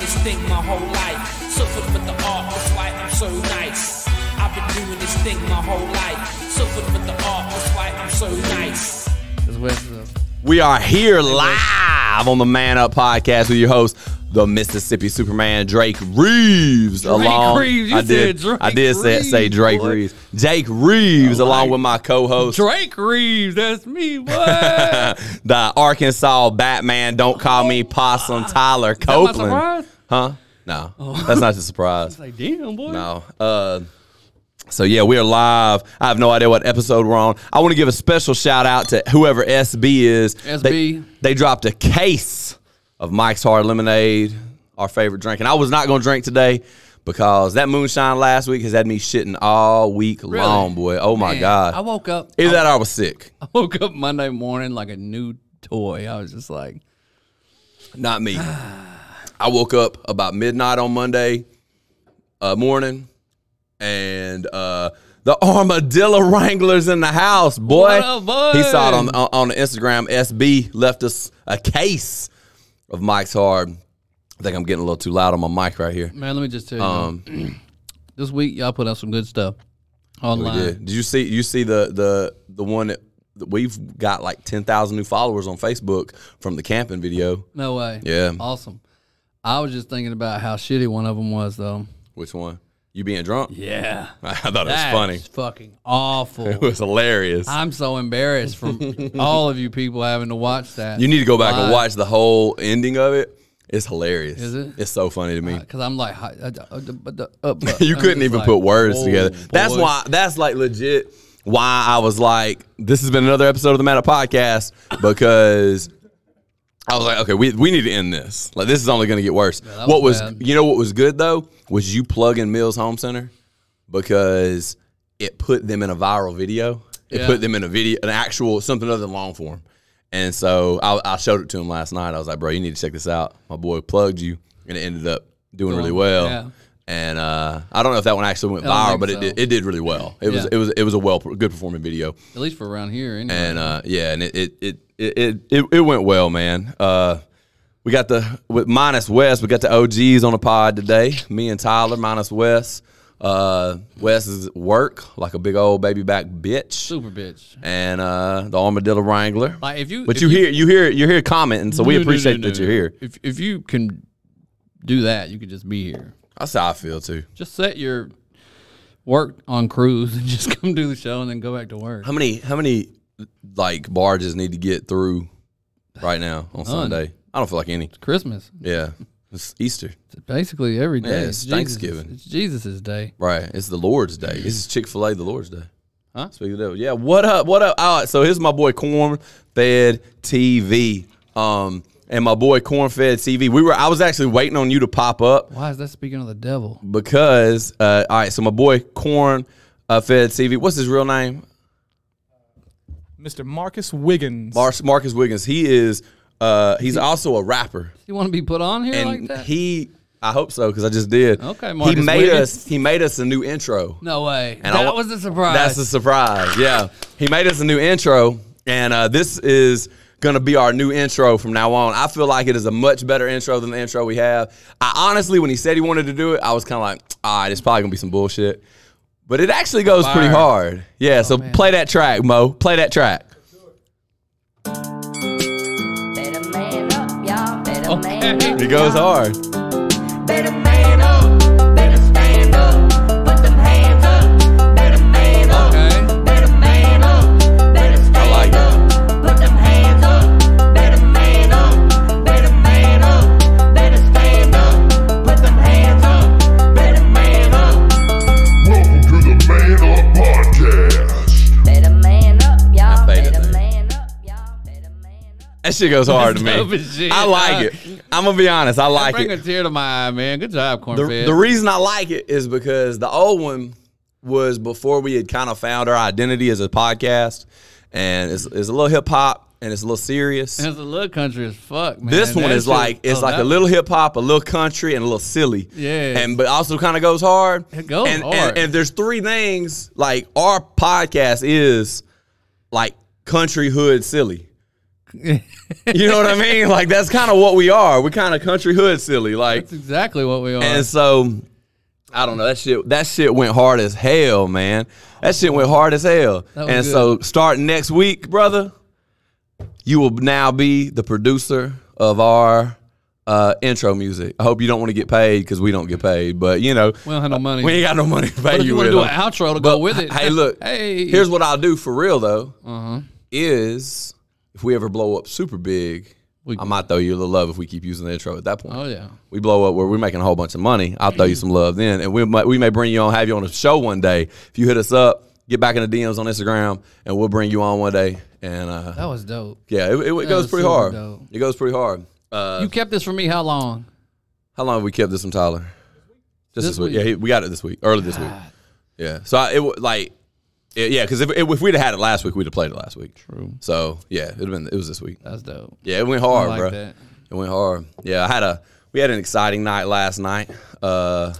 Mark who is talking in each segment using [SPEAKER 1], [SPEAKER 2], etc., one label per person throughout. [SPEAKER 1] this thing my whole life. Suffered for the art, that's why I'm so nice. I've been doing this thing my whole life. Suffered for the art, that's why I'm so nice.
[SPEAKER 2] That's what it's, uh,
[SPEAKER 3] We are here live on the Man Up podcast with your host, the Mississippi Superman Drake Reeves. Drake
[SPEAKER 2] Reeves, you
[SPEAKER 3] I did.
[SPEAKER 2] said Drake
[SPEAKER 3] I did say, say
[SPEAKER 2] Reeves,
[SPEAKER 3] Drake
[SPEAKER 2] boy.
[SPEAKER 3] Reeves. Jake Reeves, along with my co-host,
[SPEAKER 2] Drake Reeves, that's me. What?
[SPEAKER 3] the Arkansas Batman. Don't call me Possum Tyler
[SPEAKER 2] my
[SPEAKER 3] Copeland.
[SPEAKER 2] surprise? Oh.
[SPEAKER 3] Huh? No, that's not the surprise.
[SPEAKER 2] It's like, damn, boy.
[SPEAKER 3] No. Uh, so yeah, we are live. I have no idea what episode we're on. I want to give a special shout out to whoever SB is.
[SPEAKER 2] SB.
[SPEAKER 3] They, they dropped a case of Mike's Hard Lemonade, our favorite drink, and I was not going to drink today because that moonshine last week has had me shitting all week long, boy. Oh my
[SPEAKER 2] Man,
[SPEAKER 3] god!
[SPEAKER 2] I woke up.
[SPEAKER 3] Either that or I was sick.
[SPEAKER 2] I woke up Monday morning like a new toy. I was just like,
[SPEAKER 3] Not me. I woke up about midnight on Monday uh, morning, and uh, the armadillo wranglers in the house, boy.
[SPEAKER 2] What up, boy?
[SPEAKER 3] He saw it on, on on the Instagram. SB left us a case of Mike's hard. I think I'm getting a little too loud on my mic right here.
[SPEAKER 2] man, let me just tell you.
[SPEAKER 3] Um,
[SPEAKER 2] man. this week, y'all put out some good stuff online.
[SPEAKER 3] Yeah. Did you see? You see the the the one that that we've got like ten thousand new followers on Facebook from the camping video.
[SPEAKER 2] No way.
[SPEAKER 3] Yeah.
[SPEAKER 2] Awesome. I was just thinking about how shitty one of them was, though.
[SPEAKER 3] Which one? You being drunk?
[SPEAKER 2] Yeah.
[SPEAKER 3] I thought it was
[SPEAKER 2] That's
[SPEAKER 3] funny.
[SPEAKER 2] fucking awful.
[SPEAKER 3] It was hilarious.
[SPEAKER 2] I'm so embarrassed from all of you people having to watch that.
[SPEAKER 3] You need to go back and
[SPEAKER 2] Live.
[SPEAKER 3] watch the whole ending of it. It's hilarious.
[SPEAKER 2] Is it?
[SPEAKER 3] It's so funny to me.
[SPEAKER 2] because I'm like, hi- uh, uh, uh, uh, uh,
[SPEAKER 3] you
[SPEAKER 2] I'm
[SPEAKER 3] couldn't
[SPEAKER 2] just
[SPEAKER 3] even
[SPEAKER 2] like,
[SPEAKER 3] put words
[SPEAKER 2] whoa,
[SPEAKER 3] together. That's
[SPEAKER 2] boy.
[SPEAKER 3] why. That's like legit. Why I was like, this has been another episode of the Matter Podcast because I was like, okay, we, we need to end this. Like this is only going to get worse.
[SPEAKER 2] that
[SPEAKER 3] what was
[SPEAKER 2] was bad.
[SPEAKER 3] you know what was good though was you plugging Mills Home Center because it put them in a viral video. It
[SPEAKER 2] Yeah.
[SPEAKER 3] put them in a video, an actual something other than long form. And so I, I showed it to him last night. I was like, bro, you need to check this out. My boy plugged you, and it ended up doing really well.
[SPEAKER 2] yeah.
[SPEAKER 3] And uh, I don't know if that one actually went
[SPEAKER 2] I don't
[SPEAKER 3] viral,
[SPEAKER 2] think
[SPEAKER 3] but it
[SPEAKER 2] so.
[SPEAKER 3] did, it did really well. It was
[SPEAKER 2] Yeah.
[SPEAKER 3] it was it was a well good performing video,
[SPEAKER 2] At least for around here, anyway.
[SPEAKER 3] and uh, yeah, and it it, it it it it it went well, man. Uh, we got the with minus West, we got the OGs on the pod today. Me and Tyler minus West. Uh, Wes is at work like a big old baby back bitch,
[SPEAKER 2] Super bitch.
[SPEAKER 3] and uh, the armadillo wrangler.
[SPEAKER 2] Like if you,
[SPEAKER 3] But
[SPEAKER 2] if
[SPEAKER 3] you hear you hear you're here commenting, so we
[SPEAKER 2] No, no,
[SPEAKER 3] appreciate
[SPEAKER 2] no, no,
[SPEAKER 3] that
[SPEAKER 2] no.
[SPEAKER 3] you're here.
[SPEAKER 2] If if you can do that, you could just be here.
[SPEAKER 3] That's how I feel too.
[SPEAKER 2] Just set your work on cruise and just come do the show and then go back to work.
[SPEAKER 3] How many how many like barges need to get through right now on Sunday? I don't feel like any.
[SPEAKER 2] Christmas,
[SPEAKER 3] Yeah. It's Easter.
[SPEAKER 2] It's basically every day.
[SPEAKER 3] it's Thanksgiving.
[SPEAKER 2] Jesus, it's Jesus' day.
[SPEAKER 3] Right. It's the Lord's Day. This is Chick fil A the Lord's Day. Huh? Speaking of that, yeah, what up? What up? All right, so here's my boy Corn Fed TV. Um and my boy Corn Fed TV. We were I was actually waiting on you to pop up
[SPEAKER 2] Why is that speaking of the devil?
[SPEAKER 3] because uh all right, so my boy Corn uh, Fed TV. What's his real name?
[SPEAKER 4] Mr. Marcus Wiggins.
[SPEAKER 3] Mar- Marcus Wiggins. He is uh he's also a rapper.
[SPEAKER 2] You want to be put on here like
[SPEAKER 3] and
[SPEAKER 2] that?
[SPEAKER 3] he I hope so because I just did.
[SPEAKER 2] Okay,
[SPEAKER 3] he
[SPEAKER 2] Marcus
[SPEAKER 3] made
[SPEAKER 2] Wiggins.
[SPEAKER 3] us he made us a new intro.
[SPEAKER 2] no way.
[SPEAKER 3] And I
[SPEAKER 2] that
[SPEAKER 3] wa-
[SPEAKER 2] was a surprise.
[SPEAKER 3] That's a surprise. Yeah, he made us a new intro, and uh, this is gonna be our new intro from now on. I feel like it is a much better intro than the intro we have. I honestly, when he said he wanted to do it, I was kind of like, all right, it's probably gonna be some bullshit, but it actually goes pretty
[SPEAKER 2] Fire. Oh,
[SPEAKER 3] hard. Yeah, so play that track, Mo. Play that track.
[SPEAKER 5] Better man up, y'all. Better man
[SPEAKER 2] Okay.
[SPEAKER 5] up.
[SPEAKER 3] It goes
[SPEAKER 5] y'all.
[SPEAKER 3] hard.
[SPEAKER 5] Better man up. Better stand up. Put them hands up. Better man up.
[SPEAKER 2] okay.
[SPEAKER 5] Better man up. Better stand
[SPEAKER 3] like it.
[SPEAKER 5] up. Put them hands up. Better man up. Better man up. Better stand up. Put them hands up. Better man up.
[SPEAKER 6] Welcome to the Man Up Podcast.
[SPEAKER 5] Better man up, y'all.
[SPEAKER 3] faded
[SPEAKER 5] Better
[SPEAKER 3] there.
[SPEAKER 5] man up, y'all. Better man up.
[SPEAKER 3] That shit goes hard to
[SPEAKER 2] dope as
[SPEAKER 3] me.
[SPEAKER 2] shit. Uh,
[SPEAKER 3] I like it. I'm gonna be honest. I like
[SPEAKER 2] Bring
[SPEAKER 3] it.
[SPEAKER 2] a tear to my eye, man. Good job, Cornfed.
[SPEAKER 3] The, the reason I like it is because the old one was before we had kind of found our identity as a podcast, and it's, it's a little hip hop and it's a little serious.
[SPEAKER 2] It's a little country as fuck, man.
[SPEAKER 3] this one
[SPEAKER 2] That
[SPEAKER 3] is
[SPEAKER 2] shit-
[SPEAKER 3] like it's
[SPEAKER 2] oh,
[SPEAKER 3] like
[SPEAKER 2] that-
[SPEAKER 3] a little hip hop, a little country, and a little silly.
[SPEAKER 2] Yes.
[SPEAKER 3] and but also kind of goes hard.
[SPEAKER 2] It goes
[SPEAKER 3] and, And,
[SPEAKER 2] hard.
[SPEAKER 3] and there's three things like our podcast is like country hood silly. You know what I mean? Like that's kind of what we are. We're kind of country hood silly. Like
[SPEAKER 2] That's exactly what we are.
[SPEAKER 3] And so I don't know that shit. That shit went hard as hell, man. That shit went hard as hell.
[SPEAKER 2] That
[SPEAKER 3] And
[SPEAKER 2] was good.
[SPEAKER 3] so starting next week, brother, you will now be the producer of our uh, intro music. I hope you don't want to get paid because we don't get paid. But you know,
[SPEAKER 2] we don't have no money.
[SPEAKER 3] we ain't got no money to pay
[SPEAKER 2] but if you, want to
[SPEAKER 3] with,
[SPEAKER 2] do
[SPEAKER 3] huh?
[SPEAKER 2] an outro to go
[SPEAKER 3] But,
[SPEAKER 2] with it.
[SPEAKER 3] Hey, look.
[SPEAKER 2] Hey.
[SPEAKER 3] Here's what I'll do for real though.
[SPEAKER 2] Uh-huh.
[SPEAKER 3] Is if we ever blow up super big,
[SPEAKER 2] We-
[SPEAKER 3] I might throw you a little love if we keep using the intro at that point.
[SPEAKER 2] Oh, yeah.
[SPEAKER 3] We blow up where we're making a whole bunch of money. I'll throw you some love then, and we might, we may bring you on, have you on a show one day. If you hit us up, get back in the DMs on Instagram, and we'll bring you on one day. And uh,
[SPEAKER 2] That was dope.
[SPEAKER 3] yeah, it, it goes
[SPEAKER 2] was
[SPEAKER 3] pretty
[SPEAKER 2] super
[SPEAKER 3] hard.
[SPEAKER 2] dope.
[SPEAKER 3] It goes pretty hard. Uh,
[SPEAKER 2] you kept this for me how long?
[SPEAKER 3] how long have we kept this from Tyler? Just this,
[SPEAKER 2] This
[SPEAKER 3] week.
[SPEAKER 2] week.
[SPEAKER 3] Yeah, he, we got it this week, early this week. Yeah. So I, it wa- like, it, yeah, because if, if we'd have had it last week, we'd have played it last week. True. So yeah, it'd have been it was this week.
[SPEAKER 2] That's dope.
[SPEAKER 3] Yeah, it went hard,
[SPEAKER 2] I like
[SPEAKER 3] bro.
[SPEAKER 2] that.
[SPEAKER 3] It went hard. Yeah, I had a we had an exciting night last night. Uh,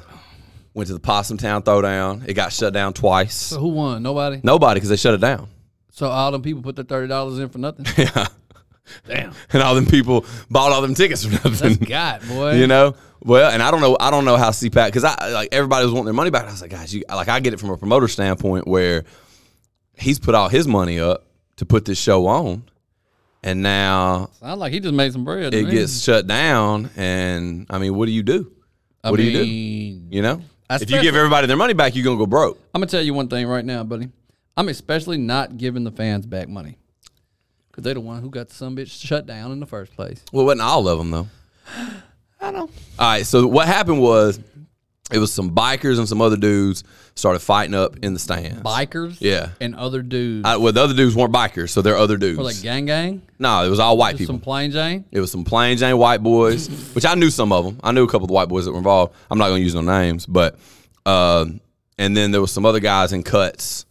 [SPEAKER 3] went to the Possum Town Throwdown. It got shut down twice.
[SPEAKER 2] So who won? Nobody.
[SPEAKER 3] Nobody because they shut it down.
[SPEAKER 2] So all them people put their thirty dollars in for nothing.
[SPEAKER 3] Yeah.
[SPEAKER 2] Damn.
[SPEAKER 3] And all them people bought all them tickets for nothing.
[SPEAKER 2] That's God, boy.
[SPEAKER 3] you know well and i don't know i don't know how cpac because i like everybody was wanting their money back i was like guys you like i get it from a promoter standpoint where he's put all his money up to put this show on and now
[SPEAKER 2] Sound like he just made some bread.
[SPEAKER 3] it
[SPEAKER 2] man.
[SPEAKER 3] gets shut down and i mean what do you do
[SPEAKER 2] I
[SPEAKER 3] what do you do
[SPEAKER 2] mean,
[SPEAKER 3] you know if you
[SPEAKER 2] Especially-
[SPEAKER 3] give everybody their money back you're gonna go broke
[SPEAKER 2] I'm gonna tell you one thing right now, buddy. I'm especially not giving the fans back money because they the one who got some bitch shut down in the first place.
[SPEAKER 3] well it wasn't all of them though
[SPEAKER 2] I know.
[SPEAKER 3] All right, so what happened was it was some bikers and some other dudes started fighting up in the stands.
[SPEAKER 2] Bikers.
[SPEAKER 3] Yeah.
[SPEAKER 2] And other dudes.
[SPEAKER 3] I, well, the other dudes weren't bikers, so they're other dudes.
[SPEAKER 2] were like gang gang.
[SPEAKER 3] no, it was all white
[SPEAKER 2] Just
[SPEAKER 3] people.
[SPEAKER 2] some plain Jane.
[SPEAKER 3] It was some plain Jane white boys, which I knew some of them. I knew a couple of the white boys that were involved. I'm not going to use no names, but um, and then there was some other guys in cuts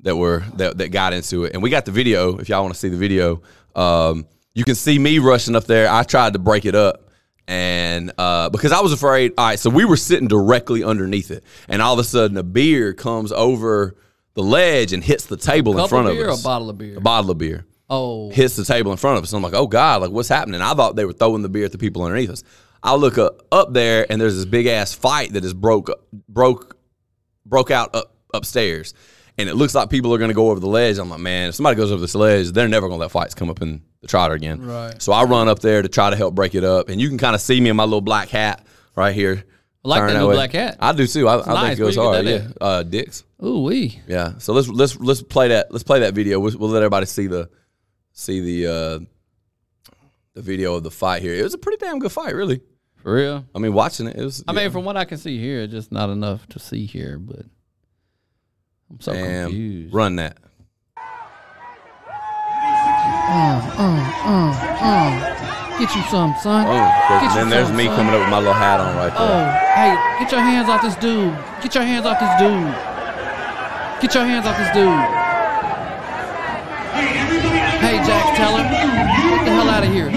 [SPEAKER 3] that were that, that got into it, and we got the video. If y'all want to see the video, um, you can see me rushing up there. I tried to break it up. And uh, because I was afraid, all right, so we were sitting directly underneath it, and all of a sudden a beer comes over the ledge and hits the table in
[SPEAKER 2] Cup
[SPEAKER 3] front
[SPEAKER 2] of beer
[SPEAKER 3] of
[SPEAKER 2] or
[SPEAKER 3] us.
[SPEAKER 2] a bottle of beer?
[SPEAKER 3] A bottle of beer
[SPEAKER 2] Oh,
[SPEAKER 3] hits the table in front of us. I'm like, oh God, like what's happening? I thought they were throwing the beer at the people underneath us. I look up, up there and there's this big ass fight that is broke broke broke out up, upstairs. And it looks like people are gonna go over the ledge. I'm like, man, if somebody goes over this ledge, they're never gonna let fights come up in the trotter again.
[SPEAKER 2] Right.
[SPEAKER 3] So I run up there to try to help break it up. And you can kind of see me in my little black hat right here.
[SPEAKER 2] I like
[SPEAKER 3] Turn
[SPEAKER 2] that new
[SPEAKER 3] way.
[SPEAKER 2] black hat.
[SPEAKER 3] I do too. I, I
[SPEAKER 2] nice.
[SPEAKER 3] think it
[SPEAKER 2] Where'd
[SPEAKER 3] goes
[SPEAKER 2] you
[SPEAKER 3] hard.
[SPEAKER 2] get
[SPEAKER 3] Yeah.
[SPEAKER 2] that at?
[SPEAKER 3] Uh, dicks.
[SPEAKER 2] ooh wee.
[SPEAKER 3] Yeah. So let's let's let's play that let's play that video. We'll, we'll let everybody see the see the uh, the video of the fight here. It was a pretty damn good fight, really.
[SPEAKER 2] For real.
[SPEAKER 3] I mean, watching it, it was.
[SPEAKER 2] I mean, from what I can see here, it's just not enough to see here. But I'm so
[SPEAKER 3] damn,
[SPEAKER 2] confused.
[SPEAKER 3] run that.
[SPEAKER 2] Get you some, son.
[SPEAKER 3] Oh,
[SPEAKER 2] Get
[SPEAKER 3] and
[SPEAKER 2] you
[SPEAKER 3] then there's
[SPEAKER 2] some,
[SPEAKER 3] me
[SPEAKER 2] son.
[SPEAKER 3] coming up with my little hat on right
[SPEAKER 2] Oh,
[SPEAKER 3] there.
[SPEAKER 2] hey, get your hands off this dude. Get your hands off this dude. Get your hands off this dude. Hey, Jax Teller, get the hell out of here.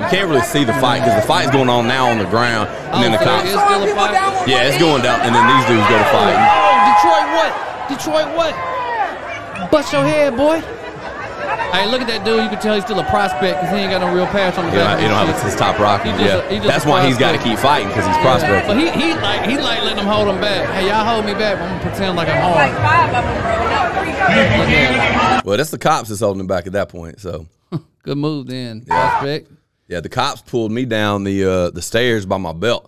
[SPEAKER 3] You can't really see the fight because the fight's going on now on the ground, and then the
[SPEAKER 2] Oh,
[SPEAKER 3] cops.
[SPEAKER 2] it's still a fight.
[SPEAKER 3] Yeah, it's going down, and then these dudes go to fight.
[SPEAKER 2] Oh, Detroit what? Detroit what? Bust your head, boy. Hey, look at that dude. You can tell he's still a prospect because he ain't got no real patch on the
[SPEAKER 3] You
[SPEAKER 2] back.
[SPEAKER 3] don't,
[SPEAKER 2] of
[SPEAKER 3] you
[SPEAKER 2] his
[SPEAKER 3] don't
[SPEAKER 2] shit.
[SPEAKER 3] have his top rock.
[SPEAKER 2] He just a-
[SPEAKER 3] Yeah,
[SPEAKER 2] he just
[SPEAKER 3] that's
[SPEAKER 2] a
[SPEAKER 3] why he's got to
[SPEAKER 2] prospect.
[SPEAKER 3] keep fighting because he's prospecting.
[SPEAKER 2] But he, he like he like letting them hold him back. Hey, y'all hold me back. but I'm gonna pretend like I'm hard. Look at him.
[SPEAKER 3] Well, that's the cops that's holding him back at that point. So.
[SPEAKER 2] Good move then, prospect.
[SPEAKER 3] Yeah, the cops pulled me down the uh, the stairs by my belt.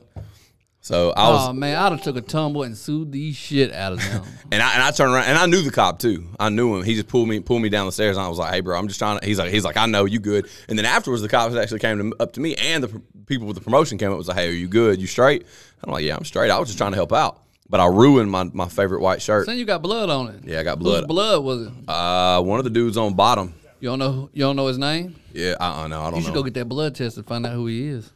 [SPEAKER 3] So I was,
[SPEAKER 2] oh man, I'd have took a tumble and sued the shit out of them.
[SPEAKER 3] and I and I turned around, and I knew the cop too. I knew him. He just pulled me pulled me down the stairs, and I was like, "Hey, bro, I'm just trying to." He's like, "He's like, I know you good." And then afterwards, the cops actually came to, up to me, and the pr- people with the promotion came up and was like, "Hey, are you good? You straight?" I'm like, "Yeah, I'm straight. I was just trying to help out, but I ruined my my favorite white shirt."
[SPEAKER 2] Then you got blood on it.
[SPEAKER 3] Yeah, I got
[SPEAKER 2] Whose
[SPEAKER 3] blood.
[SPEAKER 2] blood was it?
[SPEAKER 3] Uh, one of the dudes on bottom.
[SPEAKER 2] You don't know. You don't know his name.
[SPEAKER 3] Yeah, I uh, no, I don't
[SPEAKER 2] You should
[SPEAKER 3] know.
[SPEAKER 2] go get that blood test and find out who he is.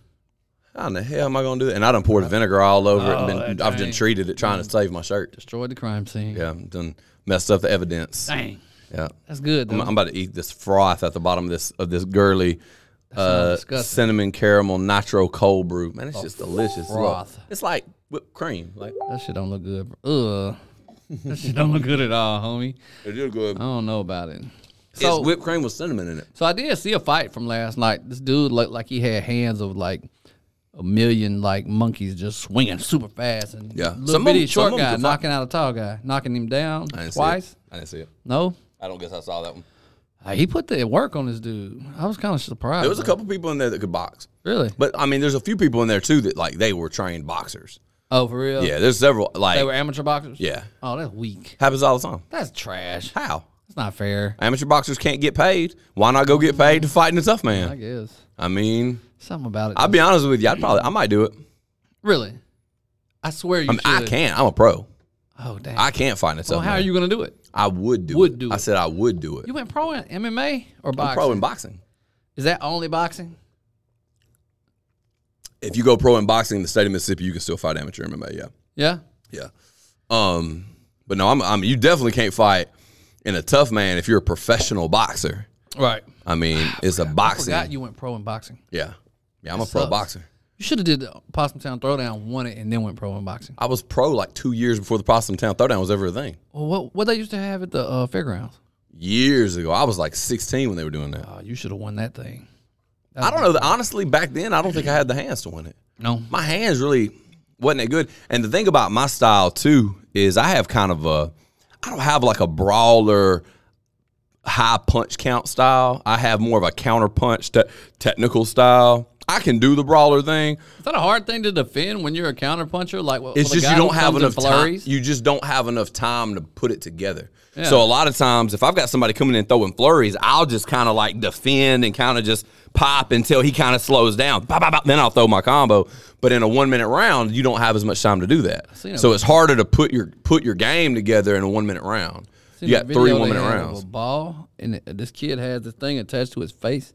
[SPEAKER 3] How in the hell am I gonna do that? And I done poured vinegar all over it, and been,
[SPEAKER 2] Oh, that
[SPEAKER 3] I've been
[SPEAKER 2] thing.
[SPEAKER 3] treated it trying to save my shirt.
[SPEAKER 2] Destroyed the crime scene.
[SPEAKER 3] Yeah, done messed up the evidence.
[SPEAKER 2] Dang,
[SPEAKER 3] Yeah.
[SPEAKER 2] that's good.
[SPEAKER 3] I'm,
[SPEAKER 2] though.
[SPEAKER 3] I'm about to eat this froth at the bottom of this of this girly
[SPEAKER 2] sounds
[SPEAKER 3] uh,
[SPEAKER 2] disgusting.
[SPEAKER 3] cinnamon caramel nitro cold brew. Man, it's just delicious. Look,
[SPEAKER 2] froth.
[SPEAKER 3] It's like whipped cream. Like
[SPEAKER 2] that shit don't look good. Bro. Ugh. That shit don't look good at all, homie.
[SPEAKER 3] It is good.
[SPEAKER 2] I don't know about it.
[SPEAKER 3] it's whipped cream with cinnamon in it.
[SPEAKER 2] So I did see a fight from last night. This dude looked like he had hands of like a million like monkeys just swinging super fast and
[SPEAKER 3] Yeah.
[SPEAKER 2] little
[SPEAKER 3] Some of
[SPEAKER 2] bitty
[SPEAKER 3] them- some
[SPEAKER 2] short
[SPEAKER 3] of them
[SPEAKER 2] guy
[SPEAKER 3] could fight.
[SPEAKER 2] knocking out a tall guy, knocking him down
[SPEAKER 3] I didn't see
[SPEAKER 2] twice.
[SPEAKER 3] it. I didn't see it.
[SPEAKER 2] No,
[SPEAKER 3] I don't guess I saw that one.
[SPEAKER 2] Uh, he put the work on this dude. I was kind of surprised.
[SPEAKER 3] There was a
[SPEAKER 2] though.
[SPEAKER 3] couple people in there that could box.
[SPEAKER 2] really.
[SPEAKER 3] But I mean, there's a few people in there too that like they were trained boxers.
[SPEAKER 2] Oh, for real?
[SPEAKER 3] Yeah, there's several like
[SPEAKER 2] They were amateur boxers.
[SPEAKER 3] yeah,
[SPEAKER 2] Oh, that's weak.
[SPEAKER 3] happens all the time.
[SPEAKER 2] That's trash.
[SPEAKER 3] How
[SPEAKER 2] That's not fair.
[SPEAKER 3] amateur boxers can't get paid? Why not go get paid to fighting a tough
[SPEAKER 2] I
[SPEAKER 3] man?
[SPEAKER 2] guess
[SPEAKER 3] I mean,
[SPEAKER 2] something about it.
[SPEAKER 3] I'll be honest with you, I'd probably I might do it.
[SPEAKER 2] really. I swear you
[SPEAKER 3] I mean, Um, I
[SPEAKER 2] should.
[SPEAKER 3] can't. I'm a pro.
[SPEAKER 2] Oh damn.
[SPEAKER 3] I can't fight a tough
[SPEAKER 2] so how
[SPEAKER 3] man.
[SPEAKER 2] are you gonna do it?
[SPEAKER 3] I would do
[SPEAKER 2] Would
[SPEAKER 3] it.
[SPEAKER 2] do
[SPEAKER 3] I
[SPEAKER 2] it.
[SPEAKER 3] said I would do it.
[SPEAKER 2] You went pro in MMA or boxing?
[SPEAKER 3] I'm pro in boxing.
[SPEAKER 2] Is that only boxing?
[SPEAKER 3] If you go pro in boxing in the state of Mississippi, you can still fight amateur MMA. Yeah,
[SPEAKER 2] Yeah.
[SPEAKER 3] yeah. Um, but no, I'm, I'm. You definitely can't fight in a tough man if you're a professional boxer.
[SPEAKER 2] Right.
[SPEAKER 3] I mean, it's a
[SPEAKER 2] I
[SPEAKER 3] boxing.
[SPEAKER 2] forgot you went pro in boxing.
[SPEAKER 3] Yeah. Yeah, I'm a
[SPEAKER 2] That
[SPEAKER 3] pro
[SPEAKER 2] sucks.
[SPEAKER 3] boxer.
[SPEAKER 2] You should have did the Possum Town Throwdown, won it, and then went pro in boxing.
[SPEAKER 3] I was pro like two years before the Possum Town Throwdown was ever a thing.
[SPEAKER 2] Well, what what they used to have at the uh, fairgrounds?
[SPEAKER 3] Years ago. I was like 16 when they were doing that.
[SPEAKER 2] Oh, you should have won that thing.
[SPEAKER 3] I don't know. that- Honestly, back then, I don't think I had the hands to win it.
[SPEAKER 2] No.
[SPEAKER 3] My hands really wasn't that good. And the thing about my style, too, is I have kind of a, I don't have like a brawler, high punch count style. I have more of a counter punch te- technical style. I can do the brawler thing,
[SPEAKER 2] Is that a hard thing to defend when you're a counterpuncher? Like, well,
[SPEAKER 3] It's
[SPEAKER 2] the
[SPEAKER 3] just
[SPEAKER 2] guy
[SPEAKER 3] you
[SPEAKER 2] who
[SPEAKER 3] don't have
[SPEAKER 2] comes in
[SPEAKER 3] enough time.
[SPEAKER 2] flurries?
[SPEAKER 3] You just don't have enough time to put it together. So a lot of times, if I've got somebody coming in throwing flurries, I'll just kind of like defend and kind of just pop until he kind of slows down. Bop, bop, bop. Then I'll throw my combo. But in a one minute round, you don't have as much time to do that.
[SPEAKER 2] seen a-
[SPEAKER 3] So it's harder to put your put your game together in a one minute round.
[SPEAKER 2] Seen
[SPEAKER 3] You
[SPEAKER 2] that
[SPEAKER 3] got three
[SPEAKER 2] video
[SPEAKER 3] one
[SPEAKER 2] they
[SPEAKER 3] minute
[SPEAKER 2] had of
[SPEAKER 3] rounds.
[SPEAKER 2] A ball, and it- this kid has this thing attached to his face,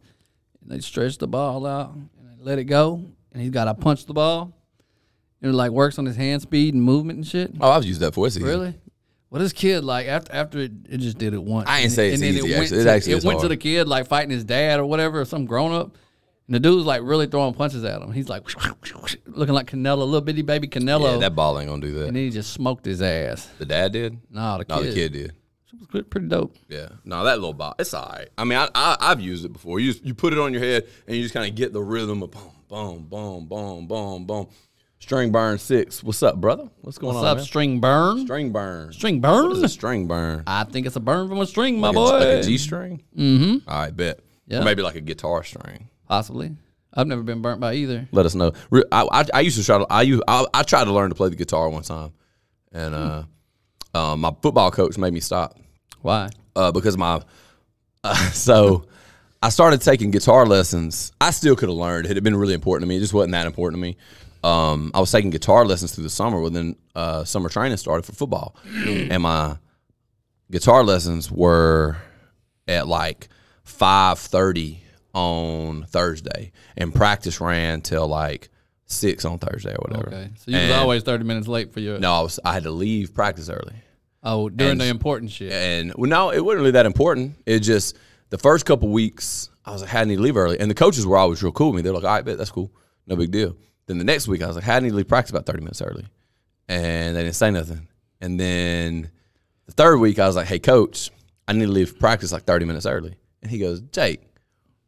[SPEAKER 2] and they stretch the ball out and they let it go, and he's got to punch the ball, and it like works on his hand speed and movement and shit.
[SPEAKER 3] Oh, I've used that for it.
[SPEAKER 2] Really? Well, this kid like after after it, it just did it once.
[SPEAKER 3] I ain't
[SPEAKER 2] And-
[SPEAKER 3] say it's
[SPEAKER 2] and then
[SPEAKER 3] easy,
[SPEAKER 2] It went,
[SPEAKER 3] actually. It
[SPEAKER 2] to,
[SPEAKER 3] actually is
[SPEAKER 2] went to
[SPEAKER 3] hard.
[SPEAKER 2] the kid like fighting his dad or whatever, or some grown up. And the dude's like really throwing punches at him. He's like looking like Canelo, little bitty baby Canelo.
[SPEAKER 3] Yeah, that ball ain't gonna do
[SPEAKER 2] and
[SPEAKER 3] that.
[SPEAKER 2] then he just smoked his ass.
[SPEAKER 3] The dad did.
[SPEAKER 2] Nah, the
[SPEAKER 3] No,
[SPEAKER 2] kid.
[SPEAKER 3] the kid did.
[SPEAKER 2] It was pretty dope.
[SPEAKER 3] Yeah. No, that little ball, it's all right. I mean, I, I I've used it before. You just, you put it on your head and you just kind of get the rhythm of boom, boom, boom, boom, boom, boom. String burn six. What's up, brother? What's going
[SPEAKER 2] What's
[SPEAKER 3] on?
[SPEAKER 2] up,
[SPEAKER 3] man?
[SPEAKER 2] string burn?
[SPEAKER 3] String burn.
[SPEAKER 2] String burn?
[SPEAKER 3] What is a string burn?
[SPEAKER 2] I think it's a burn from a string, my boy.
[SPEAKER 3] Like a G string. Mm-hmm. All right, bet.
[SPEAKER 2] Yeah.
[SPEAKER 3] Maybe like a guitar string.
[SPEAKER 2] Possibly. I've never been burnt by either.
[SPEAKER 3] Let us know. Re- I, I, I used to try to I used I, I tried to learn to play the guitar one time, and uh, uh, my football coach made me stop.
[SPEAKER 2] Why?
[SPEAKER 3] uh, because my uh, so I started taking guitar lessons. I still could have learned. It had been really important to me. It just wasn't that important to me. Um, I was taking guitar lessons through the summer. Well, then uh, summer training started for football, and my guitar lessons were at like five thirty on Thursday, and practice ran till like six on Thursday or whatever.
[SPEAKER 2] Okay. So you was
[SPEAKER 3] And-
[SPEAKER 2] always 30 minutes late for your.
[SPEAKER 3] No, I was. I had to leave practice early.
[SPEAKER 2] Oh, during
[SPEAKER 3] And-
[SPEAKER 2] the important shit.
[SPEAKER 3] And well, no, it wasn't really that important. It just the first couple weeks I was like, how do I need to leave early? And the coaches were always real cool with me. They're like, all right, bet that's cool, no big deal. Then the next week I was like, how do I need to leave practice about thirty minutes early? And they didn't say nothing. And then the third week I was like, hey coach, I need to leave practice like thirty minutes early. And he goes, Jake,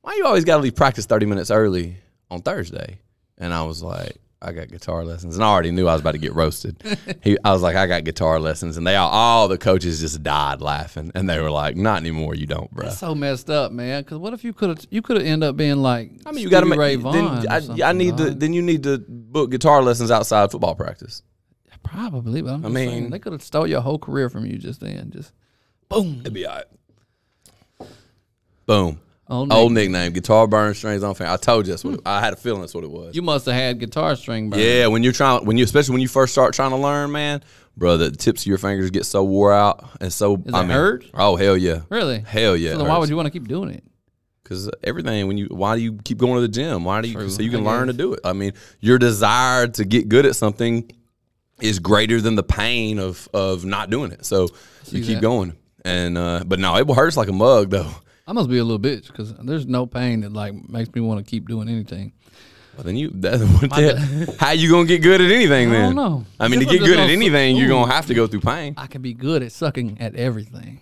[SPEAKER 3] why you always got to leave practice thirty minutes early on Thursday? And I was like. I got guitar lessons, and I already knew I was about to get roasted. he, I was like, I got guitar lessons, and they all, all the coaches just died laughing, and they were like, "Not anymore, you don't, bro."
[SPEAKER 2] That's so messed up, man. Because what if you could have you could have ended up being like
[SPEAKER 3] I mean, you got
[SPEAKER 2] got
[SPEAKER 3] to make.
[SPEAKER 2] Ray
[SPEAKER 3] then
[SPEAKER 2] Vaughan. or
[SPEAKER 3] I, I
[SPEAKER 2] something,
[SPEAKER 3] need to.
[SPEAKER 2] dog.
[SPEAKER 3] Then you need to book guitar lessons outside football practice.
[SPEAKER 2] probably, but I'm just
[SPEAKER 3] mean-
[SPEAKER 2] saying, they could have stole your whole career from you just then. Just boom.
[SPEAKER 3] It'd be all right. Boom.
[SPEAKER 2] Old Hmm.
[SPEAKER 3] Old nickname, guitar burn strings on fan. I told you that's what. It, I had a feeling that's what it was.
[SPEAKER 2] You must have had guitar string burn.
[SPEAKER 3] yeah, when you're trying, when you especially when you first start trying to learn, man, bro, the tips of your fingers get so wore out and so.
[SPEAKER 2] Does
[SPEAKER 3] I
[SPEAKER 2] it
[SPEAKER 3] mean,
[SPEAKER 2] hurt?
[SPEAKER 3] Oh hell yeah.
[SPEAKER 2] Really?
[SPEAKER 3] Hell yeah.
[SPEAKER 2] So then why would you want to keep doing it?
[SPEAKER 3] Because everything, when you, why do you keep going to the gym? Why do you?
[SPEAKER 2] True,
[SPEAKER 3] So you can
[SPEAKER 2] I
[SPEAKER 3] learn to
[SPEAKER 2] guess.
[SPEAKER 3] do it. I mean, your desire to get good at something is greater than the pain of of not doing it. So you keep
[SPEAKER 2] that.
[SPEAKER 3] going, and uh, but no, it hurts like a mug though.
[SPEAKER 2] I must be a little bitch because there's no pain that like makes me want to keep doing anything.
[SPEAKER 3] Well, then you. That, what the, how you gonna get good at anything
[SPEAKER 2] don't
[SPEAKER 3] then?
[SPEAKER 2] know.
[SPEAKER 3] I mean, to
[SPEAKER 2] Different
[SPEAKER 3] get good
[SPEAKER 2] than
[SPEAKER 3] at
[SPEAKER 2] us-
[SPEAKER 3] anything, you're
[SPEAKER 2] Ooh.
[SPEAKER 3] gonna have to go through pain.
[SPEAKER 2] I can be good at sucking at everything.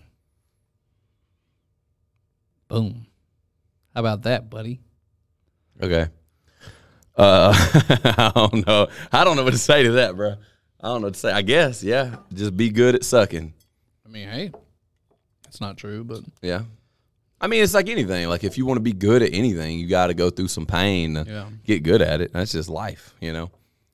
[SPEAKER 2] Boom. How about that, buddy?
[SPEAKER 3] Okay. Uh, I don't know. I don't know what to say to that, bro. I don't know what to say. I guess, yeah. Just be good at sucking.
[SPEAKER 2] I mean, hey, that's not true, but
[SPEAKER 3] Yeah. I mean, it's like anything. Like if you want to be good at anything, you got to go through some pain to
[SPEAKER 2] Yeah.
[SPEAKER 3] get good at it. That's just life, you know.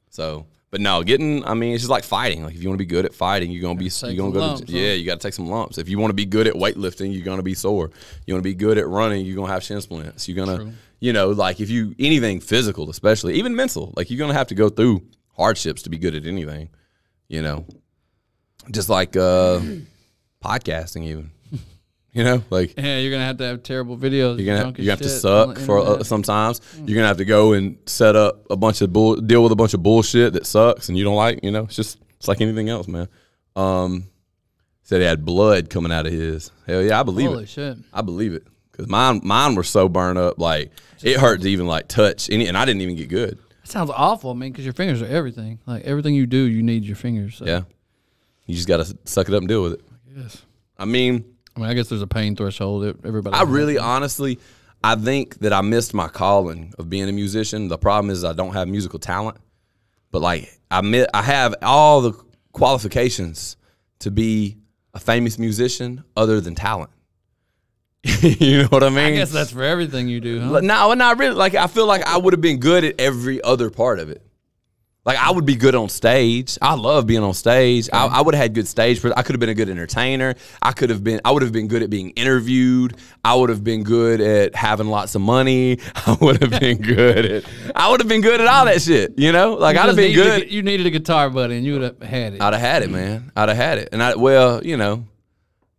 [SPEAKER 3] So, but no, getting. I mean, it's just like fighting. Like if you want to be good at fighting, you're gonna be.
[SPEAKER 2] Gotta
[SPEAKER 3] You're
[SPEAKER 2] take
[SPEAKER 3] gonna
[SPEAKER 2] some
[SPEAKER 3] go.
[SPEAKER 2] lumps,
[SPEAKER 3] to,
[SPEAKER 2] huh?
[SPEAKER 3] Yeah, you got to take some lumps. If you want to be good at weightlifting, you're gonna be sore. You want to be good at running, you're gonna have shin splints. You're gonna, you know, like if you anything physical, especially even mental, like you're gonna have to go through hardships to be good at anything. You know, just like uh podcasting, even. You know, like
[SPEAKER 2] yeah, you're gonna have to have terrible videos.
[SPEAKER 3] you're gonna
[SPEAKER 2] junk as
[SPEAKER 3] you have to
[SPEAKER 2] shit on
[SPEAKER 3] suck
[SPEAKER 2] the
[SPEAKER 3] for uh,
[SPEAKER 2] internet. Mm.
[SPEAKER 3] sometimes. You're gonna have to go and set up a bunch of bull, deal with a bunch of bullshit that sucks and you don't like. You know, it's just it's like anything else, man. Um, said he had blood coming out of his. Hell yeah, I believe
[SPEAKER 2] Holy
[SPEAKER 3] it.
[SPEAKER 2] shit!
[SPEAKER 3] I believe it because mine mine were so burned up, like it hurt to even like touch any, and I didn't even get good.
[SPEAKER 2] That sounds awful, man. Because your fingers are everything. Like everything you do, you need your fingers. So.
[SPEAKER 3] Yeah, you just gotta suck it up and deal with it.
[SPEAKER 2] Yes.
[SPEAKER 3] I mean,
[SPEAKER 2] I mean, I guess there's a pain threshold. that Everybody.
[SPEAKER 3] I
[SPEAKER 2] has.
[SPEAKER 3] really honestly, I think that I missed my calling of being a musician. The problem is I don't have musical talent, but like I mi- I have all the qualifications to be a famous musician other than talent. you know what I mean?
[SPEAKER 2] I guess that's for everything you do, huh?
[SPEAKER 3] Like, No, not really. Like I feel like I would have been good at every other part of it. Like I would be good on stage. I love being on stage. I, I would have had good stage. pres- I could have been a good entertainer. I could have been. I would have been good at being interviewed. I would have been good at having lots of money. I would have been good at. I would have been good at all that shit. You know, like
[SPEAKER 2] You
[SPEAKER 3] I'd
[SPEAKER 2] just
[SPEAKER 3] have been
[SPEAKER 2] needed a
[SPEAKER 3] good.
[SPEAKER 2] gu- you needed a guitar buddy, and you would have had it.
[SPEAKER 3] I'd have had it, man. I'd have had it. And I well, you know,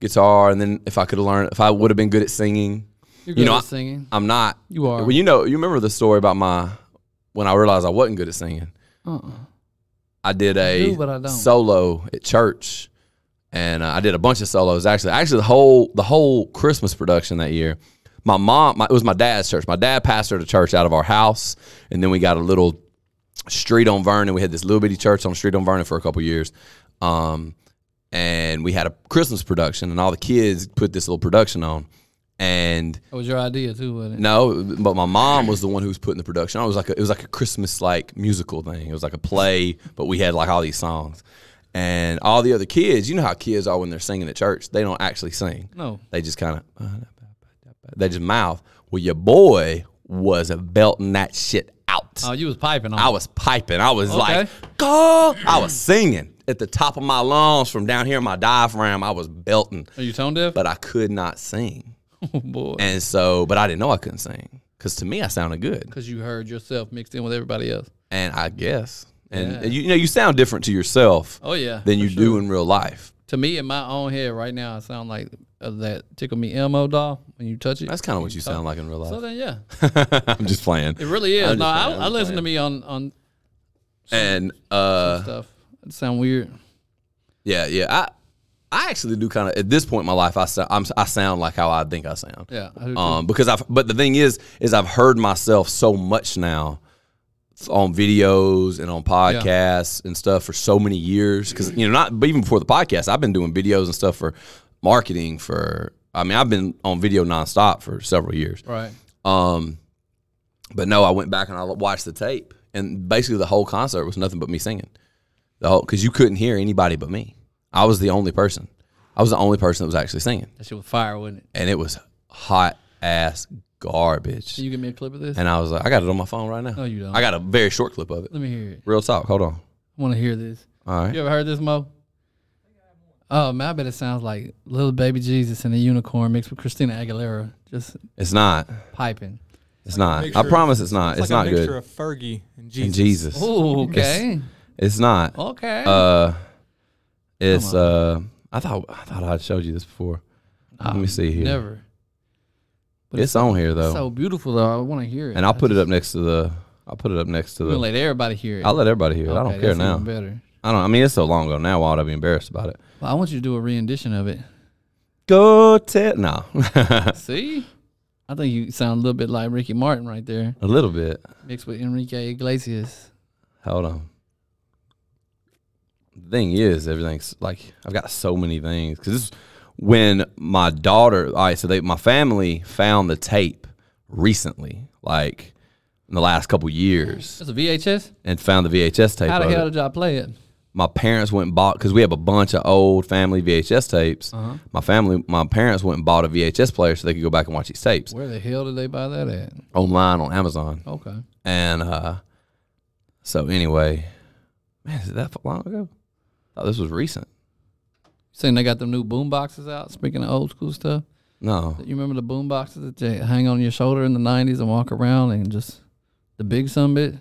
[SPEAKER 3] guitar. And then if I could have learned, if I would have been good at singing,
[SPEAKER 2] You're good
[SPEAKER 3] you know,
[SPEAKER 2] at
[SPEAKER 3] I-
[SPEAKER 2] singing.
[SPEAKER 3] I'm not.
[SPEAKER 2] You are.
[SPEAKER 3] Well, you know, you remember the story about my when I realized I wasn't good at singing.
[SPEAKER 2] Uh-uh.
[SPEAKER 3] I did a
[SPEAKER 2] do, but I don't.
[SPEAKER 3] solo at church, and uh, I did a bunch of solos. Actually, actually, the whole the whole Christmas production that year, my mom, my, it was my dad's church. My dad pastored a church out of our house, and then we got a little street on Vernon. We had this little bitty church on the street on Vernon for a couple years. Um, and we had a Christmas production, and all the kids put this little production on. And
[SPEAKER 2] That was your idea too, wasn't it?
[SPEAKER 3] no, but my mom was the one who was putting the production. on. It was like a, it was like a Christmas like musical thing. It was like a play, but we had like all these songs, and all the other kids. You know how kids are when they're singing at church; they don't actually sing.
[SPEAKER 2] No.
[SPEAKER 3] they just kind of they just mouth. Well, your boy was belting that shit out.
[SPEAKER 2] Oh, you was piping on.
[SPEAKER 3] I
[SPEAKER 2] it.
[SPEAKER 3] was piping. I was like,
[SPEAKER 2] Okay.
[SPEAKER 3] "Go!" I was singing at the top of my lungs from down here in my diaphragm. I was belting,
[SPEAKER 2] Are you tone deaf?
[SPEAKER 3] but I could not sing.
[SPEAKER 2] oh boy.
[SPEAKER 3] And so, but I didn't know I couldn't sing because to me I sounded good,
[SPEAKER 2] Because you heard yourself mixed in with everybody else.
[SPEAKER 3] and I guess, and
[SPEAKER 2] Yeah.
[SPEAKER 3] and you, you know, you sound different to yourself
[SPEAKER 2] Oh yeah.
[SPEAKER 3] than you do in real life.
[SPEAKER 2] to me in my own head right now, I sound like uh, that tickle me Elmo doll when you touch it.
[SPEAKER 3] That's kind of what you sound like in real
[SPEAKER 2] so
[SPEAKER 3] life.
[SPEAKER 2] then yeah,
[SPEAKER 3] I'm just playing.
[SPEAKER 2] it really is.
[SPEAKER 3] I'm just
[SPEAKER 2] No, I,
[SPEAKER 3] playing, I'm
[SPEAKER 2] I
[SPEAKER 3] just
[SPEAKER 2] listen to
[SPEAKER 3] playing.
[SPEAKER 2] me on on
[SPEAKER 3] And uh,
[SPEAKER 2] stuff. It sound weird.
[SPEAKER 3] yeah, yeah, I. I actually do kind of at this point in my life. I sound I'm, I sound like how I think I sound.
[SPEAKER 2] Yeah. I do too.
[SPEAKER 3] Um, because I've but the thing is is I've heard myself so much now on videos and on podcasts and stuff for so many years because you know not but even before the podcast I've been doing videos and stuff for marketing for I mean I've been on video nonstop for several years
[SPEAKER 2] right.
[SPEAKER 3] um but no I went back and I watched the tape and basically the whole concert was nothing but me singing the whole because you couldn't hear anybody but me I was the only person I was the only person that was actually singing
[SPEAKER 2] That shit was fire, wasn't it?
[SPEAKER 3] and it was hot ass garbage.
[SPEAKER 2] Can you give me a clip of this?
[SPEAKER 3] And I was like, I got it on my phone right now. No,
[SPEAKER 2] you don't.
[SPEAKER 3] I got a very short clip of it.
[SPEAKER 2] Let me hear it.
[SPEAKER 3] Real talk. Hold on.
[SPEAKER 2] I want to hear this.
[SPEAKER 3] All right.
[SPEAKER 2] You ever heard this, Mo? Oh man, I bet it sounds like little baby Jesus and a unicorn mixed with Christina Aguilera just
[SPEAKER 3] It's not.
[SPEAKER 2] piping.
[SPEAKER 3] It's not.
[SPEAKER 4] mixture
[SPEAKER 3] I
[SPEAKER 4] of-
[SPEAKER 3] promise it's not. It's,
[SPEAKER 4] like
[SPEAKER 3] not
[SPEAKER 4] a mixture
[SPEAKER 3] good.
[SPEAKER 4] of Fergie and Jesus.
[SPEAKER 3] And Jesus.
[SPEAKER 2] Ooh, okay, Oh.
[SPEAKER 3] It's not.
[SPEAKER 2] okay.
[SPEAKER 3] Uh, it's uh. I thought I thought I showed you this before. Let me see here.
[SPEAKER 2] Never. But
[SPEAKER 3] It's on here though,
[SPEAKER 2] so beautiful though. I want to hear it.
[SPEAKER 3] and I'll put it
[SPEAKER 2] just-
[SPEAKER 3] up next to the. I'll put it up next to
[SPEAKER 2] I'm gonna
[SPEAKER 3] the.
[SPEAKER 2] let everybody hear it.
[SPEAKER 3] I'll let everybody hear it. I don't
[SPEAKER 2] Okay,
[SPEAKER 3] care
[SPEAKER 2] that's
[SPEAKER 3] now.
[SPEAKER 2] even better.
[SPEAKER 3] I don't. I mean, it's so long ago now. Why would I be embarrassed about it?
[SPEAKER 2] Well, I want you to do a rendition of it.
[SPEAKER 3] Go tell. No.
[SPEAKER 2] See, I think you sound a little bit like Ricky Martin right there,
[SPEAKER 3] A little bit.
[SPEAKER 2] mixed with Enrique Iglesias.
[SPEAKER 3] Hold on. The thing is, everything's like I've got so many things because when my daughter, all right, so they my family found the tape recently, like in the last couple years,
[SPEAKER 2] That's a VHS.
[SPEAKER 3] and found the VHS tape.
[SPEAKER 2] How the
[SPEAKER 3] of
[SPEAKER 2] hell
[SPEAKER 3] it.
[SPEAKER 2] did y'all play it?
[SPEAKER 3] my parents went and bought because we have a bunch of old family VHS tapes.
[SPEAKER 2] Uh-huh.
[SPEAKER 3] My family, my parents went and bought a VHS player so they could go back and watch these tapes
[SPEAKER 2] Where the hell did they buy that at?
[SPEAKER 3] online on Amazon.
[SPEAKER 2] Okay.
[SPEAKER 3] And uh, so anyway, man, is it that long ago? Thought this was recent.
[SPEAKER 2] Saying they got them new boom boxes out. Speaking of old school stuff,
[SPEAKER 3] No,
[SPEAKER 2] you remember the boom boxes that they hang on your shoulder in the '90s and walk around and just the big summit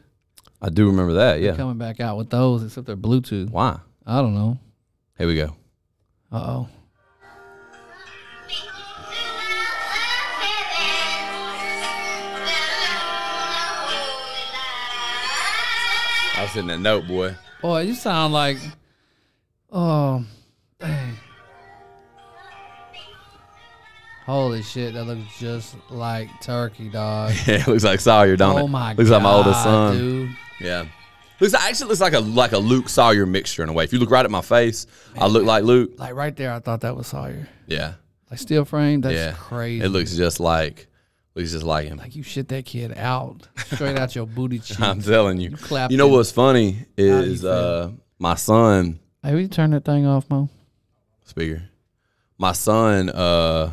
[SPEAKER 3] I do remember that. Yeah.
[SPEAKER 2] coming back out with those, except they're Bluetooth.
[SPEAKER 3] Why?
[SPEAKER 2] I don't know.
[SPEAKER 3] Here we go.
[SPEAKER 2] Uh oh.
[SPEAKER 3] I was in that note, boy.
[SPEAKER 2] Boy, you sound like, oh, dang. Holy shit, that looks just like Turkey, dog.
[SPEAKER 3] Yeah, it looks like Sawyer, don't it?
[SPEAKER 2] Oh my god.
[SPEAKER 3] looks like my oldest son.
[SPEAKER 2] Dude.
[SPEAKER 3] Yeah. Looks like, actually looks like a like a Luke Sawyer mixture in a way. If you look right at my face, I look like Luke.
[SPEAKER 2] Like right there, I thought that was Sawyer.
[SPEAKER 3] Yeah.
[SPEAKER 2] Like steel frame, that's
[SPEAKER 3] yeah.
[SPEAKER 2] crazy.
[SPEAKER 3] It looks just like looks just like him.
[SPEAKER 2] like you shit that kid out straight out your booty cheek.
[SPEAKER 3] I'm telling you.
[SPEAKER 2] clapped
[SPEAKER 3] You know
[SPEAKER 2] him.
[SPEAKER 3] what's funny is uh my son
[SPEAKER 2] Hey, will you turn that thing off, Mo?
[SPEAKER 3] speaker. My son, uh,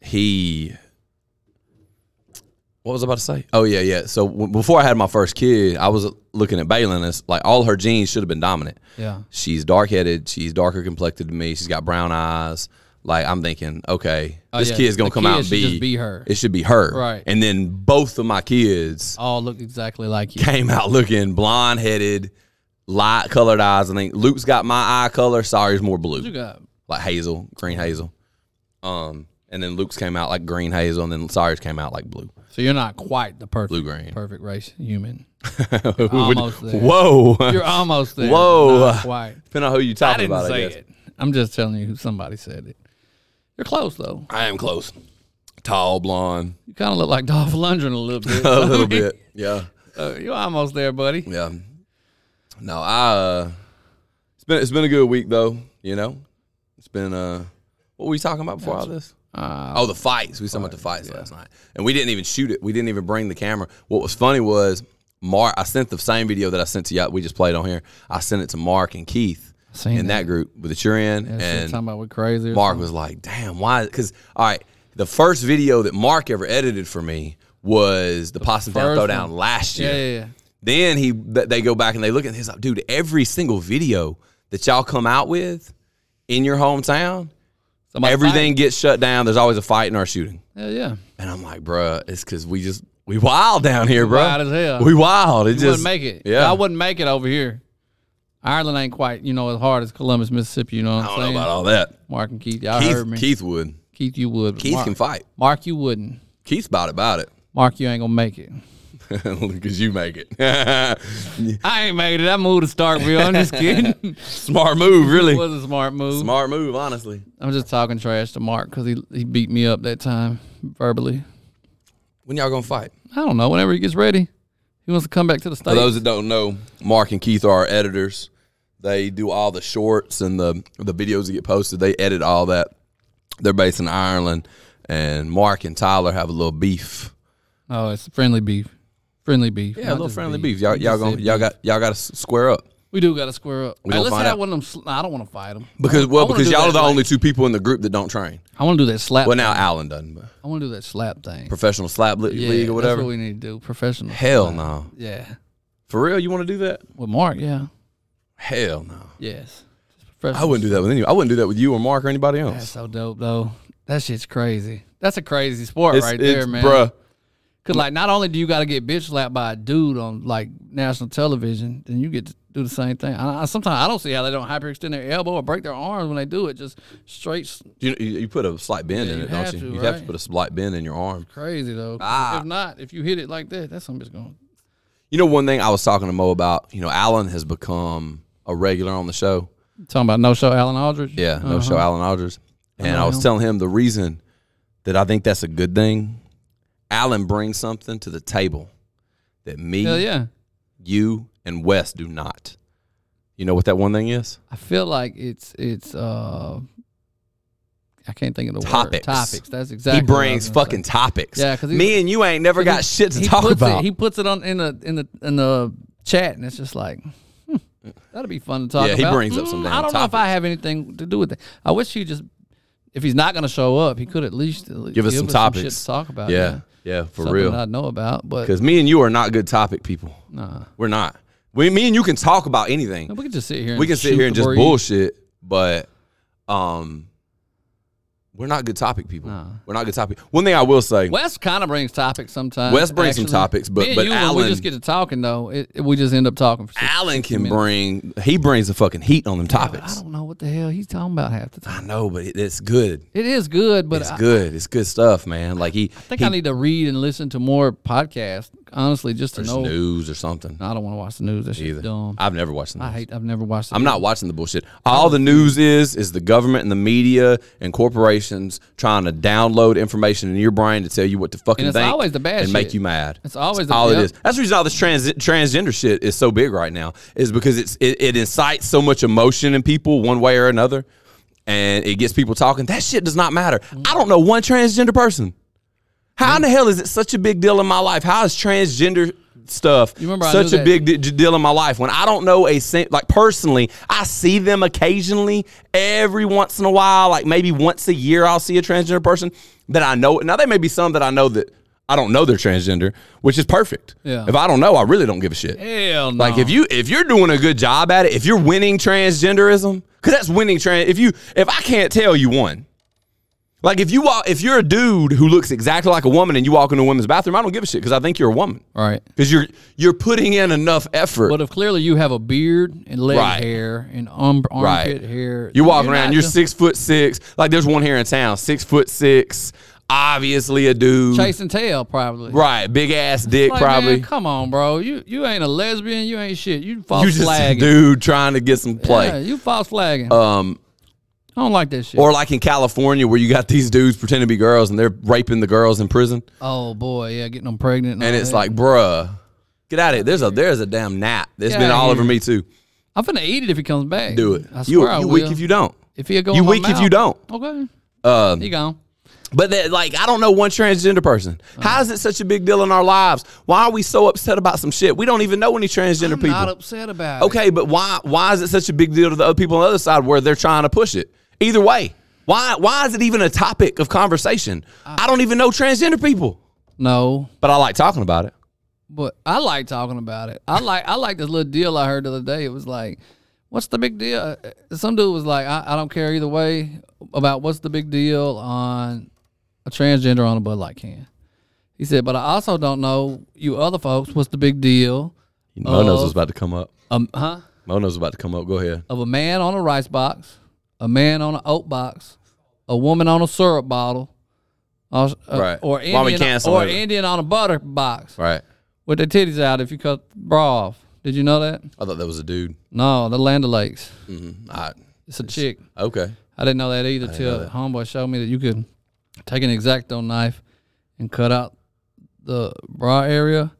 [SPEAKER 3] he, what was I about to say? Oh yeah, yeah. So w- before I had my first kid, I was looking at Balin and it's like all her genes should have been dominant.
[SPEAKER 2] Yeah.
[SPEAKER 3] She's dark headed. She's darker complected than me. She's got brown eyes. Like I'm thinking, okay,
[SPEAKER 2] Oh,
[SPEAKER 3] this
[SPEAKER 2] yeah.
[SPEAKER 3] kid's gonna
[SPEAKER 2] The
[SPEAKER 3] come
[SPEAKER 2] kid
[SPEAKER 3] out and
[SPEAKER 2] should
[SPEAKER 3] be,
[SPEAKER 2] just be her.
[SPEAKER 3] It should be her,
[SPEAKER 2] Right.
[SPEAKER 3] And then both of my kids
[SPEAKER 2] All look exactly like you.
[SPEAKER 3] came out looking blonde headed, light colored eyes. I think Luke's got my eye color. Sorry's more blue
[SPEAKER 2] You got
[SPEAKER 3] like hazel, green hazel. Um, and then Luke's came out like green hazel, and then Cyrus came out like blue.
[SPEAKER 2] so you're not quite the perfect
[SPEAKER 3] Blue green.
[SPEAKER 2] perfect race human. almost there.
[SPEAKER 3] Whoa,
[SPEAKER 2] You're almost there. but
[SPEAKER 3] Whoa.
[SPEAKER 2] not quite.
[SPEAKER 3] depending on who you
[SPEAKER 2] I
[SPEAKER 3] talking
[SPEAKER 2] didn't
[SPEAKER 3] about.
[SPEAKER 2] say
[SPEAKER 3] I guess
[SPEAKER 2] it. I'm just telling you who somebody said it. You're close though.
[SPEAKER 3] I am close. Tall, blonde,
[SPEAKER 2] You kind of look like Dolph Lundgren a little bit.
[SPEAKER 3] a little bit. Yeah,
[SPEAKER 2] Uh, you're almost there, buddy.
[SPEAKER 3] yeah. No, I. Uh, it's been it's been a good week though. You know, it's been uh. What were we talking about before all this?
[SPEAKER 2] Uh,
[SPEAKER 3] oh, the fights. We was talking about the fights last night, and we didn't even shoot it. We didn't even bring the camera. What was funny was Mark. I sent the same video that I sent to y'all. We just played on here. I sent it to Mark and Keith
[SPEAKER 2] seen
[SPEAKER 3] in that, group that you're in,
[SPEAKER 2] That shit
[SPEAKER 3] and
[SPEAKER 2] talking about we crazy. or
[SPEAKER 3] Mark
[SPEAKER 2] something.
[SPEAKER 3] was like, "Damn, why?" Because all right, the first video that Mark ever edited for me was the, Possum Down
[SPEAKER 2] first
[SPEAKER 3] Throwdown
[SPEAKER 2] one.
[SPEAKER 3] last year.
[SPEAKER 2] yeah, yeah, yeah.
[SPEAKER 3] Then he th- they go back and they look at his like, dude, every single video that y'all come out with in your hometown,
[SPEAKER 2] Somebody
[SPEAKER 3] everything gets shut down. There's always a fight in our shooting.
[SPEAKER 2] fighting. Yeah, yeah.
[SPEAKER 3] And I'm like, bruh, it's cause we just we wild down here, bro.
[SPEAKER 2] wild as hell.
[SPEAKER 3] We wild. It
[SPEAKER 2] You
[SPEAKER 3] just
[SPEAKER 2] wouldn't make it.
[SPEAKER 3] Yeah.
[SPEAKER 2] I wouldn't make it over here. Ireland ain't quite, you know, as hard as Columbus, Mississippi. You know what
[SPEAKER 3] I
[SPEAKER 2] I'm
[SPEAKER 3] don't
[SPEAKER 2] saying?
[SPEAKER 3] know about all that.
[SPEAKER 2] Mark and Keith, y'all heard
[SPEAKER 3] Keith,
[SPEAKER 2] me.
[SPEAKER 3] Keith would.
[SPEAKER 2] Keith, you would. but
[SPEAKER 3] Keith
[SPEAKER 2] Mark,
[SPEAKER 3] can fight.
[SPEAKER 2] Mark, you wouldn't.
[SPEAKER 3] Keith's about about it.
[SPEAKER 2] Mark, you ain't gonna make it.
[SPEAKER 3] Cause you make it.
[SPEAKER 2] I ain't made it. I moved to Starkville. I'm just kidding.
[SPEAKER 3] Smart move, really.
[SPEAKER 2] was a smart move.
[SPEAKER 3] Smart move, honestly.
[SPEAKER 2] I'm just talking trash to Mark because he he beat me up that time verbally.
[SPEAKER 3] When y'all gonna fight?
[SPEAKER 2] I don't know. Whenever he gets ready, he wants to come back to the
[SPEAKER 3] For
[SPEAKER 2] state.
[SPEAKER 3] those that don't know, Mark and Keith are our editors. They do all the shorts and the the videos that get posted. They edit all that. They're based in Ireland, and Mark and Tyler have a little beef.
[SPEAKER 2] oh, it's friendly beef. Friendly beef.
[SPEAKER 3] Yeah,
[SPEAKER 2] not
[SPEAKER 3] a little
[SPEAKER 2] just
[SPEAKER 3] friendly beef. Y'all,
[SPEAKER 2] You
[SPEAKER 3] y'all
[SPEAKER 2] just
[SPEAKER 3] gonna
[SPEAKER 2] said
[SPEAKER 3] y'all
[SPEAKER 2] beef.
[SPEAKER 3] got y'all got to square up
[SPEAKER 2] We do got to square up. Hey,
[SPEAKER 3] gonna
[SPEAKER 2] let's
[SPEAKER 3] find
[SPEAKER 2] have
[SPEAKER 3] out.
[SPEAKER 2] one of them. Sl- nah, I don't want to fight him.
[SPEAKER 3] because well because y'all are the
[SPEAKER 2] like,
[SPEAKER 3] only two people in the group that don't train.
[SPEAKER 2] I want to do that slap.
[SPEAKER 3] Well, now Alan doesn't, but
[SPEAKER 2] I want to do that slap thing.
[SPEAKER 3] professional slap li-
[SPEAKER 2] Yeah,
[SPEAKER 3] league or
[SPEAKER 2] That's
[SPEAKER 3] whatever.
[SPEAKER 2] what we need to do. Professional.
[SPEAKER 3] Hell
[SPEAKER 2] slap.
[SPEAKER 3] no,
[SPEAKER 2] Yeah.
[SPEAKER 3] for real. You want to do that?
[SPEAKER 2] With Mark, yeah.
[SPEAKER 3] Hell no.
[SPEAKER 2] Yes. Just professional.
[SPEAKER 3] I wouldn't do that with any. I wouldn't do that with you or Mark or anybody
[SPEAKER 2] That's
[SPEAKER 3] else.
[SPEAKER 2] so dope though. That shit's crazy. That's a crazy sport
[SPEAKER 3] It's-
[SPEAKER 2] right
[SPEAKER 3] it's-
[SPEAKER 2] there, man.
[SPEAKER 3] Bruh,
[SPEAKER 2] Cause like not only do you got to get bitch slapped by a dude on like national television, then you get to do the same thing. I, I sometimes I don't see how they don't hyperextend their elbow or break their arms when they do it. Just straight s-
[SPEAKER 3] You, you you put a slight bend
[SPEAKER 2] Yeah,
[SPEAKER 3] in
[SPEAKER 2] you
[SPEAKER 3] it, don't
[SPEAKER 2] have
[SPEAKER 3] you?
[SPEAKER 2] to,
[SPEAKER 3] you have to
[SPEAKER 2] right?
[SPEAKER 3] put a slight bend in your arm.
[SPEAKER 2] crazy though. 'Cause
[SPEAKER 3] Ah.
[SPEAKER 2] If not, if you hit it like that, that's something's going.
[SPEAKER 3] You know, one thing I was talking to Mo about. You know, Alan has become a regular on the show.
[SPEAKER 2] Talking about no show Alan Aldridge. Uh-huh.
[SPEAKER 3] Yeah, no show Alan Alders. And I was telling him the reason that I think that's a good thing. Allen brings something to the table that me,
[SPEAKER 2] Hell yeah.
[SPEAKER 3] you, and Wes do not. You know what that one thing is?
[SPEAKER 2] I feel like it's it's uh I can't think of the
[SPEAKER 3] Topics.
[SPEAKER 2] word. Topics. That's exactly.
[SPEAKER 3] he
[SPEAKER 2] what I was
[SPEAKER 3] brings
[SPEAKER 2] gonna say.
[SPEAKER 3] fucking topics.
[SPEAKER 2] Yeah, 'cause he-
[SPEAKER 3] me and you ain't never got shit to
[SPEAKER 2] he
[SPEAKER 3] talk
[SPEAKER 2] puts
[SPEAKER 3] about.
[SPEAKER 2] It, he puts it on in the in the in the chat, and it's just like hmm, that'd be fun to talk
[SPEAKER 3] Yeah,
[SPEAKER 2] about.
[SPEAKER 3] he brings up some
[SPEAKER 2] Mm,
[SPEAKER 3] damn
[SPEAKER 2] I don't know if
[SPEAKER 3] topics.
[SPEAKER 2] I have anything to do with it. I wish he just if he's not going to show up, he could at least at least
[SPEAKER 3] Give us some topics.
[SPEAKER 2] shit to talk about.
[SPEAKER 3] Yeah, yeah, for
[SPEAKER 2] Something that I
[SPEAKER 3] real.
[SPEAKER 2] know about, but
[SPEAKER 3] Because me and you are not good topic people. Nah, we're not. We, me and you can talk about anything.
[SPEAKER 2] we could just sit here. And
[SPEAKER 3] we can sit
[SPEAKER 2] shoot
[SPEAKER 3] here and
[SPEAKER 2] the
[SPEAKER 3] just
[SPEAKER 2] breeze.
[SPEAKER 3] bullshit, but um, we're not good topic people. We're not good topic. One thing I will say,
[SPEAKER 2] Wes kind of brings topics sometimes.
[SPEAKER 3] Wes brings some
[SPEAKER 2] actually.
[SPEAKER 3] topics, but-
[SPEAKER 2] Me and
[SPEAKER 3] but
[SPEAKER 2] you, when we
[SPEAKER 3] Alan-
[SPEAKER 2] just get to talking though, it, it- we just end up talking for. Six,
[SPEAKER 3] Allen can bring. He brings the fucking heat on them
[SPEAKER 2] I
[SPEAKER 3] topics.
[SPEAKER 2] don't know what the hell he's talking about half the time.
[SPEAKER 3] I know, but it, it's good.
[SPEAKER 2] It is good, but
[SPEAKER 3] It's
[SPEAKER 2] I-
[SPEAKER 3] good. It's good stuff, man. Like he,
[SPEAKER 2] I think
[SPEAKER 3] he
[SPEAKER 2] I need to read and listen to more podcasts, honestly, just to
[SPEAKER 3] there's
[SPEAKER 2] know.
[SPEAKER 3] news or something
[SPEAKER 2] No, I don't want to watch the news. That shit's
[SPEAKER 3] either.
[SPEAKER 2] dumb. I,
[SPEAKER 3] I've never watched. The news.
[SPEAKER 2] hate. I've never watched. The
[SPEAKER 3] I'm not watching the bullshit. All the news is is the government and the media and corporations trying to download information in your brain to tell you what to fucking
[SPEAKER 2] And it's
[SPEAKER 3] think
[SPEAKER 2] always the bad
[SPEAKER 3] and make
[SPEAKER 2] shit.
[SPEAKER 3] you mad.
[SPEAKER 2] It's always
[SPEAKER 3] That's
[SPEAKER 2] the-
[SPEAKER 3] all it
[SPEAKER 2] yep.
[SPEAKER 3] is. That's the reason all this trans, transgender shit is so big right now is because it's it, it incites so much emotion in people one way or another, and it gets people talking. That shit does not matter. I don't know one transgender person. How in the hell is it such a big deal in my life? How is transgender stuff
[SPEAKER 2] remember I
[SPEAKER 3] such
[SPEAKER 2] knew
[SPEAKER 3] a
[SPEAKER 2] that.
[SPEAKER 3] big di- deal in my life when I don't know a sing- like personally? I see them occasionally, every once in a while, like maybe once a year, I'll see a transgender person that I know. Now there may be some that I know that I don't know they're transgender, which is perfect.
[SPEAKER 2] Yeah.
[SPEAKER 3] If I don't know, I really don't give a shit.
[SPEAKER 2] Hell no.
[SPEAKER 3] Like if you if you're doing a good job at it, if you're winning transgenderism, because that's winning trans. If you if I can't tell you one, like if you walk if you're a dude who looks exactly like a woman and you walk into a women's bathroom, I don't give a shit because I think you're a woman.
[SPEAKER 2] All right.
[SPEAKER 3] Because you're you're putting in enough effort.
[SPEAKER 2] But if clearly you have a beard and leg
[SPEAKER 3] Right.
[SPEAKER 2] hair and um, armpit
[SPEAKER 3] right.
[SPEAKER 2] hair,
[SPEAKER 3] You're walking
[SPEAKER 2] not
[SPEAKER 3] around. You're
[SPEAKER 2] just-
[SPEAKER 3] six foot six. Like there's one here in town, six foot six. Obviously a dude.
[SPEAKER 2] chasing tail probably.
[SPEAKER 3] Right. Big ass dick
[SPEAKER 2] Like,
[SPEAKER 3] probably.
[SPEAKER 2] Man, come on, bro. You you ain't a lesbian. You ain't shit. You false
[SPEAKER 3] you just
[SPEAKER 2] flagging.
[SPEAKER 3] a dude trying to get some play.
[SPEAKER 2] Yeah, you false flagging.
[SPEAKER 3] Um,
[SPEAKER 2] I don't like that shit.
[SPEAKER 3] Or like in California, where you got these dudes pretending to be girls and they're raping the girls in prison,
[SPEAKER 2] oh boy, yeah, getting them pregnant. And,
[SPEAKER 3] and
[SPEAKER 2] all
[SPEAKER 3] it's
[SPEAKER 2] that.
[SPEAKER 3] like, bruh, get out of it. There's a there's a damn gnat. It's
[SPEAKER 2] Get
[SPEAKER 3] been
[SPEAKER 2] outta
[SPEAKER 3] all
[SPEAKER 2] here.
[SPEAKER 3] over me too.
[SPEAKER 2] I'm finna eat it if he comes back.
[SPEAKER 3] Do it.
[SPEAKER 2] I swear
[SPEAKER 3] you
[SPEAKER 2] I
[SPEAKER 3] you
[SPEAKER 2] will.
[SPEAKER 3] weak if you don't.
[SPEAKER 2] If he go,
[SPEAKER 3] you
[SPEAKER 2] in my
[SPEAKER 3] weak if you
[SPEAKER 2] mouth,
[SPEAKER 3] don't.
[SPEAKER 2] Okay,
[SPEAKER 3] Um,
[SPEAKER 2] he gone.
[SPEAKER 3] but that, like, I don't know one transgender person. How is it such a big deal in our lives? Why are we so upset about some shit? We don't even know any transgender
[SPEAKER 2] I'm
[SPEAKER 3] people.
[SPEAKER 2] not upset about it.
[SPEAKER 3] Okay, but why why is it such a big deal to the other people on the other side where they're trying to push it? Either way, why why is it even a topic of conversation?
[SPEAKER 2] Uh,
[SPEAKER 3] I don't even know transgender people,
[SPEAKER 2] No,
[SPEAKER 3] but I like talking about it.
[SPEAKER 2] but I like talking about it. I like I like this little deal I heard the other day. It was like, what's the big deal? Uh, Some dude was like, I, I don't care either way about what's the big deal on a transgender on a Bud Light can. He said, but I also don't know you other folks. What's the big deal?
[SPEAKER 3] Mo knows
[SPEAKER 2] Of-
[SPEAKER 3] what's about to come up.
[SPEAKER 2] Um, huh?
[SPEAKER 3] Mo knows about to come up. Go ahead.
[SPEAKER 2] Of a man on a rice box, a man on an oat box, a woman on a syrup bottle, or, uh,
[SPEAKER 3] Right.
[SPEAKER 2] or
[SPEAKER 3] Why we
[SPEAKER 2] Indian,
[SPEAKER 3] cancel
[SPEAKER 2] or
[SPEAKER 3] it?
[SPEAKER 2] Indian on a butter box
[SPEAKER 3] Right.
[SPEAKER 2] with their titties out if you cut the bra off. Did you know that?
[SPEAKER 3] I thought that was a dude.
[SPEAKER 2] No, the Land Lakes.
[SPEAKER 3] I,
[SPEAKER 2] It's a chick.
[SPEAKER 3] okay.
[SPEAKER 2] I didn't know that either till homeboy showed me that you could take an exacto knife and cut out the bra area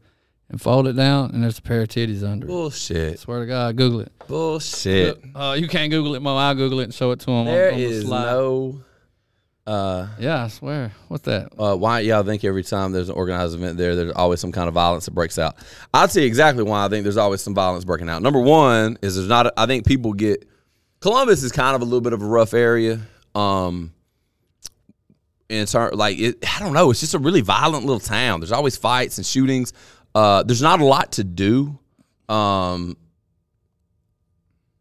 [SPEAKER 2] and fold it down, and there's a pair of titties under. it.
[SPEAKER 3] Bullshit.
[SPEAKER 2] Swear to God, Google it.
[SPEAKER 3] Bullshit.
[SPEAKER 2] Uh, you can't Google it, Mo. I'll Google it and show it to him.
[SPEAKER 3] There
[SPEAKER 2] on, on the
[SPEAKER 3] is
[SPEAKER 2] slide.
[SPEAKER 3] no.
[SPEAKER 2] Yeah, I swear. What's that?
[SPEAKER 3] Uh, why y'all think every time there's an organized event there, there's always some kind of violence that breaks out? I'll tell you exactly why I think there's always some violence breaking out. Number one is there's not. A, I think people get Columbus is kind of a little bit of a rough area. Um, in turn, like it, I don't know, it's just a really violent little town. There's always fights and shootings. Uh, there's not a lot to do. Um,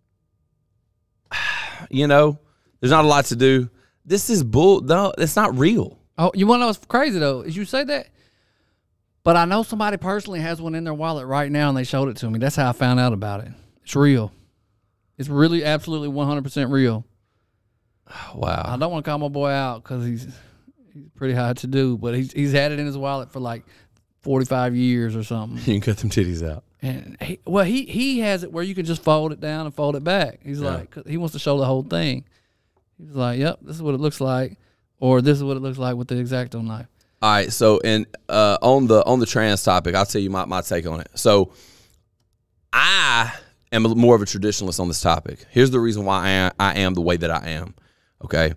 [SPEAKER 3] you know, there's not a lot to do. This is bull. No, it's not real.
[SPEAKER 2] Oh, you want to know what's crazy though? Is you say that, but I know somebody personally has one in their wallet right now, and they showed it to me. That's how I found out about it. It's real. It's really, absolutely, one hundred percent real.
[SPEAKER 3] Wow.
[SPEAKER 2] I don't want to call my boy out because he's he's pretty hard to do, but he's he's had it in his wallet for like forty five years or something.
[SPEAKER 3] You can cut them titties out.
[SPEAKER 2] And he, well, he he has it where you can just fold it down and fold it back. He's like, 'cause he wants to show the whole thing. He's like, yep, this is what it looks like. or this is what it looks like with the exacto knife.
[SPEAKER 3] All right, so and uh, on the on the trans topic, I'll tell you my, my take on it. So I am a- more of a traditionalist on this topic. Here's the reason why I am, I am the way that I am. Okay,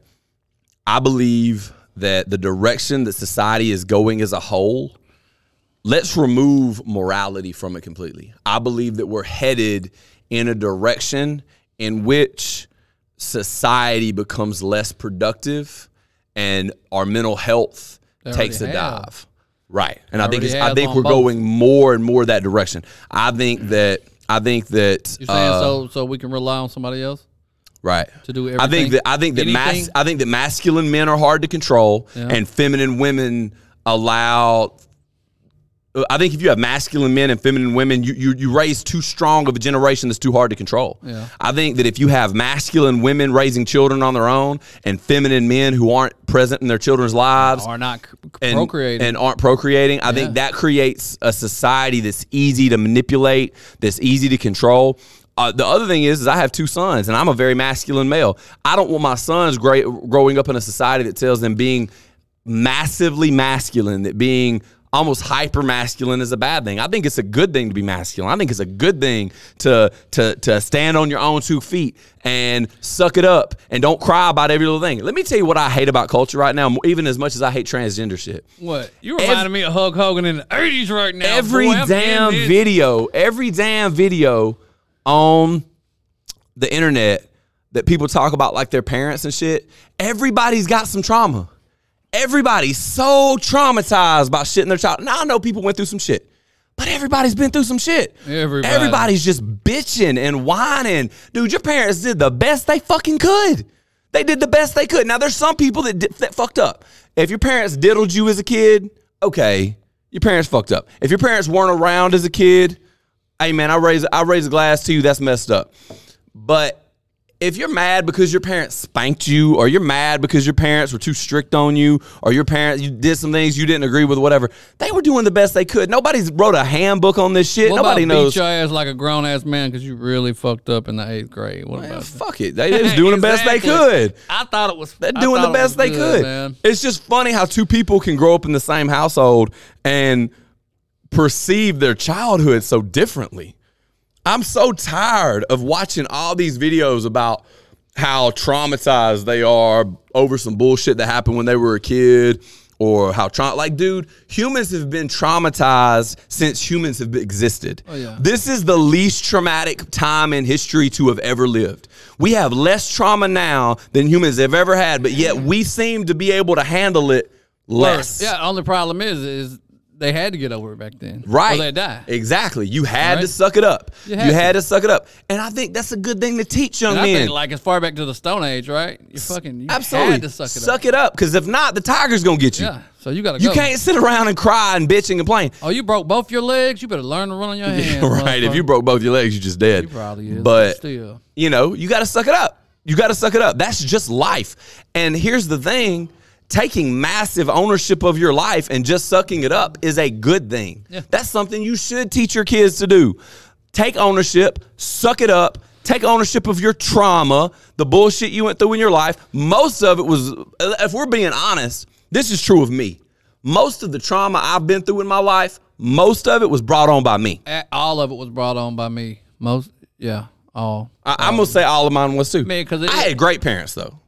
[SPEAKER 3] I believe that the direction that society is going as a whole, let's remove morality from it completely. I believe that we're headed in a direction in which society becomes less productive and our mental health takes a
[SPEAKER 2] already have.
[SPEAKER 3] dive. Right. And I think
[SPEAKER 2] already
[SPEAKER 3] it's, I
[SPEAKER 2] have
[SPEAKER 3] think
[SPEAKER 2] on
[SPEAKER 3] we're
[SPEAKER 2] both.
[SPEAKER 3] going more and more that direction. I think that I think that
[SPEAKER 2] You're saying
[SPEAKER 3] uh,
[SPEAKER 2] so so we can rely on somebody else
[SPEAKER 3] right
[SPEAKER 2] to do
[SPEAKER 3] I
[SPEAKER 2] everything.
[SPEAKER 3] think that I think that mas-
[SPEAKER 2] Anything-
[SPEAKER 3] I think that masculine men are hard to control, and feminine women allow. uh, I think if you have masculine men and feminine women, you, you you raise too strong of a generation that's too hard to control.
[SPEAKER 2] Yeah.
[SPEAKER 3] I think that if you have masculine women raising children on their own and feminine men who aren't present in their children's lives,
[SPEAKER 2] are not c-
[SPEAKER 3] and,
[SPEAKER 2] procreating.
[SPEAKER 3] and aren't procreating. I think that creates a society that's easy to manipulate, that's easy to control. Uh, the other thing is, is I have two sons, and I'm a very masculine male. I don't want my sons gra- growing up in a society that tells them being massively masculine, that being almost hyper masculine is a bad thing. I think it's a good thing to be masculine. I think it's a good thing to to to stand on your own two feet and suck it up and don't cry about every little thing. Let me tell you what I hate about culture right now, even as much as I hate transgender shit.
[SPEAKER 2] what you
[SPEAKER 3] Ev-
[SPEAKER 2] reminded me of Hulk Hogan in the eighties right now.
[SPEAKER 3] Every
[SPEAKER 2] boy, I'm in
[SPEAKER 3] damn
[SPEAKER 2] this.
[SPEAKER 3] video, every damn video on the internet that people talk about like their parents and shit, everybody's got some trauma. Everybody's so traumatized by shit in their child. Now I know people went through some shit, but everybody's been through some shit.
[SPEAKER 2] Everybody.
[SPEAKER 3] Everybody's just bitching and whining. Dude, your parents did the best they fucking could. They did the best they could. Now there's some people that di- that fucked up. If your parents diddled you as a kid, okay, your parents fucked up. If your parents weren't around as a kid, hey man, I raise I raise a glass to you. That's messed up. But if you're mad because your parents spanked you, or you're mad because your parents were too strict on you, or your parents you did some things you didn't agree with, whatever, they were doing the best they could. Nobody's wrote a handbook on this shit.
[SPEAKER 2] What
[SPEAKER 3] Nobody
[SPEAKER 2] about
[SPEAKER 3] knows.
[SPEAKER 2] beat your ass like a grown ass man because you really fucked up in the eighth grade. What
[SPEAKER 3] Man,
[SPEAKER 2] about that?
[SPEAKER 3] fuck it. They, they was doing the best they
[SPEAKER 2] Exactly.
[SPEAKER 3] could.
[SPEAKER 2] I thought it was.
[SPEAKER 3] They're
[SPEAKER 2] I
[SPEAKER 3] doing
[SPEAKER 2] thought
[SPEAKER 3] the
[SPEAKER 2] it was
[SPEAKER 3] best they
[SPEAKER 2] good,
[SPEAKER 3] could.
[SPEAKER 2] Man.
[SPEAKER 3] It's just funny how two people can grow up in the same household and perceive their childhood so differently. I'm so tired of watching all these videos about how traumatized they are over some bullshit that happened when they were a kid or how trauma like dude humans have been traumatized since humans have existed
[SPEAKER 2] Oh, yeah.
[SPEAKER 3] this is the least traumatic time in history to have ever lived we have less trauma now than humans have ever had but yet we seem to be able to handle it less
[SPEAKER 2] Yeah. Only problem is, is they had to get over it back then.
[SPEAKER 3] Right.
[SPEAKER 2] Or they die.
[SPEAKER 3] Exactly. You had to
[SPEAKER 2] Right.
[SPEAKER 3] suck it up. You
[SPEAKER 2] You
[SPEAKER 3] had,
[SPEAKER 2] had
[SPEAKER 3] to. suck it up. And I think that's a good thing to teach young
[SPEAKER 2] And I
[SPEAKER 3] men.
[SPEAKER 2] think like as far back to the Stone Age, right? You fucking you
[SPEAKER 3] Absolutely.
[SPEAKER 2] had to suck it up.
[SPEAKER 3] Because if not, the tiger's going to get you.
[SPEAKER 2] Yeah. So you gotta.
[SPEAKER 3] You
[SPEAKER 2] go.
[SPEAKER 3] can't sit around and cry and bitch and complain.
[SPEAKER 2] Oh, you broke both your legs. You better learn to run on your hands.
[SPEAKER 3] right. If you
[SPEAKER 2] motherfucker.
[SPEAKER 3] broke both your legs, you're just dead.
[SPEAKER 2] You probably is.
[SPEAKER 3] But
[SPEAKER 2] still.
[SPEAKER 3] you know, you got to suck it up. You got to suck it up. That's just life. And here's the thing taking massive ownership of your life and just sucking it up is a good thing. That's something you should teach your kids to do. Take ownership, suck it up, take ownership of your trauma, the bullshit you went through in your life. Most of it was, if we're being honest, this is true of me. Most of the trauma I've been through in my life, most of it was brought on by me.
[SPEAKER 2] A- all of it was brought on by me. Most. Yeah. All.
[SPEAKER 3] I, I'm gonna say all of mine was too.
[SPEAKER 2] Um, Man, 'cause it-
[SPEAKER 3] I had great parents though.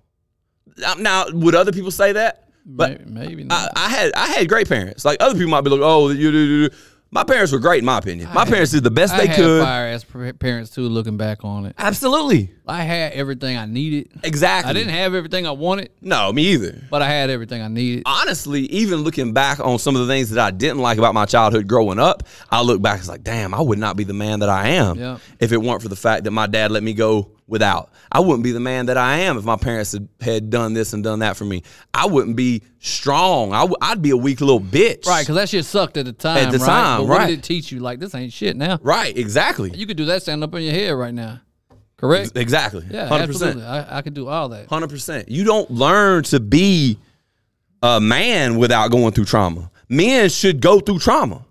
[SPEAKER 3] Um, Now, would other people say that? But
[SPEAKER 2] maybe, maybe
[SPEAKER 3] I,
[SPEAKER 2] not.
[SPEAKER 3] I had I had great parents. Like other people might be like, oh, you do. do, do. My parents were great in my opinion. My parents did the best
[SPEAKER 2] I
[SPEAKER 3] they
[SPEAKER 2] had
[SPEAKER 3] could.
[SPEAKER 2] fire ass par- parents too. Looking back on it,
[SPEAKER 3] Absolutely,
[SPEAKER 2] I had everything I needed.
[SPEAKER 3] exactly.
[SPEAKER 2] I didn't have everything I wanted,
[SPEAKER 3] No, me either.
[SPEAKER 2] but I had everything I needed.
[SPEAKER 3] honestly, even looking back on some of the things that I didn't like about my childhood growing up, I look back, it's like, damn, I would not be the man that I am
[SPEAKER 2] Yeah.
[SPEAKER 3] if it weren't for the fact that my dad let me go without. I wouldn't be the man that I am if my parents had, had done this and done that for me. I wouldn't be strong. I w- I'd be a weak little bitch.
[SPEAKER 2] Right, because that shit sucked at the time.
[SPEAKER 3] At the
[SPEAKER 2] right?
[SPEAKER 3] time,
[SPEAKER 2] But what
[SPEAKER 3] right.
[SPEAKER 2] did it teach you? Like this ain't shit now.
[SPEAKER 3] Right, exactly.
[SPEAKER 2] You could do that standing up on your head right now. Correct.
[SPEAKER 3] exactly.
[SPEAKER 2] Yeah,
[SPEAKER 3] 100%.
[SPEAKER 2] absolutely. I, I could do all that.
[SPEAKER 3] Hundred percent. You don't learn to be a man without going through trauma. Men should go through trauma,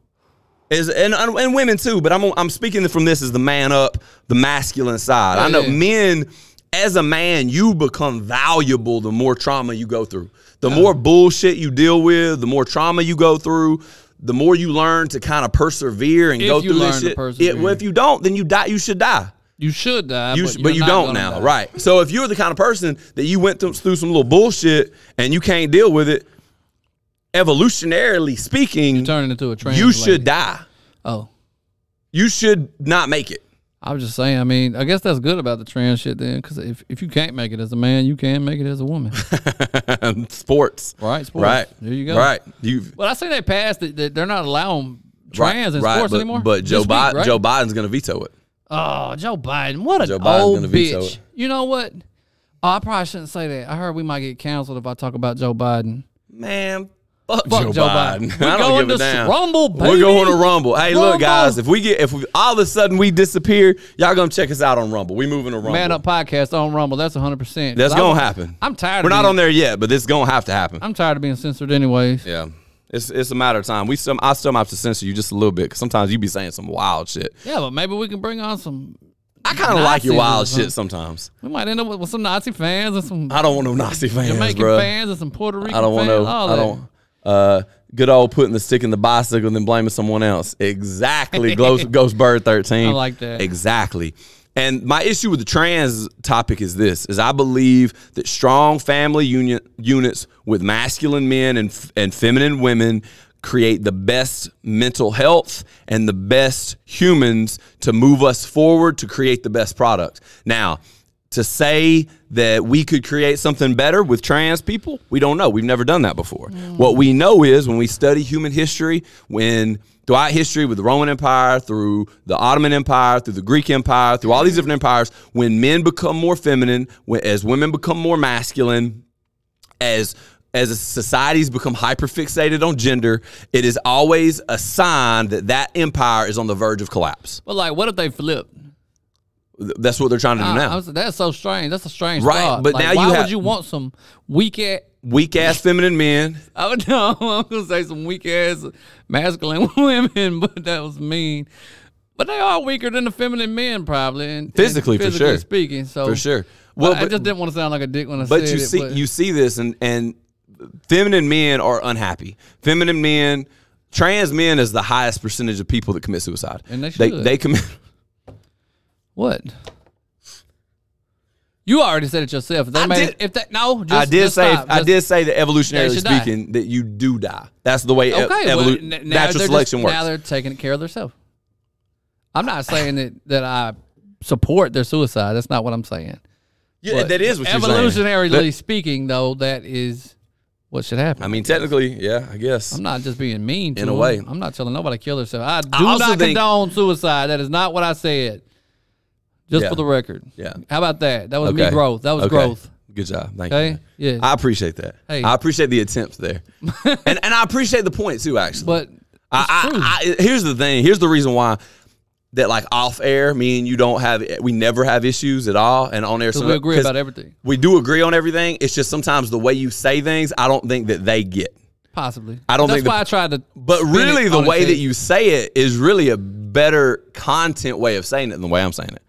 [SPEAKER 3] is and and women too. But I'm I'm speaking from this as the man up, the masculine side. I know
[SPEAKER 2] yeah.
[SPEAKER 3] men. As a man, you become valuable the more trauma you go through. The more bullshit you deal with, the more trauma you go through, the more you learn to kind of persevere and
[SPEAKER 2] If
[SPEAKER 3] go
[SPEAKER 2] you
[SPEAKER 3] through this
[SPEAKER 2] learn to
[SPEAKER 3] shit.
[SPEAKER 2] persevere.
[SPEAKER 3] well, if you don't, then you die. You should die.
[SPEAKER 2] You should die,
[SPEAKER 3] You
[SPEAKER 2] but,
[SPEAKER 3] sh- but you
[SPEAKER 2] you're not
[SPEAKER 3] don't
[SPEAKER 2] gonna
[SPEAKER 3] now,
[SPEAKER 2] die.
[SPEAKER 3] right? So if you're the kind of person that you went through, through some little bullshit and you can't deal with it, evolutionarily speaking,
[SPEAKER 2] Turning into a train.
[SPEAKER 3] you should
[SPEAKER 2] Die.
[SPEAKER 3] die.
[SPEAKER 2] Oh,
[SPEAKER 3] You should not make it.
[SPEAKER 2] I was just saying. I mean, I guess that's good about the trans shit then, because if if you can't make it as a man, you can make it as a woman.
[SPEAKER 3] sports,
[SPEAKER 2] Right, sports.
[SPEAKER 3] right?
[SPEAKER 2] There you go.
[SPEAKER 3] Right, you.
[SPEAKER 2] well, I say they passed it that they're not allowing trans in sports
[SPEAKER 3] but,
[SPEAKER 2] anymore.
[SPEAKER 3] But Joe,
[SPEAKER 2] This week,
[SPEAKER 3] Biden,
[SPEAKER 2] right?
[SPEAKER 3] Joe Biden's going to veto it.
[SPEAKER 2] Oh, Joe Biden. What an
[SPEAKER 3] Joe Biden's
[SPEAKER 2] old
[SPEAKER 3] gonna veto
[SPEAKER 2] bitch.
[SPEAKER 3] it.
[SPEAKER 2] You know what? Oh, I probably shouldn't say that. I heard we might get canceled if I talk about Joe Biden.
[SPEAKER 3] Man, fuck,
[SPEAKER 2] Fuck
[SPEAKER 3] Joe,
[SPEAKER 2] Joe
[SPEAKER 3] Biden.
[SPEAKER 2] Biden.
[SPEAKER 3] I
[SPEAKER 2] We're
[SPEAKER 3] don't
[SPEAKER 2] going
[SPEAKER 3] give
[SPEAKER 2] to
[SPEAKER 3] a damn.
[SPEAKER 2] Rumble,
[SPEAKER 3] We're
[SPEAKER 2] baby.
[SPEAKER 3] going to Rumble. Hey, look,
[SPEAKER 2] Rumble.
[SPEAKER 3] guys, if we get if we, all of a sudden we disappear, y'all going to check us out on Rumble. We moving to Rumble.
[SPEAKER 2] Man Up Podcast on Rumble. That's 100%. 'Cause
[SPEAKER 3] That's
[SPEAKER 2] I
[SPEAKER 3] going
[SPEAKER 2] was-
[SPEAKER 3] to happen.
[SPEAKER 2] I'm tired
[SPEAKER 3] We're
[SPEAKER 2] of
[SPEAKER 3] not
[SPEAKER 2] being-
[SPEAKER 3] on there yet, but it's going to have to happen.
[SPEAKER 2] I'm tired of being censored anyways.
[SPEAKER 3] yeah. It's, it's a matter of time. We some I still have to censor you just a little bit because sometimes you be saying some wild shit.
[SPEAKER 2] Yeah, but maybe we can bring on some.
[SPEAKER 3] I kind of like your
[SPEAKER 2] Nazis
[SPEAKER 3] wild
[SPEAKER 2] or something.
[SPEAKER 3] shit sometimes.
[SPEAKER 2] We might end up with, with some Nazi fans and some
[SPEAKER 3] I don't want no Nazi fans,
[SPEAKER 2] Jamaican
[SPEAKER 3] bro.
[SPEAKER 2] fans and some Puerto Rican
[SPEAKER 3] I don't want
[SPEAKER 2] fans.
[SPEAKER 3] to.
[SPEAKER 2] all
[SPEAKER 3] I
[SPEAKER 2] that.
[SPEAKER 3] don't. Uh, good old putting the stick in the bicycle and then blaming someone else. Exactly. Ghost, Ghost Bird thirteen.
[SPEAKER 2] I like that.
[SPEAKER 3] Exactly. And my issue with the trans topic is this: is I believe that strong family union, units with masculine men and f- and feminine women create the best mental health and the best humans to move us forward to create the best product. Now, to say that we could create something better with trans people, we don't know. We've never done that before.
[SPEAKER 2] Mm.
[SPEAKER 3] What we know is when we study human history, when throughout history with the Roman Empire, through the Ottoman Empire, through the Greek Empire, through all these different empires, when men become more feminine, when, as women become more masculine, as as societies become hyper fixated on gender, it is always a sign that that empire is on the verge of collapse.
[SPEAKER 2] But like, what if they flip?
[SPEAKER 3] Th- That's what they're trying to do
[SPEAKER 2] Ah, I-
[SPEAKER 3] now.
[SPEAKER 2] I was- that's so strange. That's a strange
[SPEAKER 3] Right,
[SPEAKER 2] thought.
[SPEAKER 3] but
[SPEAKER 2] Like,
[SPEAKER 3] now you
[SPEAKER 2] why
[SPEAKER 3] have-
[SPEAKER 2] would you want some weak ass?
[SPEAKER 3] Weak ass feminine men.
[SPEAKER 2] I would no, I'm gonna say some weak ass masculine women, but that was mean. But they are weaker than the feminine men, probably. And, and
[SPEAKER 3] Physically, for
[SPEAKER 2] physically
[SPEAKER 3] sure.
[SPEAKER 2] speaking. So
[SPEAKER 3] For sure.
[SPEAKER 2] Well,
[SPEAKER 3] Well,
[SPEAKER 2] Oh. I,
[SPEAKER 3] but-
[SPEAKER 2] just didn't want to sound like a dick when I
[SPEAKER 3] But
[SPEAKER 2] said
[SPEAKER 3] you
[SPEAKER 2] it,
[SPEAKER 3] see,
[SPEAKER 2] but-
[SPEAKER 3] you see this, and and feminine men are unhappy. Feminine men, trans men is the highest percentage of people that commit suicide.
[SPEAKER 2] And they
[SPEAKER 3] they,
[SPEAKER 2] should.
[SPEAKER 3] they commit.
[SPEAKER 2] what? You already said it yourself. If they
[SPEAKER 3] I
[SPEAKER 2] made,
[SPEAKER 3] did-
[SPEAKER 2] if that no, just,
[SPEAKER 3] I did
[SPEAKER 2] just
[SPEAKER 3] say
[SPEAKER 2] stop.
[SPEAKER 3] I
[SPEAKER 2] Just-
[SPEAKER 3] did say that evolutionarily
[SPEAKER 2] should die.
[SPEAKER 3] speaking that you do die. That's the way e-
[SPEAKER 2] Okay, well,
[SPEAKER 3] evolu-
[SPEAKER 2] n- now
[SPEAKER 3] natural
[SPEAKER 2] they're
[SPEAKER 3] selection
[SPEAKER 2] just,
[SPEAKER 3] works.
[SPEAKER 2] Now they're taking care of themselves. I'm not saying that that I support their suicide. That's not what I'm saying.
[SPEAKER 3] Yeah, that is what you're saying.
[SPEAKER 2] evolutionarily
[SPEAKER 3] That-
[SPEAKER 2] speaking, though, that is what should happen.
[SPEAKER 3] I mean, technically, yeah, I guess.
[SPEAKER 2] I'm not just being mean to
[SPEAKER 3] In a
[SPEAKER 2] them.
[SPEAKER 3] way.
[SPEAKER 2] I'm not telling nobody to kill herself. I do
[SPEAKER 3] also
[SPEAKER 2] not
[SPEAKER 3] think-
[SPEAKER 2] condone suicide. That is not what I said. Just
[SPEAKER 3] Yeah.
[SPEAKER 2] for the record.
[SPEAKER 3] Yeah.
[SPEAKER 2] How about that? That was me
[SPEAKER 3] Okay.
[SPEAKER 2] growth. That was
[SPEAKER 3] Okay.
[SPEAKER 2] growth.
[SPEAKER 3] Good job. Thank
[SPEAKER 2] Okay?
[SPEAKER 3] you.
[SPEAKER 2] Yeah.
[SPEAKER 3] I appreciate that.
[SPEAKER 2] Hey.
[SPEAKER 3] I appreciate the attempt there, and and I appreciate the point too. Actually,
[SPEAKER 2] But
[SPEAKER 3] I, I, I, here's the thing. Here's the reason why that like off air, me and you don't have we never have issues at all, and on air, so
[SPEAKER 2] we agree about everything.
[SPEAKER 3] We do agree on everything. It's just sometimes the way you say things, I don't think that they get.
[SPEAKER 2] possibly.
[SPEAKER 3] I don't
[SPEAKER 2] That's
[SPEAKER 3] think the-
[SPEAKER 2] why I tried to
[SPEAKER 3] But
[SPEAKER 2] spin it
[SPEAKER 3] really, the
[SPEAKER 2] on its
[SPEAKER 3] way
[SPEAKER 2] head.
[SPEAKER 3] that you say it is really a better content way of saying it than the way I'm saying it.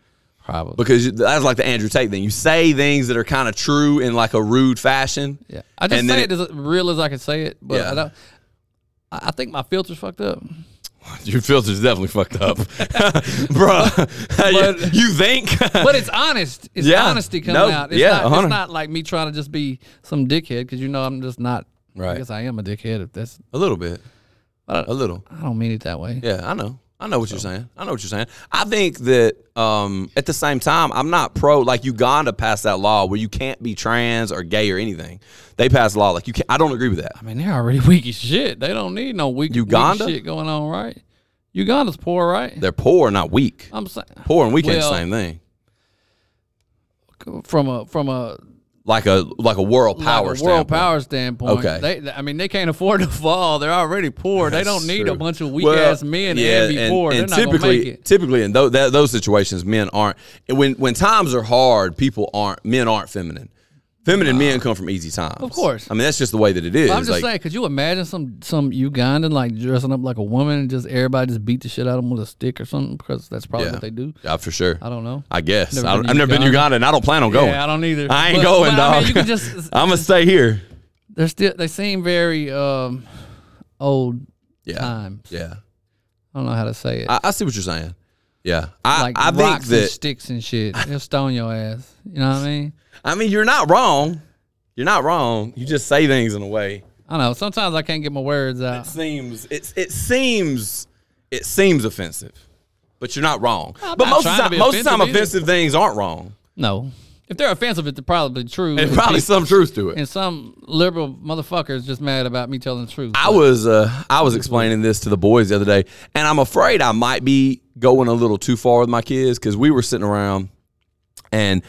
[SPEAKER 2] probably
[SPEAKER 3] Because you- that's like the Andrew Tate thing. You say things that are kind of true in like a rude fashion.
[SPEAKER 2] Yeah, I just
[SPEAKER 3] And then
[SPEAKER 2] say it, as real as I can say it, but
[SPEAKER 3] Yeah.
[SPEAKER 2] I don't. I I think my filter's fucked up.
[SPEAKER 3] Your filter's definitely fucked up, bruh.
[SPEAKER 2] But-
[SPEAKER 3] you, you think?
[SPEAKER 2] But it's honest. It's
[SPEAKER 3] Yeah.
[SPEAKER 2] honesty coming
[SPEAKER 3] No,
[SPEAKER 2] out. It's
[SPEAKER 3] yeah,
[SPEAKER 2] not,
[SPEAKER 3] 100.
[SPEAKER 2] it's not like me trying to just be some dickhead because you know I'm just not.
[SPEAKER 3] Right.
[SPEAKER 2] I guess I am a dickhead. If that's,
[SPEAKER 3] a little bit. A little.
[SPEAKER 2] I don't mean it that way.
[SPEAKER 3] Yeah, I know. I know what you're saying. I know what you're saying. I think that um, at the same time, I'm not pro. Like Uganda passed that law where you can't be trans or gay or anything. They passed a law like you can't. I don't agree with that.
[SPEAKER 2] I mean they're already weak as shit. They don't need no weak weak
[SPEAKER 3] Uganda?
[SPEAKER 2] shit going on, right? Uganda's poor, right?
[SPEAKER 3] They're poor, not weak.
[SPEAKER 2] I'm saying
[SPEAKER 3] Poor and weak ain't the
[SPEAKER 2] Well-
[SPEAKER 3] same thing.
[SPEAKER 2] from a from a
[SPEAKER 3] Like a like a world
[SPEAKER 2] like a
[SPEAKER 3] power.
[SPEAKER 2] world
[SPEAKER 3] standpoint.
[SPEAKER 2] power standpoint.
[SPEAKER 3] Okay.
[SPEAKER 2] They, they- I mean, they can't afford to fall. They're already poor. they
[SPEAKER 3] That's
[SPEAKER 2] don't need
[SPEAKER 3] true.
[SPEAKER 2] a bunch of weak
[SPEAKER 3] Well,
[SPEAKER 2] ass men
[SPEAKER 3] yeah,
[SPEAKER 2] and be poor.
[SPEAKER 3] and
[SPEAKER 2] They're not gonna
[SPEAKER 3] typically,
[SPEAKER 2] make it.
[SPEAKER 3] typically in those, that, those situations, men aren't. When when times are hard, people aren't. Men aren't feminine. Feminine men come from easy times. Of
[SPEAKER 2] course.
[SPEAKER 3] I mean that's just the way that it is.
[SPEAKER 2] I'm just
[SPEAKER 3] Like,
[SPEAKER 2] saying, could you imagine some some Ugandan like dressing up like a woman and just everybody just beat the shit out of them with a stick or something? Because that's probably
[SPEAKER 3] yeah.
[SPEAKER 2] what they do.
[SPEAKER 3] Yeah, for sure.
[SPEAKER 2] I don't know.
[SPEAKER 3] I guess
[SPEAKER 2] Never
[SPEAKER 3] I
[SPEAKER 2] been
[SPEAKER 3] don't,
[SPEAKER 2] to
[SPEAKER 3] I've never been to
[SPEAKER 2] Uganda.
[SPEAKER 3] Uganda, and I don't plan on going.
[SPEAKER 2] I don't either.
[SPEAKER 3] I ain't
[SPEAKER 2] But-
[SPEAKER 3] going,
[SPEAKER 2] but I
[SPEAKER 3] dog.
[SPEAKER 2] mean, you can just-
[SPEAKER 3] I'm gonna stay here.
[SPEAKER 2] They're still they seem very um old.
[SPEAKER 3] Yeah.
[SPEAKER 2] Times.
[SPEAKER 3] Yeah.
[SPEAKER 2] I don't know how to say it.
[SPEAKER 3] I, I see what you're saying. Yeah. I,
[SPEAKER 2] like
[SPEAKER 3] I think
[SPEAKER 2] rocks and
[SPEAKER 3] that,
[SPEAKER 2] sticks and shit. They'll stone your ass. You know what I mean?
[SPEAKER 3] I mean, you're not wrong. You're not wrong. You just say things in a way.
[SPEAKER 2] I know. Sometimes I can't get my words out.
[SPEAKER 3] seems it's it seems it seems offensive, but you're not wrong. but
[SPEAKER 2] not
[SPEAKER 3] most of
[SPEAKER 2] trying
[SPEAKER 3] the
[SPEAKER 2] to be
[SPEAKER 3] time, most of the time,
[SPEAKER 2] offensive either.
[SPEAKER 3] offensive things aren't wrong.
[SPEAKER 2] No. If they're offensive, it's probably true.
[SPEAKER 3] There's probably some truth to it.
[SPEAKER 2] and some liberal motherfucker is just mad about me telling the truth.
[SPEAKER 3] I was uh, I was explaining this to the boys the other day, and I'm afraid I might be going a little too far with my kids because we were sitting around, and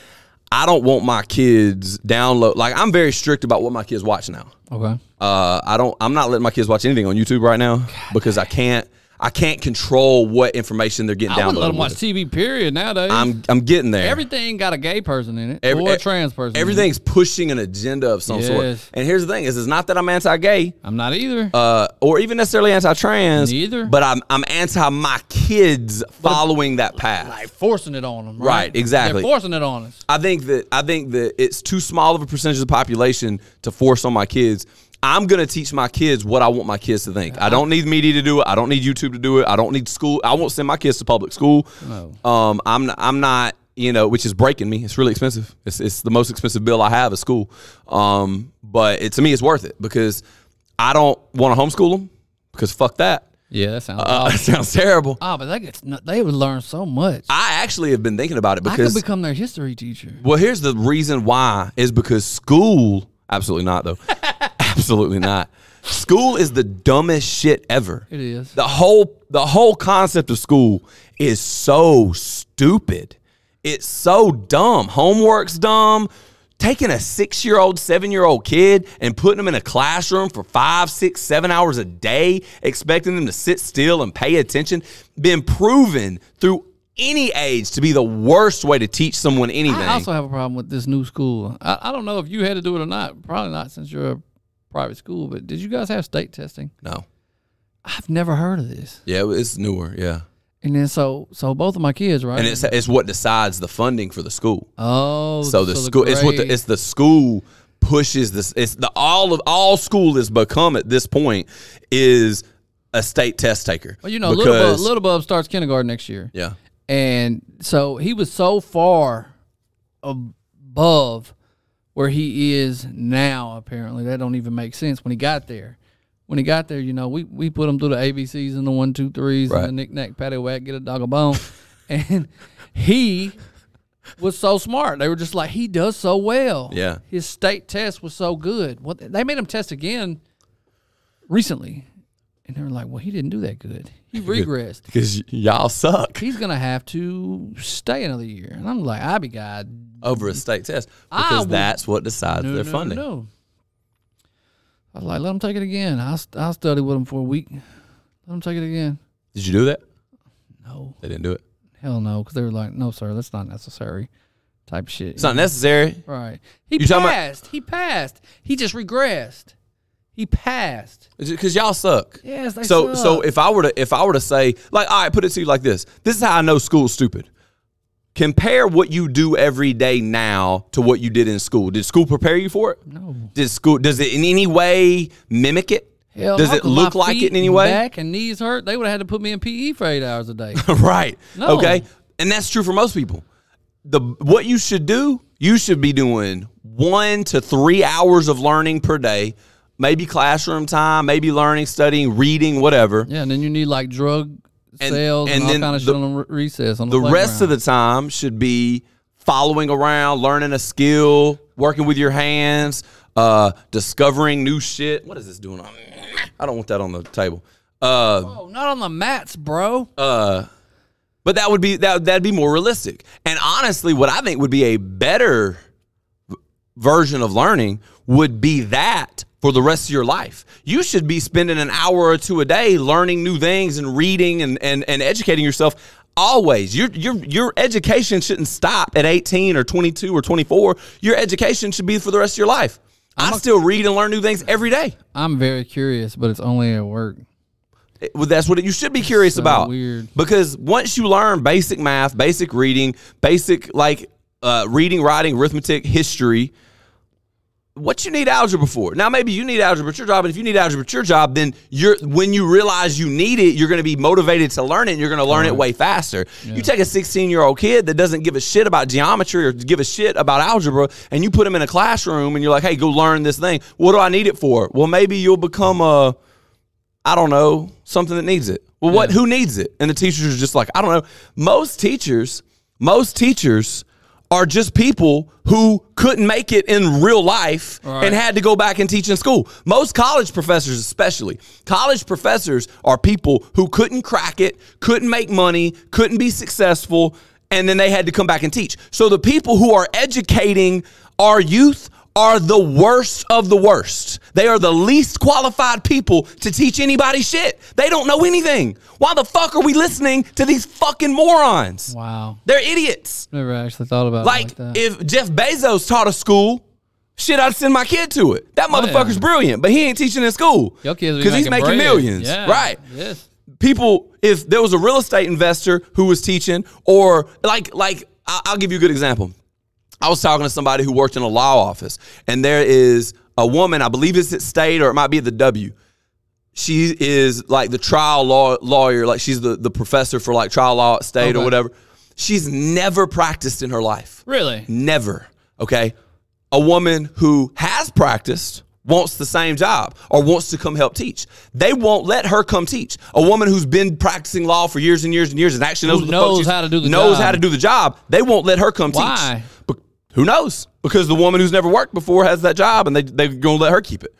[SPEAKER 3] I don't want my kids download. Like I'm very strict about what my kids watch now.
[SPEAKER 2] okay.
[SPEAKER 3] Uh, I don't. I'm not letting my kids watch anything on YouTube right now because I can't. I can't control what information they're getting
[SPEAKER 2] I wouldn't
[SPEAKER 3] downloaded.
[SPEAKER 2] let them watch
[SPEAKER 3] with.
[SPEAKER 2] TV. Period. Nowadays,
[SPEAKER 3] I'm I'm getting there.
[SPEAKER 2] everything got a gay person in it
[SPEAKER 3] Every-
[SPEAKER 2] or a
[SPEAKER 3] e-
[SPEAKER 2] trans person. in it.
[SPEAKER 3] Everything's pushing an agenda of some
[SPEAKER 2] Yes.
[SPEAKER 3] sort. And here's the thing: is it's not that I'm anti-gay
[SPEAKER 2] I'm not either.
[SPEAKER 3] uh, or even necessarily anti-trans,
[SPEAKER 2] Neither.
[SPEAKER 3] But I'm I'm anti my kids following that path.
[SPEAKER 2] like forcing it on them. Right.
[SPEAKER 3] Right, exactly.
[SPEAKER 2] They're forcing it on us.
[SPEAKER 3] I think that I think that it's too small of a percentage of the population to force on my kids. I'm gonna teach my kids what I want my kids to think.
[SPEAKER 2] Uh-huh.
[SPEAKER 3] I don't need media to do it. I don't need YouTube to do it. I don't need school. I won't send my kids to public school.
[SPEAKER 2] No.
[SPEAKER 3] Um, I'm not, I'm not you know, which is breaking me. It's really expensive. It's it's the most expensive bill I have at school. Um, but it, to me, it's worth it because I don't want to homeschool them because fuck that.
[SPEAKER 2] Yeah, that sounds.
[SPEAKER 3] Uh,
[SPEAKER 2] awful.
[SPEAKER 3] it sounds terrible.
[SPEAKER 2] Ah, but they gets no- they would learn so much. I,
[SPEAKER 3] I actually have been thinking about it
[SPEAKER 2] could
[SPEAKER 3] because
[SPEAKER 2] become their history teacher.
[SPEAKER 3] Well, here's the reason why is because school. Absolutely not, though. absolutely not. School is the dumbest shit ever.
[SPEAKER 2] It is.
[SPEAKER 3] The whole the whole concept of school is so stupid. It's so dumb. Homework's dumb. Taking a six year old, seven year old kid and putting them in a classroom for five, six, seven hours a day, expecting them to sit still and pay attention, been proven through any age to be the worst way to teach someone anything.
[SPEAKER 2] I also have a problem with this new school. I, I don't know if you had to do it or not. Probably not since you're a private school. But did you guys have state testing?
[SPEAKER 3] no.
[SPEAKER 2] I've never heard of this.
[SPEAKER 3] Yeah, it's newer. Yeah,
[SPEAKER 2] And then so so both of my kids, right?
[SPEAKER 3] and it's it's what decides the funding for the school.
[SPEAKER 2] Mm. oh,
[SPEAKER 3] so the school it's what the,
[SPEAKER 2] grade-
[SPEAKER 3] it's the school pushes this. It's the all of all school has become at this point is a state test taker.
[SPEAKER 2] Well, you know, little bub, little bub starts kindergarten next year,
[SPEAKER 3] yeah,
[SPEAKER 2] and so he was so far above where he is now. Apparently, that don't even make sense when he got there. When he got there, you know, we, we put him through the ABCs and the one two threes
[SPEAKER 3] Right.
[SPEAKER 2] and the knick knack patty whack, get a dog a bone, and he was so smart. They were just like he does so well.
[SPEAKER 3] Yeah.
[SPEAKER 2] his state test was so good. Well, they made him test again recently, and they were like, well, he didn't do that good. He regressed
[SPEAKER 3] because y'all suck
[SPEAKER 2] he's gonna have to stay another year. And I'm like, I be God.
[SPEAKER 3] over a state test
[SPEAKER 2] I
[SPEAKER 3] because
[SPEAKER 2] would-
[SPEAKER 3] that's what decides
[SPEAKER 2] No,
[SPEAKER 3] their
[SPEAKER 2] no,
[SPEAKER 3] funding.
[SPEAKER 2] no. I was like, let him take it again. I'll, st- I'll study with him for a week. Let him take it again.
[SPEAKER 3] Did you do that?
[SPEAKER 2] No,
[SPEAKER 3] They didn't do it.
[SPEAKER 2] hell no, because they were like, no, sir, that's not necessary, type shit.
[SPEAKER 3] It's not necessary.
[SPEAKER 2] right. He
[SPEAKER 3] You talking about-
[SPEAKER 2] passed. he passed. He just regressed. He passed.
[SPEAKER 3] because y'all suck.
[SPEAKER 2] Yes, they
[SPEAKER 3] so
[SPEAKER 2] suck.
[SPEAKER 3] so if I were to if I were to say like all right, put it to you like this. This is how I know school's stupid. Compare what you do every day now to what you did in school. Did school prepare you for it? No. Did school does it in any way mimic it?
[SPEAKER 2] Hell
[SPEAKER 3] does
[SPEAKER 2] no,
[SPEAKER 3] it
[SPEAKER 2] 'cause my
[SPEAKER 3] look like
[SPEAKER 2] feet
[SPEAKER 3] it in any
[SPEAKER 2] and
[SPEAKER 3] way?
[SPEAKER 2] Back and knees hurt. They would have had to put me in PE for eight hours a day.
[SPEAKER 3] right.
[SPEAKER 2] No.
[SPEAKER 3] Okay. And that's true for most people. The what you should do, you should be doing one to three hours of learning per day, maybe classroom time, maybe learning, studying, reading, whatever.
[SPEAKER 2] yeah, and then you need like drug
[SPEAKER 3] And-
[SPEAKER 2] sales and,
[SPEAKER 3] and then
[SPEAKER 2] all kind of
[SPEAKER 3] the-
[SPEAKER 2] shit on re- recess. On the,
[SPEAKER 3] the rest
[SPEAKER 2] playground.
[SPEAKER 3] of the time should be following around, learning a skill, working with your hands, uh, discovering new shit. What is this doing? on- I don't want that on the table. Uh,
[SPEAKER 2] Oh, not on the mats, bro.
[SPEAKER 3] but that would be that that'd be more realistic. And honestly, what I think would be a better v- version of learning would be that for the rest of your life. You should be spending an hour or two a day learning new things and reading and and, and educating yourself always. Your your your education shouldn't stop at 18 or 22 or 24. Your education should be for the rest of your life. I still read and learn new things every day.
[SPEAKER 2] I'm very curious, but it's only at work.
[SPEAKER 3] It- well, that's what it, you should be curious
[SPEAKER 2] so
[SPEAKER 3] about.
[SPEAKER 2] weird.
[SPEAKER 3] Because once you learn basic math, basic reading, basic like uh, reading, writing, arithmetic, history, what you need algebra for. Now, maybe you need algebra at your job, and if you need algebra at your job, then you're when you realize you need it, you're going to be motivated to learn it, and you're going to learn it way faster. You take a 16 year old kid that doesn't give a shit about geometry or give a shit about algebra, and you put him in a classroom, and you're like, "Hey, go learn this thing. What do I need it for?" Well, maybe you'll become a I don't know, something that needs it. Well, what who needs it? And the teachers are just like, I don't know. Most teachers, most teachers are just people who couldn't make it in real life and had to go back and teach in school. Most college professors, especially, college professors are people who couldn't crack it, couldn't make money, couldn't be successful, and then they had to come back and teach. So the people who are educating our youth are the worst of the worst. They are the least qualified people to teach anybody shit. They don't know anything. Why the fuck are we listening to these fucking morons?
[SPEAKER 2] Wow.
[SPEAKER 3] They're idiots.
[SPEAKER 2] Never actually thought about
[SPEAKER 3] Like,
[SPEAKER 2] it like that.
[SPEAKER 3] if Jeff Bezos taught a school, shit, I'd send my kid to it. That
[SPEAKER 2] Oh, yeah.
[SPEAKER 3] motherfucker's brilliant, but he ain't teaching in school.
[SPEAKER 2] Your kids be
[SPEAKER 3] because he's making
[SPEAKER 2] bread.
[SPEAKER 3] millions,
[SPEAKER 2] Yeah.
[SPEAKER 3] right?
[SPEAKER 2] Yes.
[SPEAKER 3] people if there was a real estate investor who was teaching or like like I- i'll give you a good example i was talking to somebody who worked in a law office and there is a woman i believe it's at state or it might be at the w she is like the trial law lawyer like she's the, the professor for like trial law at state or
[SPEAKER 2] Okay.
[SPEAKER 3] whatever she's never practiced in her life
[SPEAKER 2] Really?
[SPEAKER 3] Never. Okay. A woman who has practiced wants the same job or wants to come help teach. They won't let her come teach. A woman who's been practicing law for years and years and years and actually knows,
[SPEAKER 2] Who
[SPEAKER 3] what the fuck
[SPEAKER 2] knows
[SPEAKER 3] she's-
[SPEAKER 2] how to do the
[SPEAKER 3] knows
[SPEAKER 2] job.
[SPEAKER 3] how to do the job. They won't let her come
[SPEAKER 2] Why?
[SPEAKER 3] teach. But who knows? Because the woman who's never worked before has that job and they they're going to let her keep it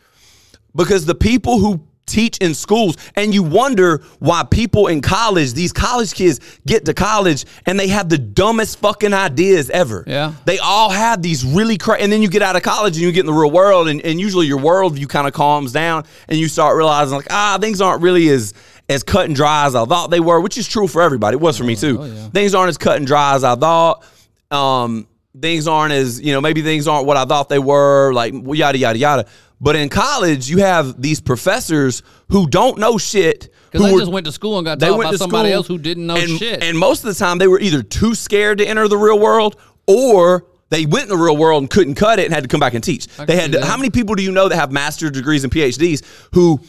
[SPEAKER 3] because the people who teach in schools and you wonder why people in college these college kids get to college and they have the dumbest fucking ideas ever
[SPEAKER 2] Yeah.
[SPEAKER 3] they all have these really crazy and then you get out of college and you get in the real world and, and usually your worldview kind of calms down and you start realizing like ah things aren't really as as cut and dry as i thought they were which is true for everybody it was for me too
[SPEAKER 2] oh,
[SPEAKER 3] things aren't as cut and dry as i thought um things aren't as you know maybe things aren't what i thought they were like yada yada yada but in college you have these professors who don't know shit who
[SPEAKER 2] Because they
[SPEAKER 3] were-
[SPEAKER 2] just went to school and got
[SPEAKER 3] they
[SPEAKER 2] taught
[SPEAKER 3] went
[SPEAKER 2] by
[SPEAKER 3] to
[SPEAKER 2] somebody
[SPEAKER 3] school
[SPEAKER 2] else who didn't know
[SPEAKER 3] and,
[SPEAKER 2] shit.
[SPEAKER 3] And most of the time, they were either too scared to enter the real world or they went in the real world and couldn't cut it and had to come back and teach. They
[SPEAKER 2] can
[SPEAKER 3] had
[SPEAKER 2] see
[SPEAKER 3] to,
[SPEAKER 2] that.
[SPEAKER 3] how many people do you know that have master's degrees and PhDs who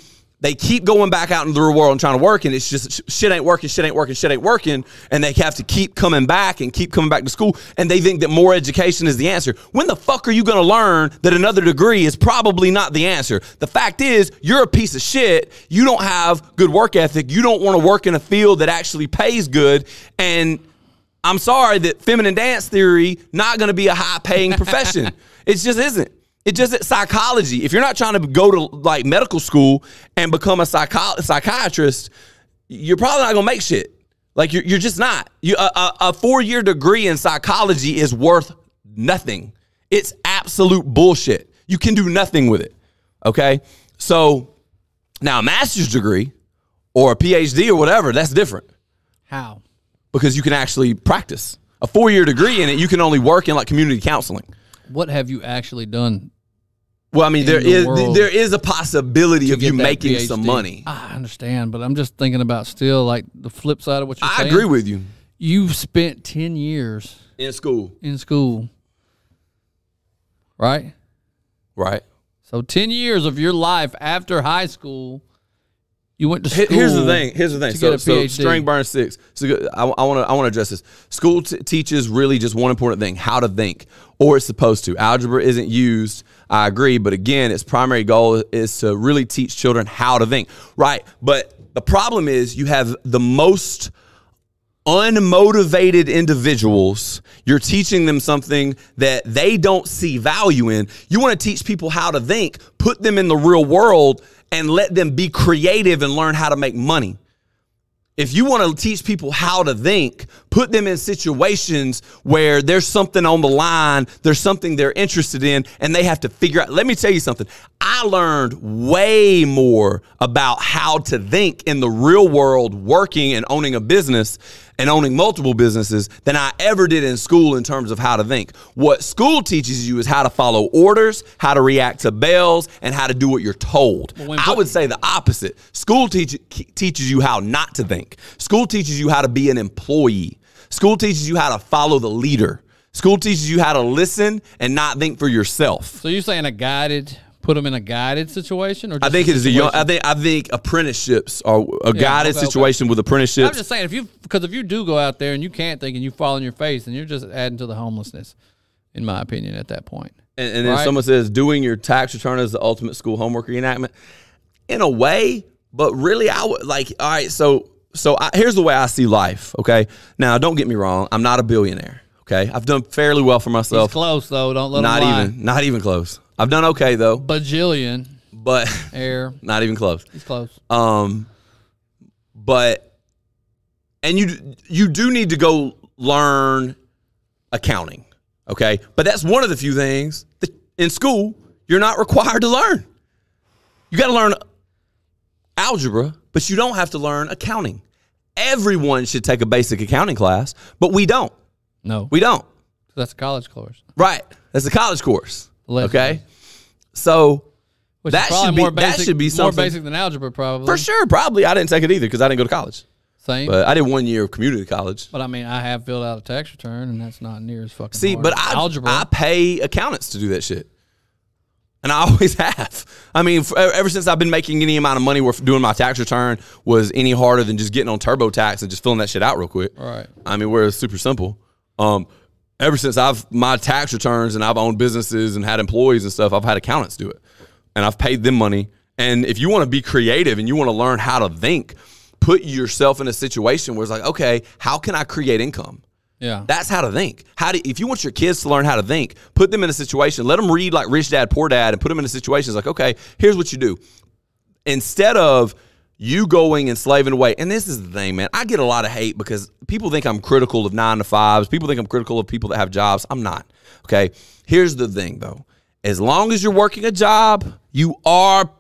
[SPEAKER 3] they keep going back out into the real world and trying to work and it's just sh- shit ain't working, shit ain't working, shit ain't working, and they have to keep coming back and keep coming back to school and they think that more education is the answer. When the fuck are you going to learn that another degree is probably not the answer? The fact is, you're a piece of shit. You don't have good work ethic. You don't want to work in a field that actually pays good and I'm sorry that feminine dance theory not going to be a high paying profession. it just isn't. It just is psychology. If you're not trying to go to like medical school and become a psycho- psychiatrist, you're probably not going to make shit. Like you're, you're just not. You, a a, a four year degree in psychology is worth nothing. It's absolute bullshit. You can do nothing with it. Okay. So now a master's degree or a PhD or whatever, that's different
[SPEAKER 2] How?
[SPEAKER 3] because you can actually practice. A four year degree in it, you can only work in like community counseling.
[SPEAKER 2] What have you actually done?
[SPEAKER 3] Well, I mean, there
[SPEAKER 2] the
[SPEAKER 3] is
[SPEAKER 2] world
[SPEAKER 3] there is a possibility of
[SPEAKER 2] to
[SPEAKER 3] you
[SPEAKER 2] get that
[SPEAKER 3] making some
[SPEAKER 2] PhD?
[SPEAKER 3] money. I,
[SPEAKER 2] I understand, but I'm just thinking about still like the flip side of what you're saying.
[SPEAKER 3] agree with you.
[SPEAKER 2] You've spent 10 years
[SPEAKER 3] In school,
[SPEAKER 2] in school, right?
[SPEAKER 3] right?
[SPEAKER 2] So 10 years of your life after high school, you went to
[SPEAKER 3] Here-
[SPEAKER 2] school.
[SPEAKER 3] Here's the thing. Here's the thing.
[SPEAKER 2] to
[SPEAKER 3] So,
[SPEAKER 2] get a
[SPEAKER 3] so
[SPEAKER 2] PhD.
[SPEAKER 3] string burn six. So good- I want to I want to address this. School t- teaches really just one important thing: how to think, or it's supposed to. Algebra isn't used. I agree, but again, its primary goal is to really teach children how to think, right? But the problem is you have the most unmotivated individuals, you're teaching them something that they don't see value in. You want to teach people how to think, put them in the real world, and let them be creative and learn how to make money. If you want to teach people how to think, put them in situations where there's something on the line, there's something they're interested in, and they have to figure out. Let me tell you something. I learned way more about how to think in the real world, working and owning a business and owning multiple businesses than I ever did in school in terms of how to think. What school teaches you is how to follow orders, how to react to bells, and how to do what you're told.
[SPEAKER 2] when
[SPEAKER 3] I
[SPEAKER 2] put-
[SPEAKER 3] would say the opposite. School teach, teaches you how not to think. School teaches you how to be an employee. School teaches you how to follow the leader. School teaches you how to listen and not think for yourself.
[SPEAKER 2] So you're saying a guided put them in a guided situation, or
[SPEAKER 3] I
[SPEAKER 2] just
[SPEAKER 3] think it is a young. I
[SPEAKER 2] situation?
[SPEAKER 3] think I think apprenticeships are a guided
[SPEAKER 2] okay, okay.
[SPEAKER 3] situation with
[SPEAKER 2] I'm
[SPEAKER 3] apprenticeships.
[SPEAKER 2] just saying if you because if you do go out there and you can't think and you fall on your face, then you're just adding to the homelessness, in my opinion, at that point.
[SPEAKER 3] And, and then
[SPEAKER 2] Right.
[SPEAKER 3] someone says doing your tax return is the ultimate school homework reenactment. In a way, but really, I would like. All right, so so I, here's the way I see life. Okay, now don't get me wrong. I'm not a billionaire. Okay, I've done fairly well for
[SPEAKER 2] It's
[SPEAKER 3] myself.
[SPEAKER 2] close though. Don't let 'em
[SPEAKER 3] Not
[SPEAKER 2] lie.
[SPEAKER 3] even not even close. I've done okay though,
[SPEAKER 2] bajillion
[SPEAKER 3] but
[SPEAKER 2] air.
[SPEAKER 3] not even close.
[SPEAKER 2] It's close.
[SPEAKER 3] Um, but and you you do need to go learn accounting, okay? But that's one of the few things that in school you're not required to learn. You got to learn algebra, but you don't have to learn accounting. Everyone should take a basic accounting class, but we don't.
[SPEAKER 2] No,
[SPEAKER 3] We don't.
[SPEAKER 2] that's a college course.
[SPEAKER 3] Right? That's a college course.
[SPEAKER 2] Allegedly.
[SPEAKER 3] Okay. So
[SPEAKER 2] Which
[SPEAKER 3] That
[SPEAKER 2] is probably
[SPEAKER 3] should be-
[SPEAKER 2] more
[SPEAKER 3] that
[SPEAKER 2] basic,
[SPEAKER 3] should be something-
[SPEAKER 2] more basic than algebra, probably.
[SPEAKER 3] for sure, probably I didn't take it either because I didn't go to college.
[SPEAKER 2] Same. But,
[SPEAKER 3] But I did one year of community college.
[SPEAKER 2] I mean, I have filled out a tax return, and that's not near as fucking.
[SPEAKER 3] See,
[SPEAKER 2] hard.
[SPEAKER 3] but I
[SPEAKER 2] algebra.
[SPEAKER 3] I pay accountants to do that shit, and I always have. I mean, for, ever since I've been making any amount of money, where doing my tax return was any harder than just getting on TurboTax and just filling that shit out real quick.
[SPEAKER 2] Right.
[SPEAKER 3] I mean, where it's super simple. Um, ever since I've my tax returns and I've owned businesses and had employees and stuff, I've had accountants do it, and I've paid them money. And if you want to be creative and you want to learn how to think, put yourself in a situation where it's like, okay, how can I create income?
[SPEAKER 2] yeah.
[SPEAKER 3] That's how to think. How do if you want your kids to learn how to think, put them in a situation, let them read like Rich Dad Poor Dad, and put them in a situation. It's like, okay, here's what you do. Instead of you going and slaving away, and this is the thing, man. I get a lot of hate because people think I'm critical of nine to fives. People think I'm critical of people that have jobs. I'm not. Okay. Here's the thing, though. As long as you're working a job, you are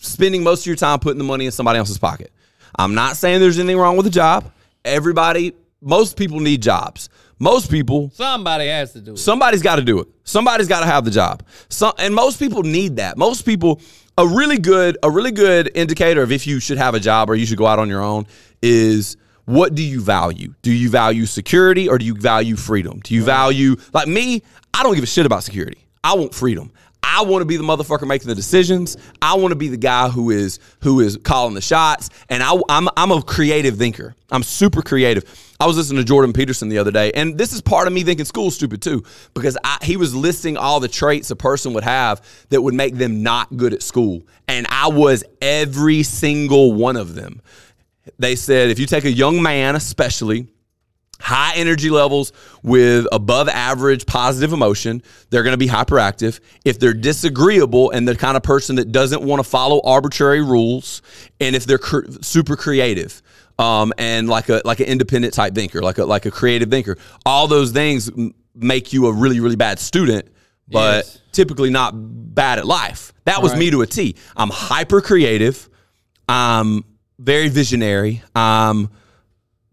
[SPEAKER 3] spending most of your time putting the money in somebody else's pocket. I'm not saying there's anything wrong with a job. Everybody, most people need jobs. Most people
[SPEAKER 2] Somebody has to do it.
[SPEAKER 3] Somebody's got to do it. Somebody's got to have the job. So, and most people need that. Most people, a really good, a really good indicator of if you should have a job or you should go out on your own is what do you value? Do you value security or do you value freedom? Do you value like me? I don't give a shit about security. I want freedom. I want to be the motherfucker making the decisions. I want to be the guy who is who is calling the shots. And I, I'm I'm a creative thinker. I'm super creative. I was listening to Jordan Peterson the other day, and this is part of me thinking school's stupid too, because I, he was listing all the traits a person would have that would make them not good at school, and I was every single one of them. They said if you take a young man, especially high energy levels with above average positive emotion. They're going to be hyperactive. If they're disagreeable and the kind of person that doesn't want to follow arbitrary rules, and if they're cr- super creative. Um, and like a like an independent type thinker, like a like a creative thinker, all those things m- make you a really really bad student, but
[SPEAKER 2] Yes.
[SPEAKER 3] typically not bad at life. That was
[SPEAKER 2] Right.
[SPEAKER 3] me to a T. I'm hyper creative. I'm Um, very visionary. I'm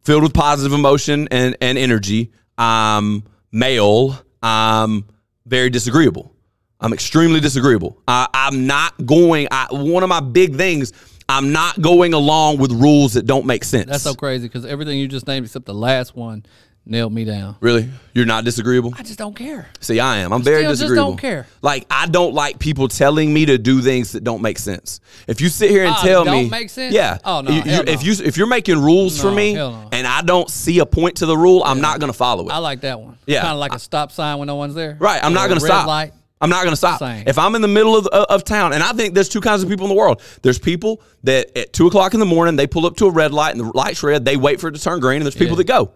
[SPEAKER 3] filled with positive emotion and, and energy. I'm male. I'm very disagreeable. I'm extremely disagreeable. I, I'm not going. I, one of my big things. I'm not going along with rules that don't make sense.
[SPEAKER 2] That's so crazy because everything you just named except the last one nailed me down.
[SPEAKER 3] Really, you're not disagreeable.
[SPEAKER 2] I just don't care.
[SPEAKER 3] See, I am. I'm very
[SPEAKER 2] Still just
[SPEAKER 3] disagreeable.
[SPEAKER 2] don't care.
[SPEAKER 3] Like I don't like people telling me to do things that don't make sense. If you sit here and
[SPEAKER 2] Oh,
[SPEAKER 3] tell
[SPEAKER 2] don't
[SPEAKER 3] me,
[SPEAKER 2] make sense?
[SPEAKER 3] Yeah.
[SPEAKER 2] Oh, no,
[SPEAKER 3] You-
[SPEAKER 2] hell
[SPEAKER 3] you- If
[SPEAKER 2] no.
[SPEAKER 3] you if you're making rules for
[SPEAKER 2] No,
[SPEAKER 3] me
[SPEAKER 2] hell no.
[SPEAKER 3] and I don't see a point to the rule, I'm not gonna follow it.
[SPEAKER 2] I like that one.
[SPEAKER 3] Yeah.
[SPEAKER 2] Kind of like a stop sign when no one's there.
[SPEAKER 3] Right. I'm
[SPEAKER 2] Or
[SPEAKER 3] not
[SPEAKER 2] a
[SPEAKER 3] going to
[SPEAKER 2] red
[SPEAKER 3] stop.
[SPEAKER 2] Light.
[SPEAKER 3] I'm not going to stop.
[SPEAKER 2] Same.
[SPEAKER 3] If I'm in the middle of, uh, of, of town, and I think there's two kinds of people in the world. There's people that at two o'clock in the morning they pull up to a red light and the light's red. They wait for it to turn green, and there's people
[SPEAKER 2] Yeah.
[SPEAKER 3] that go.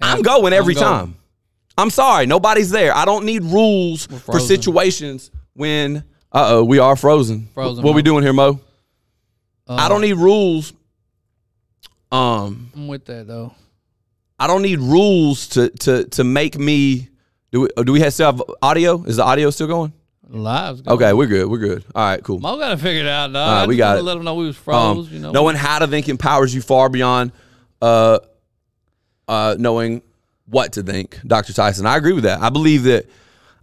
[SPEAKER 3] I'm going every
[SPEAKER 2] going.
[SPEAKER 3] time. I'm sorry, nobody's there. I don't need rules for
[SPEAKER 2] frozen.
[SPEAKER 3] situations when. Uh oh, we are frozen.
[SPEAKER 2] Frozen, Uh,
[SPEAKER 3] What we
[SPEAKER 2] Mo.
[SPEAKER 3] doing here, Mo? I don't need rules. Um.
[SPEAKER 2] I'm with that though.
[SPEAKER 3] I don't need rules to to to make me. Do we, uh, do we have, still have audio? Is the audio still going?
[SPEAKER 2] Lives. Good.
[SPEAKER 3] Okay, we're good. We're good. All right, cool.
[SPEAKER 2] Mo got to figure it out, dog.
[SPEAKER 3] right, we got it.
[SPEAKER 2] Let them know we was
[SPEAKER 3] Um,
[SPEAKER 2] froze. you know.
[SPEAKER 3] Knowing how to think empowers you far beyond uh, uh, knowing what to think, Dr. Tyson. I agree with that. I believe that.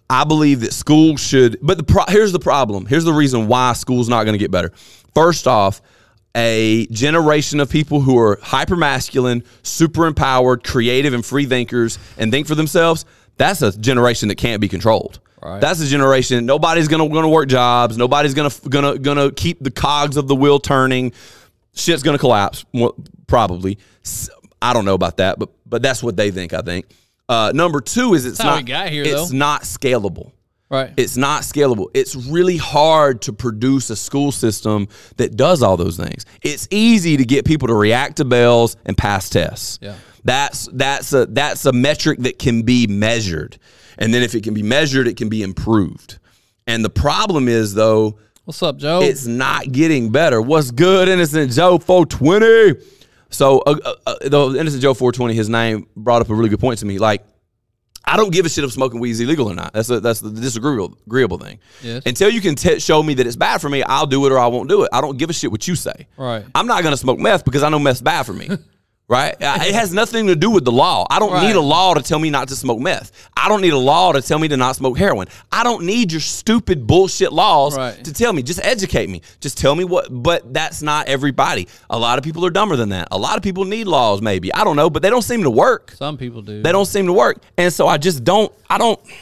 [SPEAKER 3] I believe that school should. But the pro- here's the problem. Here's the reason why school's not going to get better. First off, a generation of people who are hyper masculine, super empowered, creative, and free thinkers, and think for themselves. that's a generation that can't be controlled.
[SPEAKER 2] Right.
[SPEAKER 3] That's a generation nobody's gonna gonna work jobs. Nobody's gonna gonna gonna keep the cogs of the wheel turning. Shit's gonna collapse mo- probably. S- I don't know about that, but but that's what they think. I think. Uh, number two is it's
[SPEAKER 2] That's how
[SPEAKER 3] not
[SPEAKER 2] we got here,
[SPEAKER 3] it's
[SPEAKER 2] though.
[SPEAKER 3] not scalable.
[SPEAKER 2] Right.
[SPEAKER 3] It's not scalable. It's really hard to produce a school system that does all those things. It's easy to get people to react to bells and pass tests.
[SPEAKER 2] Yeah.
[SPEAKER 3] That's that's a that's a metric that can be measured. And then if it can be measured, it can be improved. And the problem is though,
[SPEAKER 2] What's up, Joe?
[SPEAKER 3] it's not getting better. What's good, Innocent Joe 420? So, uh, uh, uh, though Innocent Joe 420, his name brought up a really good point to me. Like, I don't give a shit if smoking weed is illegal or not. That's a, that's the disagreeable agreeable thing.
[SPEAKER 2] Yes.
[SPEAKER 3] Until you can t- show me that it's bad for me, I'll do it or I won't do it. I don't give a shit what you say.
[SPEAKER 2] Right.
[SPEAKER 3] I'm not gonna smoke meth because I know meth's bad for me. Right? Uh, It has nothing to do with the law. I don't need
[SPEAKER 2] Right.
[SPEAKER 3] a law to tell me not to smoke meth. I don't need a law to tell me to not smoke heroin. I don't need your stupid bullshit laws
[SPEAKER 2] Right.
[SPEAKER 3] to tell me. Just educate me. Just tell me what. But that's not everybody. A lot of people are dumber than that. A lot of people need laws, maybe. I don't know, but they don't seem to work.
[SPEAKER 2] Some people do.
[SPEAKER 3] They don't seem to work. And so I just don't, I don't, I,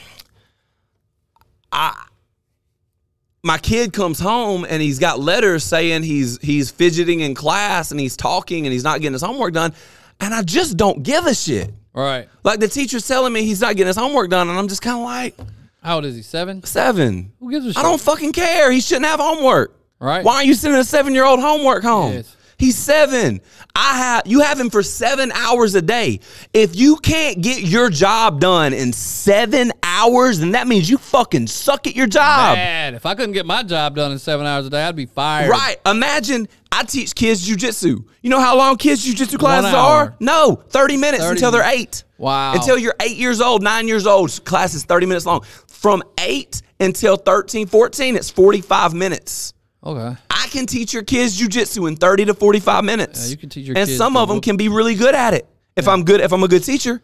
[SPEAKER 3] my kid comes home and he's got letters saying he's he's fidgeting in class and he's talking and he's not getting his homework done. And I just don't give a shit.
[SPEAKER 2] Right.
[SPEAKER 3] Like the teacher's telling me he's not getting his homework done, and I'm just kind of like,
[SPEAKER 2] How old is he? Seven.
[SPEAKER 3] seven.
[SPEAKER 2] Who gives a shit?
[SPEAKER 3] I don't fucking care. He shouldn't have homework.
[SPEAKER 2] Right.
[SPEAKER 3] Why aren't you sending a seven year old homework home?
[SPEAKER 2] Yes.
[SPEAKER 3] He's seven. I have you have him for seven hours a day. If you can't get your job done in seven hours, then that means you fucking suck at your job.
[SPEAKER 2] Bad. If I couldn't get my job done in seven hours a day, I'd be fired.
[SPEAKER 3] Right. Imagine I teach kids jujitsu. You know how long kids jujitsu classes
[SPEAKER 2] hour.
[SPEAKER 3] are? No, 30 minutes
[SPEAKER 2] 30
[SPEAKER 3] until they're eight.
[SPEAKER 2] Wow.
[SPEAKER 3] Until you're eight years old, nine years old, class is 30 minutes long. From eight until 13, 14, it's 45 minutes.
[SPEAKER 2] Okay.
[SPEAKER 3] I can teach your kids jujitsu in 30 to 45 minutes.
[SPEAKER 2] Yeah, you can teach your
[SPEAKER 3] And
[SPEAKER 2] kids
[SPEAKER 3] some
[SPEAKER 2] to
[SPEAKER 3] of them
[SPEAKER 2] whoop-
[SPEAKER 3] can be really good at it. If I'm good, if I'm a good teacher,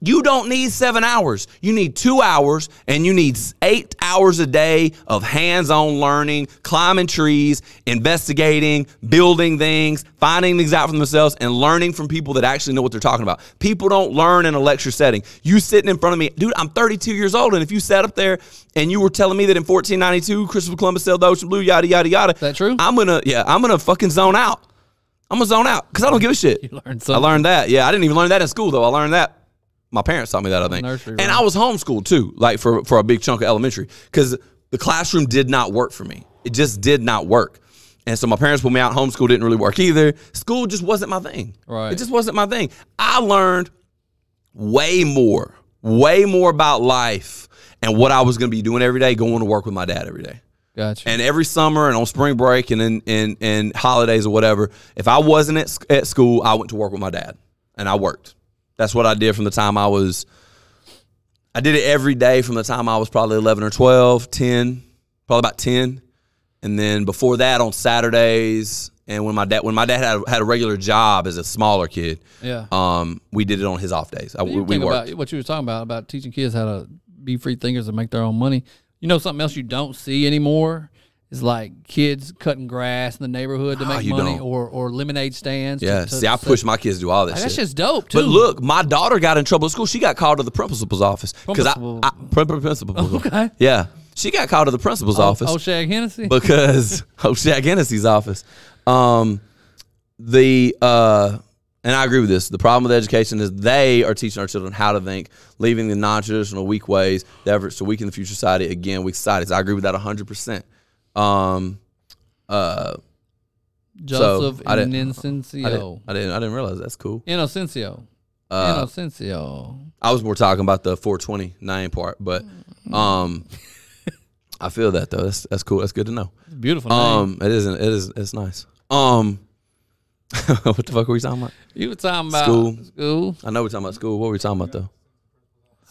[SPEAKER 3] you don't need seven hours. You need two hours and you need s- eight hours a day of hands on learning, climbing trees, investigating, building things, finding things out for themselves, and learning from people that actually know what they're talking about. People don't learn in a lecture setting. You sitting in front of me, dude, I'm 32 years old, and if you sat up there and you were telling me that in 1492, Christopher Columbus sailed the ocean blue, yada, yada, yada. Is
[SPEAKER 2] that true?
[SPEAKER 3] I'm gonna, yeah, I'm gonna fucking zone out. I'm gonna zone out because I don't give a shit.
[SPEAKER 2] learned
[SPEAKER 3] I
[SPEAKER 2] something.
[SPEAKER 3] learned that. Yeah, I didn't even learn that in school though. I learned that. My parents taught me that. I think.
[SPEAKER 2] Nursery
[SPEAKER 3] and
[SPEAKER 2] rhyme.
[SPEAKER 3] I was homeschooled too, like for for a big chunk of elementary, because the classroom did not work for me. It just did not work. And so my parents put me out. Homeschool didn't really work either. School just wasn't my thing.
[SPEAKER 2] Right.
[SPEAKER 3] It just wasn't my thing. I learned way more, way more about life and what I was going to be doing every day, going to work with my dad every day.
[SPEAKER 2] Gotcha.
[SPEAKER 3] And every summer and on spring break and in and, and holidays or whatever, if I wasn't at, sc- at school, I went to work with my dad and I worked. That's what I did from the time I was, I did it every day from the time I was probably 11 or 12, 10, probably about 10. And then before that on Saturdays and when my dad, when my dad had, a- had a regular job as a smaller kid,
[SPEAKER 2] yeah.
[SPEAKER 3] um, we did it on his off days. I, we
[SPEAKER 2] you
[SPEAKER 3] we
[SPEAKER 2] think
[SPEAKER 3] worked.
[SPEAKER 2] about what you were talking about about teaching kids how to be free thinkers and make their own money. You know something else you don't see anymore is like kids cutting grass in the neighborhood to
[SPEAKER 3] Oh,
[SPEAKER 2] make
[SPEAKER 3] you
[SPEAKER 2] money
[SPEAKER 3] don't.
[SPEAKER 2] or or lemonade stands. to-
[SPEAKER 3] Yeah.
[SPEAKER 2] to-
[SPEAKER 3] See, I
[SPEAKER 2] to-
[SPEAKER 3] push my kids to do all that.
[SPEAKER 2] That's
[SPEAKER 3] shit.
[SPEAKER 2] just dope too.
[SPEAKER 3] But look, my daughter got in trouble at school. She got called to the principal's office because I,
[SPEAKER 2] Principal.
[SPEAKER 3] I prin- prin- principal.
[SPEAKER 2] Okay. Oh,
[SPEAKER 3] Yeah, she got called to the principal's office
[SPEAKER 2] O'Shag Hennessy.
[SPEAKER 3] because oh, of Jack Hennessy's office. Um, the uh, and I agree with this. The problem with education is they are teaching our children how to think, leaving the non-traditional weak ways, the efforts to weaken the future society. Again, weak societies. I agree with that hundred percent. Um, uh,
[SPEAKER 2] Joseph
[SPEAKER 3] I didn't- I
[SPEAKER 2] Innocencio.
[SPEAKER 3] didn't, Uh, I didn't. I didn't realize that's cool.
[SPEAKER 2] Innocencio. Innocencio.
[SPEAKER 3] I was more talking about the 429 part, but
[SPEAKER 2] Mm.
[SPEAKER 3] um, I feel that though. That's that's cool. That's good to know.
[SPEAKER 2] Beautiful name.
[SPEAKER 3] Um, it isn't. It is. It's nice. Um, what the fuck were we talking about?
[SPEAKER 2] you were talking about
[SPEAKER 3] school.
[SPEAKER 2] school.
[SPEAKER 3] I know we're talking about school. What were we talking about though?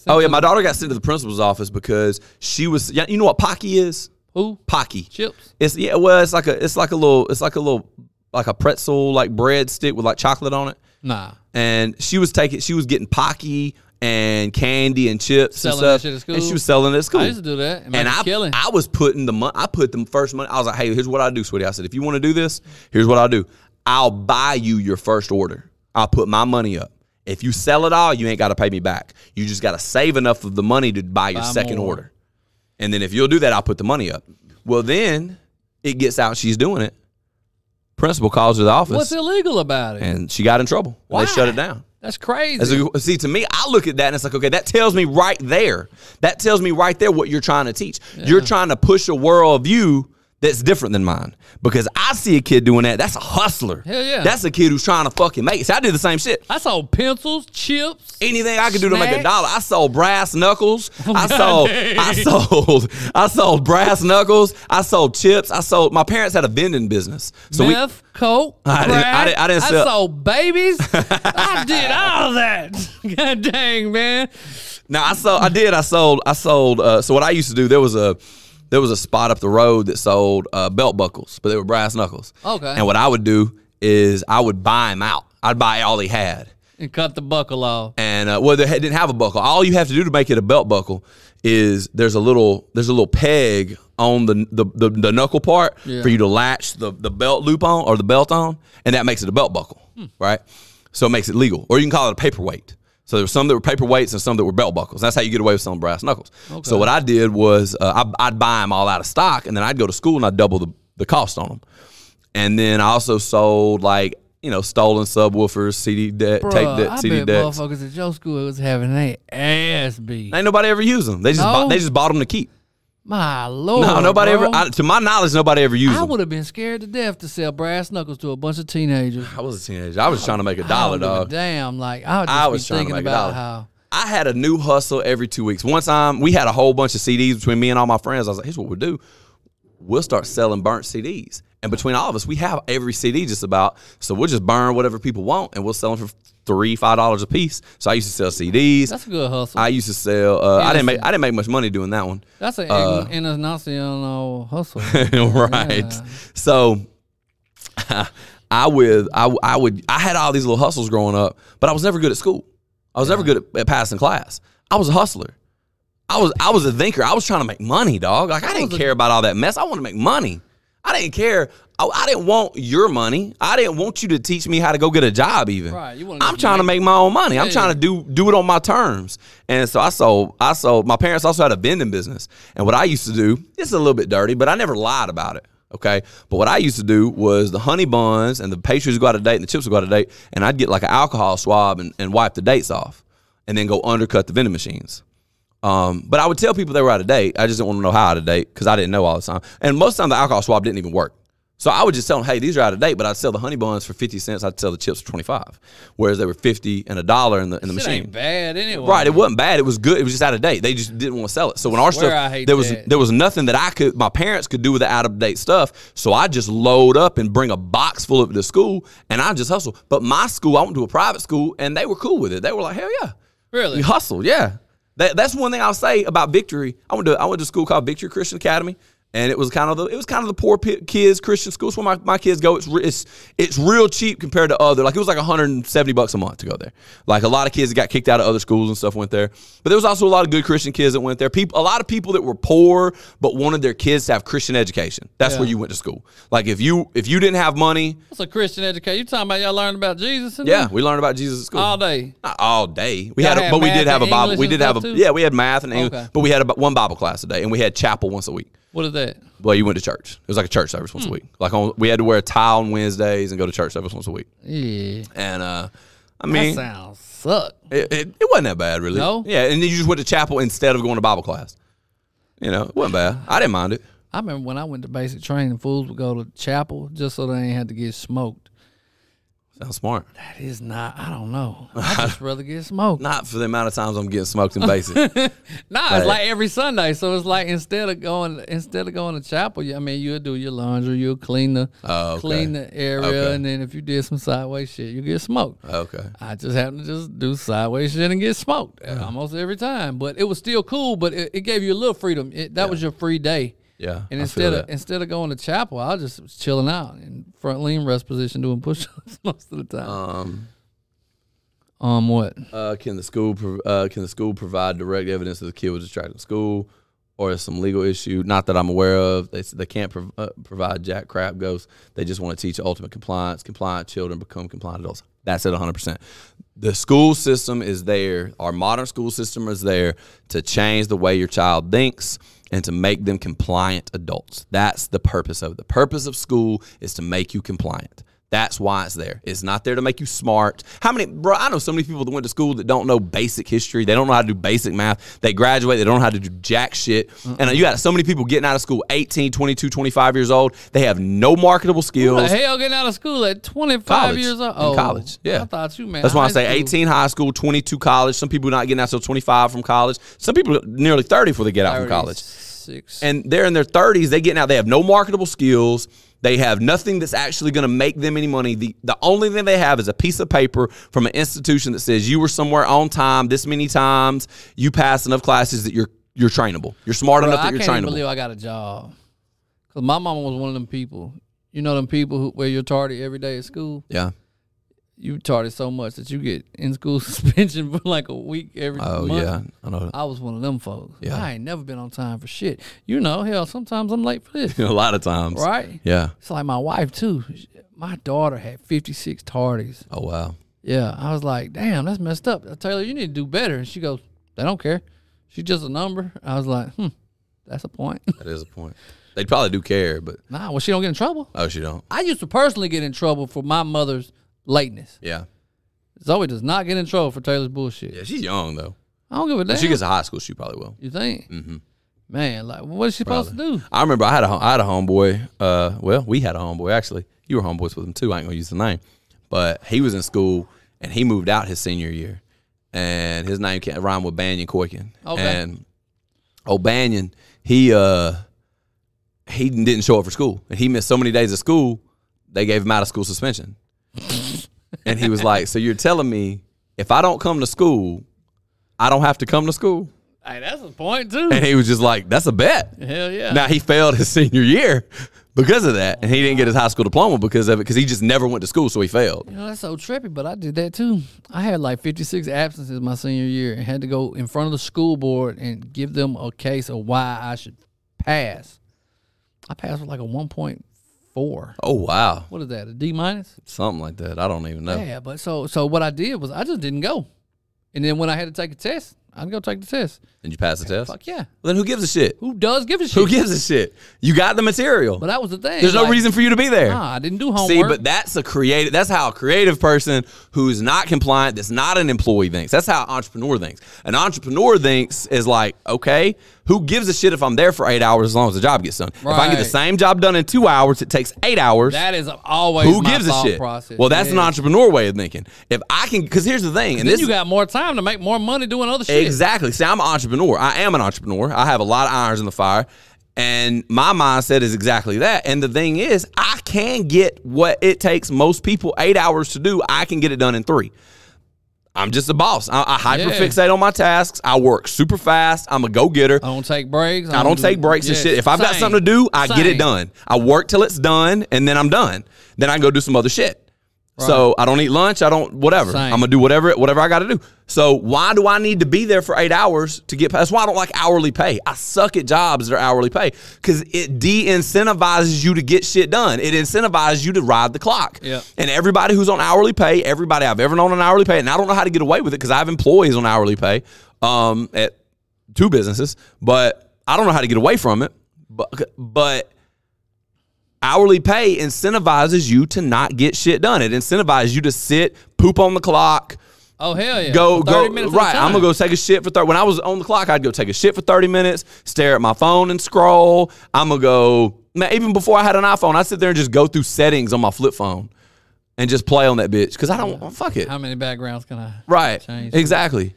[SPEAKER 3] Oh yeah, my daughter got sent to the principal's office because she was. yeah, You know what Pocky is?
[SPEAKER 2] Who?
[SPEAKER 3] Pocky.
[SPEAKER 2] Chips.
[SPEAKER 3] It's yeah. Well, it's like a. It's like a little. It's like a little. Like a pretzel, like bread stick with like chocolate on it.
[SPEAKER 2] Nah.
[SPEAKER 3] and she was taking she was getting pocky and candy and chips
[SPEAKER 2] Selling
[SPEAKER 3] and
[SPEAKER 2] that
[SPEAKER 3] stuff,
[SPEAKER 2] shit at school?
[SPEAKER 3] and she was selling it at school.
[SPEAKER 2] I used to do that. And,
[SPEAKER 3] and I,
[SPEAKER 2] killing.
[SPEAKER 3] I was putting the money. I put the first money. I was like, "Hey, here's what I do, sweetie." I said, "If you want to do this, here's what I'll do. I'll buy you your first order. I'll put my money up, If you sell it all, you ain't got to pay me back. You just got to save enough of the money to buy your
[SPEAKER 2] Buy
[SPEAKER 3] second
[SPEAKER 2] more.
[SPEAKER 3] order. And then if you'll do that, I'll put the money up. Well, then it gets out she's doing it. Principal calls her to the office
[SPEAKER 2] What's illegal about it?
[SPEAKER 3] and she got in trouble. Why? They shut it down.
[SPEAKER 2] That's crazy.
[SPEAKER 3] As a, see, to me, I look at that and it's like, okay, that tells me right there. That tells me right there what you're trying to teach. You're trying to push a worldview that's different than mine. Because I see a kid doing that. That's a hustler.
[SPEAKER 2] Hell yeah.
[SPEAKER 3] That's a kid who's trying to fucking make it. See, I did the same shit.
[SPEAKER 2] I sold pencils, chips.
[SPEAKER 3] Anything I could do to make a
[SPEAKER 2] Snacks.
[SPEAKER 3] dollar. I sold brass knuckles. I
[SPEAKER 2] God
[SPEAKER 3] sold
[SPEAKER 2] dang.
[SPEAKER 3] I sold I sold brass knuckles. I sold chips. I sold my parents had a vending business. So we
[SPEAKER 2] meth, coke,
[SPEAKER 3] I didn't- I
[SPEAKER 2] crack.
[SPEAKER 3] didn't- I didn't sell-
[SPEAKER 2] sold babies. I did all that. God dang, man.
[SPEAKER 3] Now I sold. I did. I sold. I sold. Uh, so what I used to do, there was a there was a spot up the road that sold uh, belt buckles, but they were brass knuckles.
[SPEAKER 2] Okay.
[SPEAKER 3] And what I would do is I would buy him out. I'd buy all he had.
[SPEAKER 2] And cut the buckle off.
[SPEAKER 3] And uh, well, they had- didn't have a buckle. All you have to do to make it a belt buckle is there's a little there's a little peg on the the, the, the knuckle part
[SPEAKER 2] Yeah.
[SPEAKER 3] for you to latch the, the belt loop on or the belt on, and that makes it a belt buckle,
[SPEAKER 2] Hmm.
[SPEAKER 3] right? So it makes it legal, or you can call it a paperweight. So there were some that were paperweights and some that were belt buckles. That's how you get away with selling brass knuckles. So what I did was uh, I, I'd buy them all out of stock, and then I'd go to school and I'd double the, the cost on them. And then I also sold like you know stolen subwoofers, CD de-
[SPEAKER 2] Bruh,
[SPEAKER 3] tape de-
[SPEAKER 2] I
[SPEAKER 3] CD
[SPEAKER 2] bet
[SPEAKER 3] decks.
[SPEAKER 2] motherfuckers at your school was having their ass beat.
[SPEAKER 3] Ain't nobody ever used them. They just
[SPEAKER 2] No?
[SPEAKER 3] bought, they just bought them to keep.
[SPEAKER 2] My lord.
[SPEAKER 3] No, nobody
[SPEAKER 2] bro.
[SPEAKER 3] ever. I, to my knowledge, nobody ever used
[SPEAKER 2] I
[SPEAKER 3] them.
[SPEAKER 2] would have been scared to death to sell brass knuckles to a bunch of teenagers.
[SPEAKER 3] I was a teenager. I was trying to make a dollar,
[SPEAKER 2] I don't give a
[SPEAKER 3] dog.
[SPEAKER 2] Damn, like I would just
[SPEAKER 3] I
[SPEAKER 2] be
[SPEAKER 3] was trying to
[SPEAKER 2] thinking
[SPEAKER 3] make a
[SPEAKER 2] about
[SPEAKER 3] dollar.
[SPEAKER 2] how
[SPEAKER 3] I had a new hustle every two weeks. One time, we had a whole bunch of CDs between me and all my friends. I was like, "Here's what we'll do: we'll start selling burnt CDs." And between all of us, we have every CD just about. So we'll just burn whatever people want, and we'll sell them for three, five dollars a piece. So I used to sell CDs.
[SPEAKER 2] that's a good hustle.
[SPEAKER 3] I used to sell. Uh, I didn't make.
[SPEAKER 2] Innocent.
[SPEAKER 3] I didn't make much money doing that one.
[SPEAKER 2] that's an
[SPEAKER 3] uh,
[SPEAKER 2] international hustle.
[SPEAKER 3] right.
[SPEAKER 2] Yeah.
[SPEAKER 3] So I would I, w- I would I had all these little hustles growing up, but I was never good at school. I was never good at, at passing class. I was a hustler. I was I was a thinker. I was trying to make money, dog. Like I didn't care about all that mess. I wanted to make money. I didn't care. I, I didn't want your money. I didn't want you to teach me how to go get a job. Even
[SPEAKER 2] Right, you wanna
[SPEAKER 3] I'm
[SPEAKER 2] just
[SPEAKER 3] trying to
[SPEAKER 2] make-
[SPEAKER 3] make my own money. I'm
[SPEAKER 2] Yeah.
[SPEAKER 3] trying to do do it on my terms. And so I sold I sold my parents also had a vending business. And what I used to do, it's a little bit dirty, but I never lied about it. Okay. But what I used to do was the honey buns and the pastries would go out of date and the chips would go out of date. And I'd get like an alcohol swab and, and wipe the dates off and then go undercut the vending machines. Um, but I would tell people they were out of date. I just didn't want to know how out of date because I didn't know all the time. And most of the time, the alcohol swab didn't even work. So I would just tell them, hey, these are out of date, but I'd sell the honey buns for 50 cents. I'd sell the chips for 25, whereas they were 50 and a dollar in the, in the
[SPEAKER 2] Shit
[SPEAKER 3] machine.
[SPEAKER 2] ain't bad anyway.
[SPEAKER 3] Right, it wasn't bad. It was good. It was just out of date. They just didn't want to sell it. So when our
[SPEAKER 2] swear
[SPEAKER 3] stuff,
[SPEAKER 2] I hate
[SPEAKER 3] there was
[SPEAKER 2] that.
[SPEAKER 3] there was nothing that I could, my parents could do with the out of date stuff. So I just load up and bring a box full of it to school, and I just hustle. But my school, I went to a private school, and they were cool with it. They were like, hell yeah,
[SPEAKER 2] Really?
[SPEAKER 3] you hustle, yeah. That, that's one thing I'll say about Victory. I went to I went to a school called Victory Christian Academy, and it was kind of the it was kind of the poor pi kids Christian school. It's where my, my kids go. It's re- it's it's real cheap compared to other. Like it was like 170 bucks a month to go there. Like a lot of kids that got kicked out of other schools and stuff went there. But there was also a lot of good Christian kids that went there. People, a lot of people that were poor but wanted their kids to have Christian education. That's
[SPEAKER 2] Yeah.
[SPEAKER 3] where you went to school. Like if you if you didn't have money,
[SPEAKER 2] That's a Christian education. You talking about y'all learning about Jesus? And
[SPEAKER 3] yeah,
[SPEAKER 2] them?
[SPEAKER 3] we learned about Jesus at school
[SPEAKER 2] all day.
[SPEAKER 3] not all day. We
[SPEAKER 2] Y'all
[SPEAKER 3] had, a,
[SPEAKER 2] had
[SPEAKER 3] but we
[SPEAKER 2] math
[SPEAKER 3] did have a
[SPEAKER 2] and
[SPEAKER 3] Bible.
[SPEAKER 2] English
[SPEAKER 3] We
[SPEAKER 2] and
[SPEAKER 3] did have a,
[SPEAKER 2] stuff too?
[SPEAKER 3] yeah, we had math and English,
[SPEAKER 2] Okay.
[SPEAKER 3] but we had about one Bible class a day, and we had chapel once a week.
[SPEAKER 2] What is that?
[SPEAKER 3] Well, you went to church. It was like a church service
[SPEAKER 2] Hmm.
[SPEAKER 3] once a week. Like on, we had to wear a towel on Wednesdays and go to church service once a week.
[SPEAKER 2] Yeah,
[SPEAKER 3] And uh, I
[SPEAKER 2] that
[SPEAKER 3] mean,
[SPEAKER 2] sounds suck.
[SPEAKER 3] it, it, it wasn't that bad, really.
[SPEAKER 2] No?
[SPEAKER 3] Yeah, and then you just went to chapel instead of going to Bible class. You know, it wasn't bad. I didn't mind it.
[SPEAKER 2] I remember when I went to basic training, fools would go to chapel just so they ain't had to get smoked.
[SPEAKER 3] Sounds smart.
[SPEAKER 2] That is not. I don't know. I just rather get smoked. Nah,
[SPEAKER 3] Not for the amount of times I'm getting smoked in basic.
[SPEAKER 2] it's like every Sunday, so it's like instead of going instead of going to chapel, you- I mean, you'll do your laundry, you'll clean the
[SPEAKER 3] Oh, okay.
[SPEAKER 2] clean the area,
[SPEAKER 3] Okay.
[SPEAKER 2] and then if you did some sideways shit, you get smoked.
[SPEAKER 3] okay.
[SPEAKER 2] I just happened to just do sideways shit and get smoked uh, almost every time. But it was still cool. But it, it gave you a little freedom. It, that was your free day.
[SPEAKER 3] Yeah, I feel
[SPEAKER 2] And instead
[SPEAKER 3] that.
[SPEAKER 2] of instead of going to chapel, I was just chilling out in front lean rest position doing push ups most of the time.
[SPEAKER 3] Um,
[SPEAKER 2] um, what?
[SPEAKER 3] Uh, can the school prov- uh, can the school provide direct evidence that the kid was attracted to school, or is some legal issue? Not that I'm aware of. They s- they can't prov- uh, provide jack crap ghosts. They just want to teach ultimate compliance. Compliant children become compliant adults. That's it, 100. percent The school system is there, our modern school system is there to change the way your child thinks and to make them compliant adults. That's the purpose of it. The purpose of school is to make you compliant. That's why it's there. It's not there to make you smart. How many, bro? I know so many people that went to school that don't know basic history. They don't know how to do basic math. They graduate, they don't know how to do jack shit. And you got so many people getting out of school 18, 22, 25 years old. They have no marketable skills.
[SPEAKER 2] the hell getting out of school at 25
[SPEAKER 3] College.
[SPEAKER 2] years old?
[SPEAKER 3] In college, yeah.
[SPEAKER 2] I thought you, man.
[SPEAKER 3] That's why I
[SPEAKER 2] high
[SPEAKER 3] say
[SPEAKER 2] school.
[SPEAKER 3] 18 high school, 22 college. Some people not getting out till 25 from college. Some people nearly 30 before they get out from college.
[SPEAKER 2] 36.
[SPEAKER 3] And they're in their 30s. They getting out. They have no marketable skills. They have nothing that's actually going to make them any money. The, the only thing they have is a piece of paper from an institution that says you were somewhere on time this many times. You passed enough classes that you're you're trainable. You're smart
[SPEAKER 2] Bro,
[SPEAKER 3] enough
[SPEAKER 2] I
[SPEAKER 3] that
[SPEAKER 2] can't
[SPEAKER 3] you're
[SPEAKER 2] even
[SPEAKER 3] trainable.
[SPEAKER 2] believe I got a job. Cause my mama was one of them people. You know them people who where you're tardy every day at school.
[SPEAKER 3] yeah.
[SPEAKER 2] You tardy so much that you get in school suspension for like a week every.
[SPEAKER 3] Oh
[SPEAKER 2] month.
[SPEAKER 3] yeah. I know.
[SPEAKER 2] I was one of them folks.
[SPEAKER 3] Yeah.
[SPEAKER 2] I ain't never been on time for shit. You know, hell, sometimes I'm late for this.
[SPEAKER 3] a lot of times.
[SPEAKER 2] Right?
[SPEAKER 3] Yeah.
[SPEAKER 2] It's like my wife too. She- My daughter had 56 tardies.
[SPEAKER 3] Oh wow.
[SPEAKER 2] Yeah, I was like, damn, that's messed up. Taylor, you need to do better. And she goes, they don't care. She's just a number. I was like, hmm, that's a point.
[SPEAKER 3] That is a point. They probably do care, but
[SPEAKER 2] nah, well, she don't get in trouble.
[SPEAKER 3] oh, she don't.
[SPEAKER 2] I used to personally get in trouble for my mother's lateness.
[SPEAKER 3] Yeah.
[SPEAKER 2] Zoe does not get in trouble for Taylor's bullshit.
[SPEAKER 3] Yeah, she's young though.
[SPEAKER 2] I don't give a damn.
[SPEAKER 3] If she gets to high school, she probably will.
[SPEAKER 2] you think? Mm-hmm. Man, like, what is she supposed to do?
[SPEAKER 3] I remember I had a hom- I had a homeboy. Uh, well, we had a homeboy actually. You were homeboys with him too. I ain't gonna use the name, but he was in school and he moved out his senior year, and his name can't rhyme with Banyan Corkin.
[SPEAKER 2] Okay.
[SPEAKER 3] And old Banyan, he uh, he didn't show up for school, and he missed so many days of school, they gave him out of school suspension. and he was like, "So you're telling me if I don't come to school, I don't have to come to school?"
[SPEAKER 2] Hey, that's a point, too.
[SPEAKER 3] And he was just like, "That's a bet."
[SPEAKER 2] Hell yeah.
[SPEAKER 3] Now he failed his senior year because of that, and he didn't get his high school diploma because of it because he just never went to school, so he failed.
[SPEAKER 2] You know, that's so trippy, but I did that too. I had like 56 absences my senior year and had to go in front of the school board and give them a case of why I should pass. I passed with like a 1.4.
[SPEAKER 3] Oh wow,
[SPEAKER 2] What is that? A D minus?
[SPEAKER 3] something like that. I don't even know.
[SPEAKER 2] Yeah, but so so what I did was I just didn't go. And then when I had to take a test, I'd go take the test.
[SPEAKER 3] Did you pass the test?
[SPEAKER 2] Fuck yeah.
[SPEAKER 3] Then who gives a shit?
[SPEAKER 2] Who does give a shit?
[SPEAKER 3] Who gives a shit? You got the material.
[SPEAKER 2] but that was the thing.
[SPEAKER 3] There's no
[SPEAKER 2] like,
[SPEAKER 3] reason for you to be there.
[SPEAKER 2] Nah, I didn't do homework.
[SPEAKER 3] See, but that's a creative. That's how a creative person who's not compliant, that's not an employee thinks. That's how an entrepreneur thinks. An entrepreneur thinks is like, okay, who gives a shit if I'm there for eight hours as long as the job gets done? If I can get the
[SPEAKER 2] Right.
[SPEAKER 3] same job done in two hours, it takes eight hours.
[SPEAKER 2] that is always
[SPEAKER 3] who
[SPEAKER 2] my
[SPEAKER 3] gives a
[SPEAKER 2] thought
[SPEAKER 3] shit?
[SPEAKER 2] process.
[SPEAKER 3] Well, that's an
[SPEAKER 2] Yeah.
[SPEAKER 3] entrepreneur way of thinking. If I can, because here's the thing, and
[SPEAKER 2] Then
[SPEAKER 3] this
[SPEAKER 2] you got more time to make more money doing other shit.
[SPEAKER 3] exactly. See, I'm an entrepreneur. I am an entrepreneur. I have a lot of irons in the fire, and my mindset is exactly that. And the thing is, I can get what it takes most people eight hours to do. I can get it done in three. I'm just a boss. I, I
[SPEAKER 2] Yeah.
[SPEAKER 3] hyperfixate on my tasks. I work super fast. I'm a go getter.
[SPEAKER 2] I don't take breaks.
[SPEAKER 3] I don't take breaks
[SPEAKER 2] yes,
[SPEAKER 3] and shit. If I've got
[SPEAKER 2] same,
[SPEAKER 3] something to do, I get
[SPEAKER 2] same.
[SPEAKER 3] it done. I work till it's done, and then I'm done. Then I go do some other shit. So I don't eat lunch. I don't whatever.
[SPEAKER 2] Same.
[SPEAKER 3] I'm gonna do whatever whatever I got to do. So why do I need to be there for eight hours to get? That's why I don't like hourly pay. I suck at jobs that are hourly pay because it de incentivizes you to get shit done. It incentivizes you to ride the clock.
[SPEAKER 2] Yeah.
[SPEAKER 3] And everybody who's on hourly pay, everybody I've ever known on hourly pay, and I don't know how to get away with it because I have employees on hourly pay um, at two businesses, but I don't know how to get away from it. But, but hourly pay incentivizes you to not get shit done. It incentivizes you to sit, poop on the clock,
[SPEAKER 2] Oh hell yeah!
[SPEAKER 3] go
[SPEAKER 2] For 30
[SPEAKER 3] go
[SPEAKER 2] minutes at a
[SPEAKER 3] right. I'm gonna
[SPEAKER 2] time.
[SPEAKER 3] go take a shit for thirty. When I was on the clock, I'd go take a shit for thirty minutes, stare at my phone and scroll. I'm gonna go. Man, even before I had an iPhone, I would sit there and just go through settings on my flip phone and just play on that bitch because I don't fuck it.
[SPEAKER 2] How many backgrounds can I?
[SPEAKER 3] right,
[SPEAKER 2] Change.
[SPEAKER 3] exactly.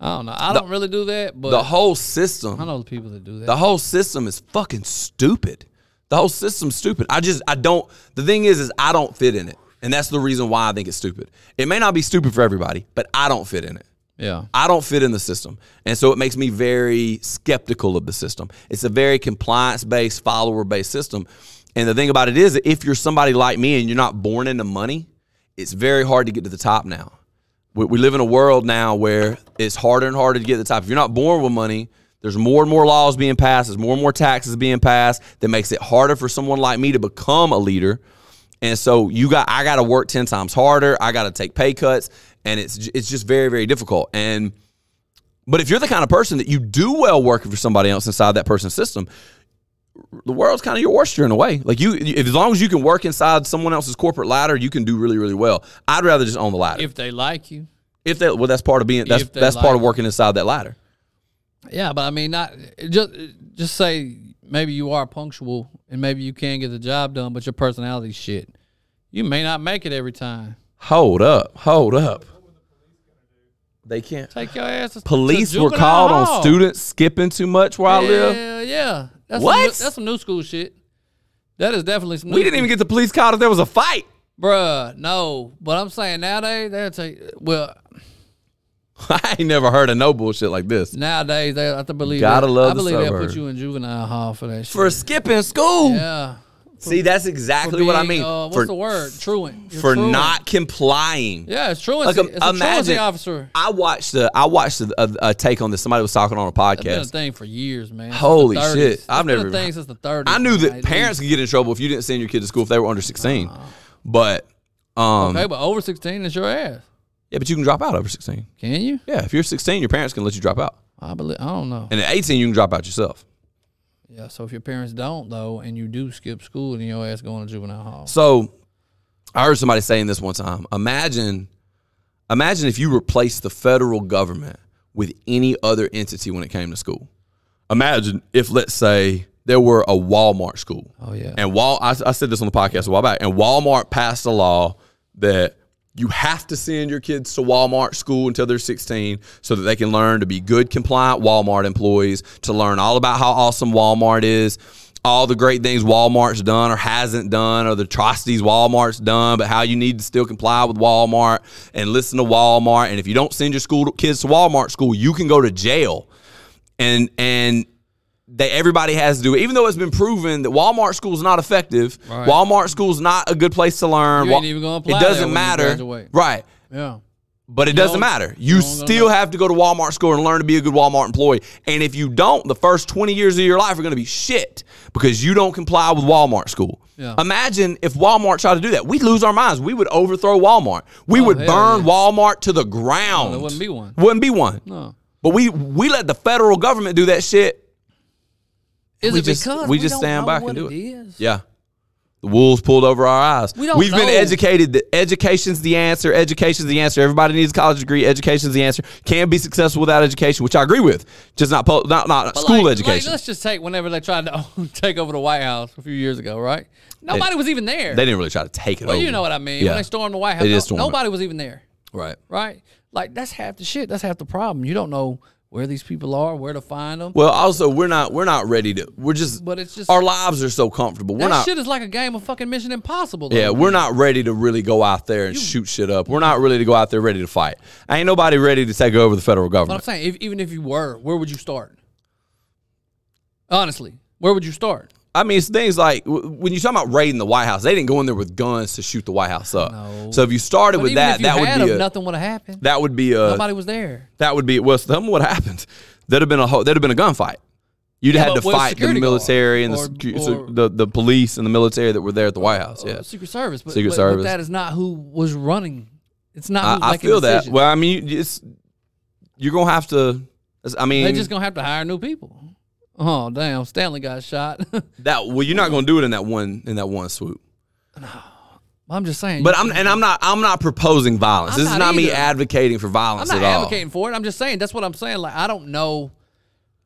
[SPEAKER 2] I don't know. I don't really do that, but
[SPEAKER 3] The whole
[SPEAKER 2] I
[SPEAKER 3] system.
[SPEAKER 2] know the people that do that.
[SPEAKER 3] The whole system is fucking stupid. The whole system's stupid. I just I don't the thing is is I don't fit in it. And that's the reason why I think it's stupid. It may not be stupid for everybody, but I don't fit in it.
[SPEAKER 2] yeah,
[SPEAKER 3] I don't fit in the system. And so it makes me very skeptical of the system. It's a very compliance based, follower based system. And the thing about it is, if you're somebody like me and you're not born into money, it's very hard to get to the top now. We, we live in a world now where it's harder and harder to get to the top. If you're not born with money, there's more and more laws being passed, there's more and more taxes being passed that makes it harder for someone like me to become a leader. And so you got I got to work 10 times harder. I got to take pay cuts and it's ju- it's just very very difficult. And but if you're the kind of person that you do well working for somebody else inside that person's system, the world's kind of your oyster in a way. Like you, you- as long as you can work inside someone else's corporate ladder, you can do really, really well. I'd rather just own the ladder. If,
[SPEAKER 2] if they like you.
[SPEAKER 3] they, well, that's part of being. That's
[SPEAKER 2] if they
[SPEAKER 3] that's part
[SPEAKER 2] like-
[SPEAKER 3] of working inside that ladder.
[SPEAKER 2] Yeah, but I mean, not just just say maybe you are punctual and maybe you can get the job done, but your personality's shit. You may not make it every time.
[SPEAKER 3] Hold up, hold up. They can't.
[SPEAKER 2] Take your ass. To,
[SPEAKER 3] Police
[SPEAKER 2] to
[SPEAKER 3] were
[SPEAKER 2] juvenile
[SPEAKER 3] called on
[SPEAKER 2] hall.
[SPEAKER 3] students skipping too much where I live.
[SPEAKER 2] Yeah, yeah. That's
[SPEAKER 3] What?
[SPEAKER 2] Some, new- that's some new school shit. That is definitely some. New
[SPEAKER 3] We didn't even get the police called if there was a fight.
[SPEAKER 2] bruh. No, but I'm saying nowadays they'll take. Well,
[SPEAKER 3] I ain't never heard of no bullshit like this.
[SPEAKER 2] nowadays they I believe
[SPEAKER 3] Gotta
[SPEAKER 2] they,
[SPEAKER 3] love
[SPEAKER 2] I
[SPEAKER 3] the
[SPEAKER 2] believe they'll
[SPEAKER 3] suburb.
[SPEAKER 2] put you in juvenile hall for that shit.
[SPEAKER 3] For skipping school.
[SPEAKER 2] yeah.
[SPEAKER 3] See, that's
[SPEAKER 2] For
[SPEAKER 3] exactly what I
[SPEAKER 2] being,
[SPEAKER 3] mean.
[SPEAKER 2] uh, what's
[SPEAKER 3] for
[SPEAKER 2] the word? Truant. You're
[SPEAKER 3] for
[SPEAKER 2] truant.
[SPEAKER 3] not complying.
[SPEAKER 2] Yeah, it's truancy.
[SPEAKER 3] Like, um,
[SPEAKER 2] it's a truancy
[SPEAKER 3] imagine-
[SPEAKER 2] officer.
[SPEAKER 3] I watched the I watched the, uh, a, a take on this. Somebody was talking on a
[SPEAKER 2] It's been a
[SPEAKER 3] podcast.
[SPEAKER 2] thing for years, man. Since
[SPEAKER 3] Holy
[SPEAKER 2] the 30s.
[SPEAKER 3] shit.
[SPEAKER 2] It's
[SPEAKER 3] I've
[SPEAKER 2] been
[SPEAKER 3] never-
[SPEAKER 2] a thing since the 30s.
[SPEAKER 3] I knew
[SPEAKER 2] man,
[SPEAKER 3] that
[SPEAKER 2] at
[SPEAKER 3] parents
[SPEAKER 2] least.
[SPEAKER 3] could get in trouble if you didn't send your kid to school if they were under sixteen. But um,
[SPEAKER 2] Okay, but over 16 is your ass.
[SPEAKER 3] yeah, but you can drop out over sixteen.
[SPEAKER 2] Can you?
[SPEAKER 3] Yeah, if you're sixteen, your parents can let you drop out,
[SPEAKER 2] I believe. I don't know.
[SPEAKER 3] and at eighteen, you can drop out yourself.
[SPEAKER 2] Yeah. So if your parents don't though, and you do skip school, then your ass going to juvenile hall.
[SPEAKER 3] So I heard somebody saying this one time. Imagine, imagine if you replaced the federal government with any other entity when it came to school. Imagine if, let's say, there were a Walmart school.
[SPEAKER 2] Oh, yeah.
[SPEAKER 3] And Wal, I, I said this on the podcast a while back. And Walmart passed a law that you have to send your kids to Walmart school until they're 16 so that they can learn to be good, compliant Walmart employees, to learn all about how awesome Walmart is, all the great things Walmart's done or hasn't done, or the atrocities Walmart's done, but how you need to still comply with Walmart and listen to Walmart. And if you don't send your school kids to Walmart school, you can go to jail. And, and, that everybody has to do it, even though it's been proven that Walmart school is not effective.
[SPEAKER 2] Right.
[SPEAKER 3] Walmart school is not a good place to learn.
[SPEAKER 2] You ain't
[SPEAKER 3] Wa-
[SPEAKER 2] even gonna apply
[SPEAKER 3] it
[SPEAKER 2] there
[SPEAKER 3] doesn't
[SPEAKER 2] when you
[SPEAKER 3] matter,
[SPEAKER 2] graduate.
[SPEAKER 3] right?
[SPEAKER 2] Yeah.
[SPEAKER 3] But it doesn't
[SPEAKER 2] don't-
[SPEAKER 3] matter.
[SPEAKER 2] don't
[SPEAKER 3] You,
[SPEAKER 2] gonna
[SPEAKER 3] still
[SPEAKER 2] know.
[SPEAKER 3] have to go to Walmart school and learn to be a good Walmart employee. And if you don't, the first twenty years of your life are going to be shit because you don't comply with Walmart school.
[SPEAKER 2] Yeah.
[SPEAKER 3] Imagine if Walmart tried to do that, we'd lose our minds. We would overthrow Walmart. We would burn
[SPEAKER 2] Oh, hell yeah.
[SPEAKER 3] Walmart to the ground.
[SPEAKER 2] there wouldn't be one.
[SPEAKER 3] Wouldn't be one.
[SPEAKER 2] No.
[SPEAKER 3] But we we let the federal government do that shit
[SPEAKER 2] Is
[SPEAKER 3] we
[SPEAKER 2] it
[SPEAKER 3] just-
[SPEAKER 2] because
[SPEAKER 3] we just
[SPEAKER 2] don't
[SPEAKER 3] stand
[SPEAKER 2] know
[SPEAKER 3] back
[SPEAKER 2] what
[SPEAKER 3] and do it.
[SPEAKER 2] is?
[SPEAKER 3] Yeah. The wolves pulled over our eyes. We
[SPEAKER 2] We don't
[SPEAKER 3] have been
[SPEAKER 2] know.
[SPEAKER 3] educated that education's the answer. Education's the answer. Everybody needs a college degree. Education's the answer. Can be successful without education, which I agree with. Just not po- not not
[SPEAKER 2] But
[SPEAKER 3] school
[SPEAKER 2] like- like,
[SPEAKER 3] education.
[SPEAKER 2] let's just take whenever they tried to take over the White House a few years ago, right? Nobody was even there.
[SPEAKER 3] they didn't really try to take it
[SPEAKER 2] well,
[SPEAKER 3] over.
[SPEAKER 2] you know what I mean.
[SPEAKER 3] Yeah.
[SPEAKER 2] When they stormed the White House,
[SPEAKER 3] They did
[SPEAKER 2] no-
[SPEAKER 3] storm it.
[SPEAKER 2] nobody was even there.
[SPEAKER 3] Right.
[SPEAKER 2] right? Like that's half the shit. That's half the problem. You don't know where these people are, where to find them.
[SPEAKER 3] Well, also we're not we're not ready to. We're just.
[SPEAKER 2] But it's just-
[SPEAKER 3] our lives are so comfortable. We're
[SPEAKER 2] that
[SPEAKER 3] not.
[SPEAKER 2] shit is like a game of fucking Mission Impossible. Though.
[SPEAKER 3] Yeah, we're not ready to really go out there and shoot shit up. We're not really to go out there ready to fight. Ain't nobody ready to take over the federal
[SPEAKER 2] But I'm
[SPEAKER 3] government.
[SPEAKER 2] saying, if, even if you were, where would you start? Honestly, where would you start?
[SPEAKER 3] I mean, it's things like w- when you're talking about raiding the White House, they didn't go in there with guns to shoot the White House up.
[SPEAKER 2] No.
[SPEAKER 3] So if you started
[SPEAKER 2] But
[SPEAKER 3] with
[SPEAKER 2] even
[SPEAKER 3] that,
[SPEAKER 2] if you
[SPEAKER 3] that
[SPEAKER 2] had
[SPEAKER 3] would be
[SPEAKER 2] 'em,
[SPEAKER 3] a,
[SPEAKER 2] nothing would have happened.
[SPEAKER 3] that uh, would be a
[SPEAKER 2] Nobody was there.
[SPEAKER 3] that would be well. Tell me what happened. There'd have been a whole, there'd have been a gunfight. You'd
[SPEAKER 2] Yeah,
[SPEAKER 3] had to
[SPEAKER 2] but with
[SPEAKER 3] fight the
[SPEAKER 2] security
[SPEAKER 3] military and the,
[SPEAKER 2] guards
[SPEAKER 3] secu-
[SPEAKER 2] or-
[SPEAKER 3] so
[SPEAKER 2] or-
[SPEAKER 3] the the police and the military that were there at the White House. Yeah,
[SPEAKER 2] Secret Service. But,
[SPEAKER 3] Secret
[SPEAKER 2] but- but
[SPEAKER 3] Service.
[SPEAKER 2] that is not who was running. It's not.
[SPEAKER 3] I,
[SPEAKER 2] who's
[SPEAKER 3] I
[SPEAKER 2] making
[SPEAKER 3] feel that.
[SPEAKER 2] decisions.
[SPEAKER 3] Well, I mean, you- it's you're gonna have to. it's- I mean,
[SPEAKER 2] They're just gonna have to hire new people. Oh damn! Stanley got shot.
[SPEAKER 3] that well, you're not gonna do it in that one in that one swoop.
[SPEAKER 2] I'm just saying.
[SPEAKER 3] But I'm and I'm not I'm not proposing violence.
[SPEAKER 2] I'm
[SPEAKER 3] this is
[SPEAKER 2] not
[SPEAKER 3] not me
[SPEAKER 2] either.
[SPEAKER 3] advocating for
[SPEAKER 2] I'm
[SPEAKER 3] violence
[SPEAKER 2] not
[SPEAKER 3] at all.
[SPEAKER 2] advocating for it. I'm just saying that's what I'm saying. Like I don't know,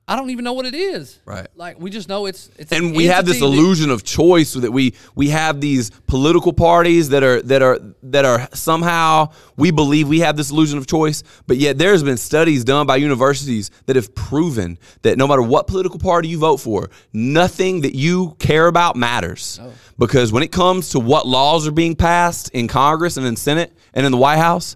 [SPEAKER 2] I don't even know what it is.
[SPEAKER 3] Right.
[SPEAKER 2] Like we just know it's. it's
[SPEAKER 3] and
[SPEAKER 2] an
[SPEAKER 3] we have this
[SPEAKER 2] entity that-
[SPEAKER 3] illusion of choice that we we have these political parties that are that are that are somehow we believe we have this illusion of choice but yet there's been studies done by universities that have proven that no matter what political party you vote for nothing that you care about matters
[SPEAKER 2] Oh.
[SPEAKER 3] because when it comes to what laws are being passed in congress and in senate and in the white house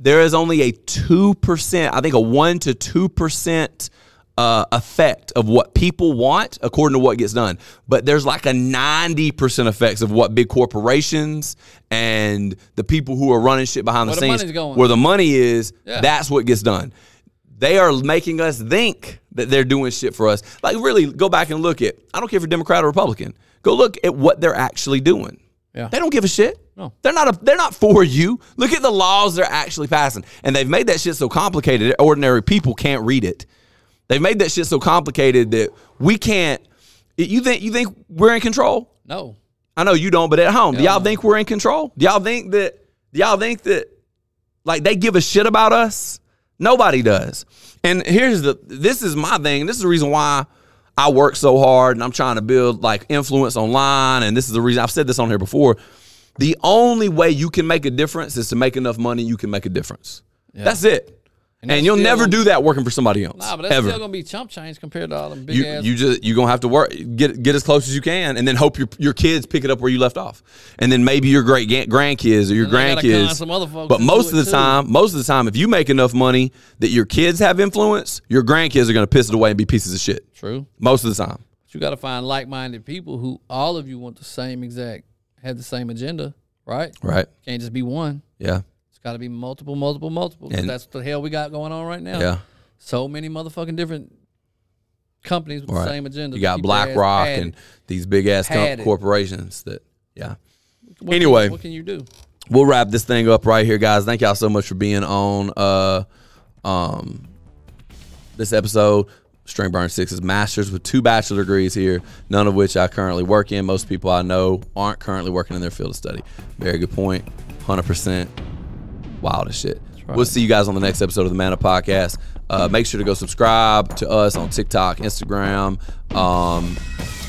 [SPEAKER 3] there is only a 2%, I think a 1 to 2% uh, effect of what people want according to what gets done. But there's like a 90% effects of what big corporations and the people who are running shit behind
[SPEAKER 2] Where
[SPEAKER 3] the
[SPEAKER 2] the
[SPEAKER 3] scenes,
[SPEAKER 2] money's going.
[SPEAKER 3] where the money is,
[SPEAKER 2] Yeah.
[SPEAKER 3] that's what gets done. They are making us think that they're doing shit for us. Like, really, go back and look at, I don't care if you're Democrat or Republican, go look at what they're actually doing.
[SPEAKER 2] Yeah.
[SPEAKER 3] They don't give a shit.
[SPEAKER 2] No.
[SPEAKER 3] They're not a, they're not for you. Look at the laws they're actually passing. And they've made that shit so complicated that ordinary people can't read it. They've made that shit so complicated that we can't you think you think we're in control?
[SPEAKER 2] No.
[SPEAKER 3] I know you don't, but at home, do
[SPEAKER 2] Hell
[SPEAKER 3] y'all
[SPEAKER 2] no.
[SPEAKER 3] think we're in control? Do y'all think that do y'all think that like they give a shit about us? Nobody does. And here's the this is my thing. This is the reason why I work so hard and I'm trying to build like influence online and this is the reason I've said this on here before. The only way you can make a difference is to make enough money you can make a difference. That's it. And,
[SPEAKER 2] that's
[SPEAKER 3] you'll
[SPEAKER 2] still
[SPEAKER 3] never
[SPEAKER 2] gonna-
[SPEAKER 3] do that working for somebody else.
[SPEAKER 2] Nah, but that's
[SPEAKER 3] ever
[SPEAKER 2] still gonna be chump change compared to all them big
[SPEAKER 3] you
[SPEAKER 2] ass.
[SPEAKER 3] you just you're gonna have to work get get as close as you can and then hope your your kids pick it up where you left off and then maybe your great ga- grandkids or your
[SPEAKER 2] And they gotta con
[SPEAKER 3] grandkids
[SPEAKER 2] some other folks
[SPEAKER 3] but
[SPEAKER 2] to
[SPEAKER 3] most
[SPEAKER 2] do
[SPEAKER 3] of the
[SPEAKER 2] it too.
[SPEAKER 3] time most of the time if you make enough money that your kids have influence your grandkids are gonna piss it away and be pieces of shit
[SPEAKER 2] True.
[SPEAKER 3] most of the time
[SPEAKER 2] But you got to find like-minded people who all of you want the same exact, have the same agenda, right?
[SPEAKER 3] right
[SPEAKER 2] Can't just be one.
[SPEAKER 3] yeah
[SPEAKER 2] It's got to be multiple, multiple, multiple. 'cause
[SPEAKER 3] And-
[SPEAKER 2] that's what the hell we got going on right now.
[SPEAKER 3] yeah
[SPEAKER 2] So many motherfucking different companies with
[SPEAKER 3] right
[SPEAKER 2] the same agenda.
[SPEAKER 3] you
[SPEAKER 2] to
[SPEAKER 3] got
[SPEAKER 2] keep their ass
[SPEAKER 3] BlackRock
[SPEAKER 2] padded.
[SPEAKER 3] and these big ass
[SPEAKER 2] Padded.
[SPEAKER 3] corporations that yeah
[SPEAKER 2] What can-
[SPEAKER 3] anyway.
[SPEAKER 2] what can you do?
[SPEAKER 3] we'll wrap this thing up right here, guys. Thank y'all so much for being on uh um this episode. Stringburn Six is masters with two bachelor degrees here, none of which I currently work in. Most people I know aren't currently working in their field of study. Very good point. 100% wild as shit. We'll see you guys on the next episode of the Man Up Podcast. Uh, make sure to go subscribe to us on TikTok, Instagram, um,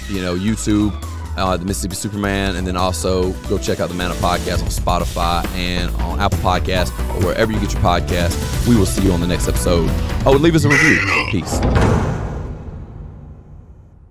[SPEAKER 3] you know, YouTube, uh, the Mississippi Superman, and then also go check out the Man Up Podcast on Spotify and on Apple Podcasts or wherever you get your podcast. We will see you on the next episode. Oh, and leave us a review. Peace.